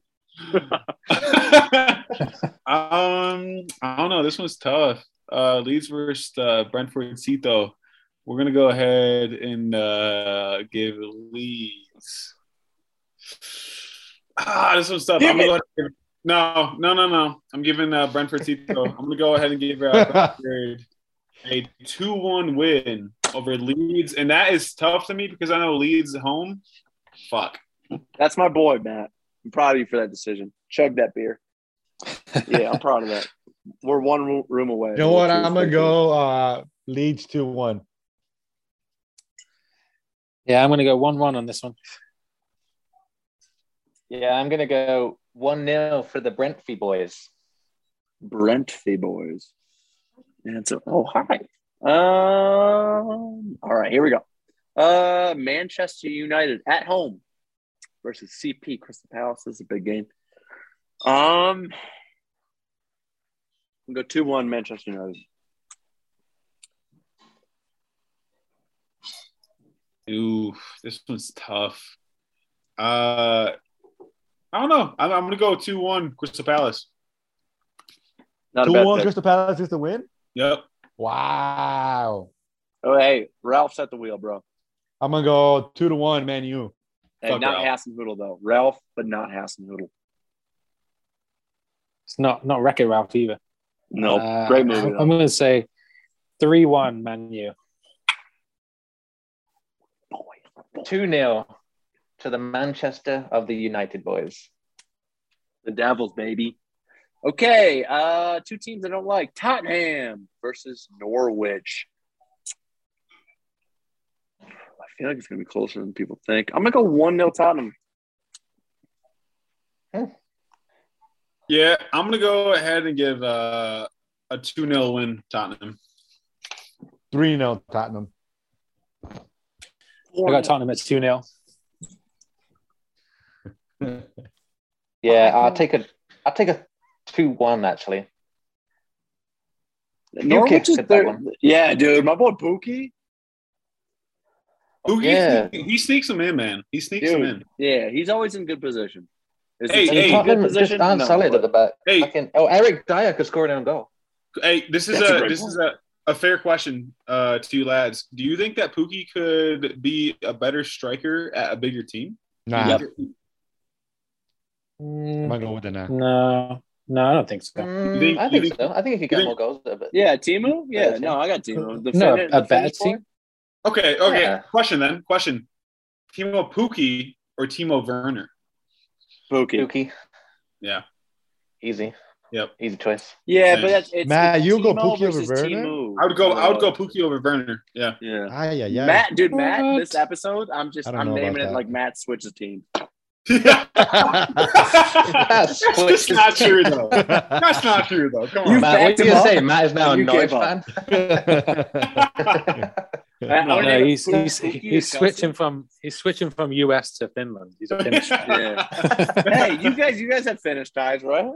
Speaker 3: [LAUGHS] um, I don't know. This one's tough. Uh, Leeds versus uh, Brentford Cito. We're gonna go ahead and uh, give Leeds. Ah, this one's tough. I'm gonna go ahead and give- no, no, no, no. I'm giving uh, Brentford Cito. I'm gonna go ahead and give uh,
Speaker 5: [LAUGHS]
Speaker 3: Brentford a two-one win over Leeds, and that is tough to me because I know Leeds at home. Fuck.
Speaker 1: That's my boy, Matt. I'm proud of you for that decision. Chug that
Speaker 5: [LAUGHS]
Speaker 1: beer. Yeah, I'm proud of that. We're one ro- room away.
Speaker 5: you know what? I'm gonna go uh, Leeds two one.
Speaker 4: Yeah, I'm going to go one one on this one.
Speaker 2: Yeah, I'm gonna go one 0 for the Brentford boys.
Speaker 1: Brentford boys. And so, oh hi. Um. All right, here we go. Uh, Manchester United at home versus CP Crystal Palace. This is a big game. Um, we'll go two one Manchester United.
Speaker 3: Ooh, this one's tough. Uh, I don't know. I'm, I'm gonna go two one Crystal Palace.
Speaker 1: Not a
Speaker 5: Two
Speaker 1: bad
Speaker 5: one.
Speaker 1: pick.
Speaker 5: Crystal Palace is the win.
Speaker 3: Yep.
Speaker 5: Wow.
Speaker 1: Oh hey, Ralph's at the wheel, bro.
Speaker 5: I'm gonna go two to one. Man, you.
Speaker 1: Hey,
Speaker 3: Fuck
Speaker 1: not
Speaker 3: Ralph.
Speaker 1: Hassenhoodle though. Ralph, but not Hassenhoodle.
Speaker 4: It's not not Wreck It Ralph either.
Speaker 1: No,
Speaker 4: Uh,
Speaker 1: great movie.
Speaker 4: I'm, going to say three one Man U.
Speaker 1: though.
Speaker 2: Two 0 to the Manchester of the United boys.
Speaker 1: The Devils, baby. Okay, uh, two teams I don't like: Tottenham versus Norwich. I feel like it's gonna be closer than people think. I'm gonna go one 0 Tottenham.
Speaker 3: Yeah, I'm gonna go ahead and give uh, a two 0 win Tottenham.
Speaker 5: Three 0 Tottenham.
Speaker 4: I got Tottenham at two 0
Speaker 2: Yeah, I'll take a I'll take a two one actually.
Speaker 1: Norwich is
Speaker 2: hit that
Speaker 1: third.
Speaker 2: one.
Speaker 1: Yeah, dude, my boy Pookie.
Speaker 3: Who
Speaker 2: Yeah.
Speaker 3: he, he sneaks him in, man. He sneaks him in.
Speaker 1: Dude, yeah, he's always in good position. Is
Speaker 3: Hey,
Speaker 1: the
Speaker 2: And
Speaker 1: team in
Speaker 2: Tottenham
Speaker 1: good
Speaker 2: just aren't
Speaker 1: No,
Speaker 2: solid
Speaker 1: but-
Speaker 2: at the back.
Speaker 3: Hey.
Speaker 2: Fucking- oh, Eric Dyer could score an own goal.
Speaker 3: Hey, this is
Speaker 1: That's a
Speaker 3: a,
Speaker 1: great
Speaker 3: this
Speaker 1: point.
Speaker 3: is a, a fair question uh, to you lads. Do you think that Pookie could be a better striker at a bigger team?
Speaker 5: Nah,
Speaker 1: Yep.
Speaker 5: I'm
Speaker 4: Mm,
Speaker 5: gonna go with the nah.
Speaker 4: [LAUGHS] no, no, I don't think so.
Speaker 2: Mm,
Speaker 3: think-
Speaker 2: I
Speaker 3: you
Speaker 2: think
Speaker 3: think-
Speaker 2: so. I think if you get
Speaker 3: think-
Speaker 2: more goals, a bit.
Speaker 1: Yeah, Timu. Yeah,
Speaker 2: Better
Speaker 1: no, I got Timu. The
Speaker 4: No,
Speaker 1: Finnish-
Speaker 4: a
Speaker 1: the
Speaker 4: better
Speaker 1: Finnish player?
Speaker 4: team?
Speaker 3: Okay, okay.
Speaker 2: Yeah.
Speaker 3: Question then. Question. Timo Pookie or Timo Werner?
Speaker 1: Pookie.
Speaker 2: Dookie,
Speaker 3: Yeah.
Speaker 2: easy.
Speaker 3: Yep.
Speaker 2: Easy choice.
Speaker 1: Yeah,
Speaker 3: Same.
Speaker 1: but that's it's,
Speaker 5: Matt,
Speaker 1: it's
Speaker 5: you go
Speaker 1: Timo
Speaker 5: Pookie over
Speaker 1: versus
Speaker 5: Werner?
Speaker 1: Timu.
Speaker 3: I would go I would go
Speaker 1: Uh,
Speaker 3: Pookie over Werner. Yeah. [LAUGHS]
Speaker 1: Yeah.
Speaker 5: Ah, yeah, yeah.
Speaker 1: Matt, [LAUGHS] dude, Matt,
Speaker 4: What?
Speaker 1: this episode, I'm just
Speaker 5: I don't
Speaker 1: I'm
Speaker 5: know about
Speaker 1: naming it
Speaker 5: that.
Speaker 1: like Matt switches team.
Speaker 3: That's just not true though. That's not true though.
Speaker 1: You
Speaker 3: Come on.
Speaker 2: Matt,
Speaker 1: backed
Speaker 2: what do
Speaker 1: him
Speaker 2: you
Speaker 1: up,
Speaker 2: say? Matt is now a
Speaker 1: and you
Speaker 2: Norwich
Speaker 1: gave up.
Speaker 2: fan.
Speaker 1: I- I
Speaker 4: No,
Speaker 1: would
Speaker 4: no,
Speaker 1: name it
Speaker 4: he's,
Speaker 1: Poo-
Speaker 4: he's,
Speaker 1: Pookie or
Speaker 4: he's
Speaker 1: Chelsea.
Speaker 4: switching from he's switching from US to Finland. He's a
Speaker 3: [LAUGHS]
Speaker 1: [LAUGHS]
Speaker 4: Finnish.
Speaker 1: hey,
Speaker 4: [LAUGHS]
Speaker 1: you guys, you guys have Finnish ties, right?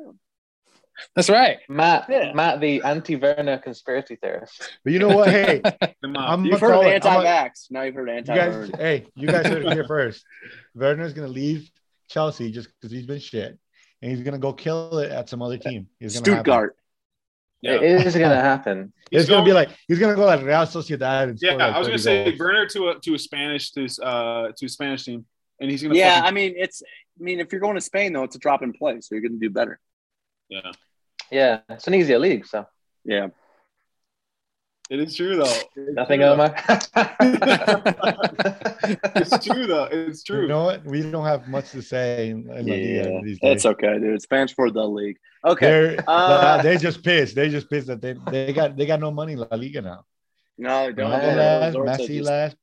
Speaker 4: That's right.
Speaker 2: Matt,
Speaker 1: Yeah.
Speaker 2: Matt, the anti-Werner conspiracy theorist.
Speaker 5: [LAUGHS] but you know what?
Speaker 1: [LAUGHS]
Speaker 5: Hey,
Speaker 3: Come
Speaker 5: I'm
Speaker 3: on.
Speaker 5: gonna
Speaker 1: You've heard
Speaker 5: call
Speaker 1: of
Speaker 5: it. I'm gonna-
Speaker 1: anti-vax. Now you've heard
Speaker 5: you
Speaker 1: anti.
Speaker 5: guys, [LAUGHS] hey, you guys heard it here first. Werner's gonna leave Chelsea just because he's been shit, and he's gonna go kill it at some other team. It's gonna happen.
Speaker 1: Stuttgart.
Speaker 3: Yeah.
Speaker 2: It is going to happen.
Speaker 5: It's
Speaker 3: He's
Speaker 5: gonna be
Speaker 3: going-
Speaker 5: like he's gonna go like Real Sociedad. And
Speaker 3: Yeah,
Speaker 5: score, like,
Speaker 3: I was gonna
Speaker 5: 30
Speaker 3: say
Speaker 5: goals.
Speaker 3: Werner to a to a Spanish to uh to a Spanish team, and he's gonna
Speaker 1: Yeah, I
Speaker 3: fucking-
Speaker 1: mean it's. I mean, if you're going to Spain though, it's a drop in play, so you're going to do better.
Speaker 3: yeah.
Speaker 2: Yeah, it's an easier league, so
Speaker 1: Yeah,
Speaker 3: It is true though. It's
Speaker 2: nothing,
Speaker 3: true, [LAUGHS]
Speaker 2: Omar.
Speaker 3: though. It's true though. It's true.
Speaker 5: You know what? We don't have much to say in, in La Liga these days.
Speaker 1: it's okay, dude. It's Spanish for the league. Okay,
Speaker 5: They're
Speaker 1: Uh,
Speaker 5: they just pissed. They just pissed that they, they got they got no money in La Liga now.
Speaker 1: no, don't.
Speaker 5: Ronaldo
Speaker 2: Yeah,
Speaker 5: left,
Speaker 1: Those are
Speaker 5: Messi
Speaker 1: just-
Speaker 5: left.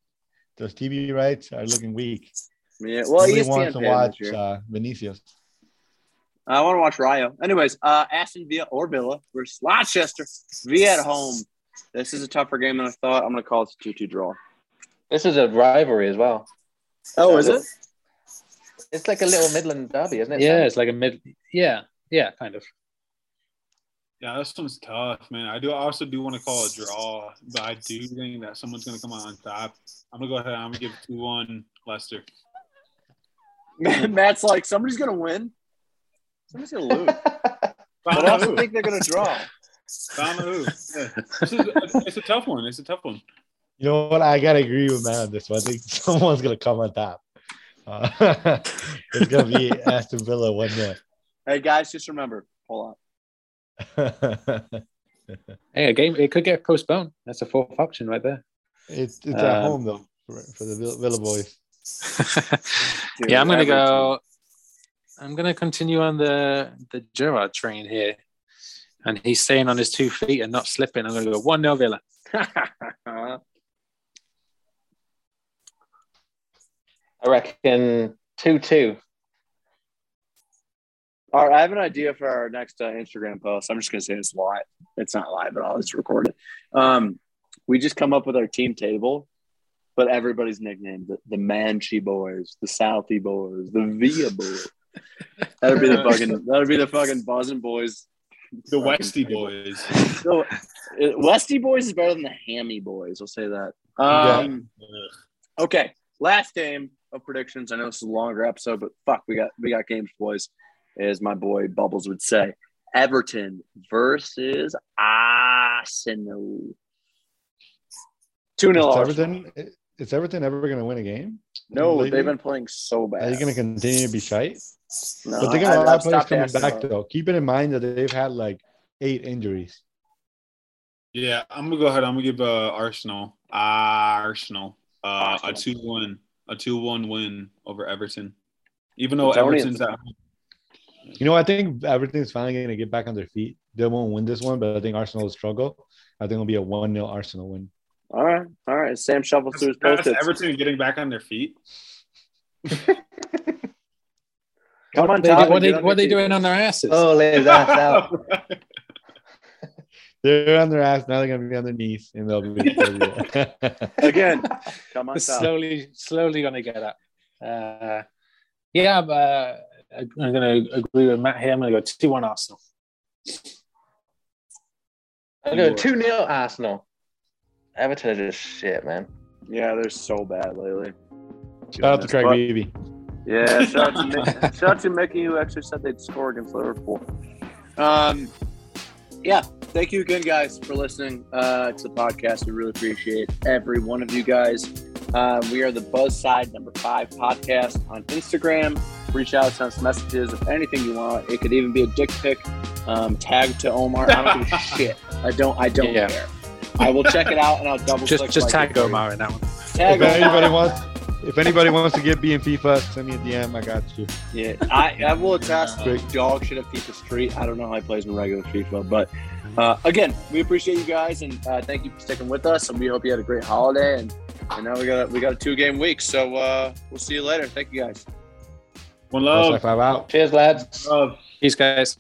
Speaker 5: Those TV rights are looking weak.
Speaker 1: Yeah, well, E ESPN
Speaker 5: Nobody wants to
Speaker 1: paid this
Speaker 5: watch
Speaker 1: year.
Speaker 5: uh, Vinicius.
Speaker 1: I want to watch Rio. Anyways, uh, Aston Villa or Villa versus Rochester. Villa at home. This is a tougher game than I thought. I'm going to call it a 2 2 draw.
Speaker 2: this is a rivalry as well.
Speaker 1: Oh, [LAUGHS] is it?
Speaker 2: It's like a little Midland derby, isn't it?
Speaker 4: Yeah,
Speaker 2: [LAUGHS] Sam?
Speaker 4: it's like a mid. Yeah, yeah, kind of.
Speaker 3: Yeah, this one's tough, man. I do I also do want to call a draw, but I do think that someone's going to come out on top. I'm going to go ahead. I'm going to give two one Lester.
Speaker 1: Matt's like, somebody's going to win. Somebody's going to lose. But I
Speaker 3: I
Speaker 1: also
Speaker 3: don't know who.
Speaker 1: think they're going to draw.
Speaker 3: I don't know who. Yeah. This is- It's a tough one. It's a tough one.
Speaker 5: You know what? I gotta agree with Matt on this one. I think [LAUGHS] someone's gonna come on top. Uh, [LAUGHS] it's gonna be Aston Villa one nil.
Speaker 1: Hey, guys, just remember, hold on.
Speaker 4: Hey, a game it could get postponed. That's a fourth option right
Speaker 1: [LAUGHS]
Speaker 4: there.
Speaker 5: [LAUGHS] it's it's
Speaker 4: Um,
Speaker 5: at home though for, for the Villa, Villa boys.
Speaker 1: Dude,
Speaker 4: yeah, I'm gonna
Speaker 1: every
Speaker 4: go. I'm gonna continue on the the Gerard train here, and he's staying on his two feet and not slipping. I'm gonna go one 0 Villa.
Speaker 1: team.
Speaker 2: I reckon 2 2.
Speaker 1: All right, I have an idea for our next uh, Instagram post. I'm just gonna say it's live. It's not live at all. It's recorded. Um, we just come up with our team table, but everybody's nicknamed the, the Manchi Boys, the Southie Boys, the Via Boys. That'd be the fucking. That'd be the fucking Bosin Boys.
Speaker 3: The
Speaker 1: Fucking-
Speaker 3: Westy boys.
Speaker 1: So, uh, Westy Boys is better than the Hammy Boys. I'll say that. Um,
Speaker 3: Ugh.
Speaker 1: Okay, last game of predictions. I know this is a longer episode, but fuck, we got we got games, boys. As my boy Bubbles would say, Everton versus Arsenal. Two 0
Speaker 5: Is Everton, is Everton ever gonna win a game?
Speaker 1: No,
Speaker 5: Lately?
Speaker 1: they've been playing so bad.
Speaker 5: Are you gonna continue to be shite?
Speaker 1: No,
Speaker 5: But they got a
Speaker 1: Uh, I-
Speaker 5: lot
Speaker 1: I've
Speaker 5: of players
Speaker 1: stopped
Speaker 5: coming
Speaker 1: asking
Speaker 5: back
Speaker 1: about it.
Speaker 5: though. Keeping in mind that they've had like eight injuries.
Speaker 3: Yeah, I'm going to go ahead. I'm going to give uh, Arsenal, Arsenal, uh, a
Speaker 1: Arsenal.
Speaker 3: 2 1, a 2 1 win over Everton. Even though
Speaker 1: It's only-
Speaker 3: Everton's at home.
Speaker 5: You know, I think everything's finally going to get back on their feet. They won't win this one, but I think Arsenal will struggle. I think it'll be a 1 0 Arsenal win.
Speaker 1: All right, all right. Sam shuffles through his
Speaker 3: That's
Speaker 1: post-its.
Speaker 3: Everton getting back on their feet.
Speaker 1: Come on,
Speaker 4: They do-
Speaker 1: Todd,
Speaker 4: what
Speaker 1: get
Speaker 4: they
Speaker 1: on
Speaker 4: what
Speaker 1: your
Speaker 4: they
Speaker 1: feet.
Speaker 4: doing on their asses?
Speaker 2: Oh, Liz, that's [LAUGHS] out.
Speaker 5: They're on their ass. Now they're going to be on their knees, and they'll be. they'll [LAUGHS] be-
Speaker 1: again? Come
Speaker 4: [LAUGHS]
Speaker 1: on,
Speaker 4: It's
Speaker 1: Todd.
Speaker 4: slowly, slowly going to get up. Uh, yeah, I'm, uh, I'm going to agree with Matt here. I'm going to go 2 1 Arsenal.
Speaker 2: I know two 0 Arsenal. Everton are just shit, man.
Speaker 1: Yeah, they're so bad lately.
Speaker 5: Shout out to Craig
Speaker 1: But-
Speaker 5: Beebe.
Speaker 1: [LAUGHS] Yeah, shout out, to Mickey, shout out to Mickey who actually said they'd score against Liverpool. Um, yeah, thank you again, guys, for listening uh, to the podcast. We really appreciate every one of you guys. Uh, we are the Buzzside Number Five podcast on Instagram. Reach out, send us messages if anything you want. It could even be a dick pic. Um, tag to Omar. I don't [LAUGHS] give a shit. I don't. I don't
Speaker 4: Yeah.
Speaker 1: care. I will check it out and I'll double
Speaker 4: Just
Speaker 1: click.
Speaker 4: just
Speaker 1: like it
Speaker 4: tag
Speaker 1: for you.
Speaker 4: Omar in that one.
Speaker 1: Tag
Speaker 5: If anybody
Speaker 1: Omar.
Speaker 5: wants, if anybody wants to get B and FIFA, send me a DM. I got you.
Speaker 1: Yeah, I, I will attest
Speaker 5: Great.
Speaker 1: dog shit at FIFA Street. I don't know how he plays in regular FIFA, but uh, again, we appreciate you guys and uh, thank you for sticking with us. And we hope you had a great holiday. And, and now we got a, we got a two game week, so uh, we'll see you later. Thank you guys.
Speaker 3: [LAUGHS] One
Speaker 5: Five
Speaker 3: love.
Speaker 5: out.
Speaker 2: Cheers, lads.
Speaker 3: Love.
Speaker 4: Peace, guys.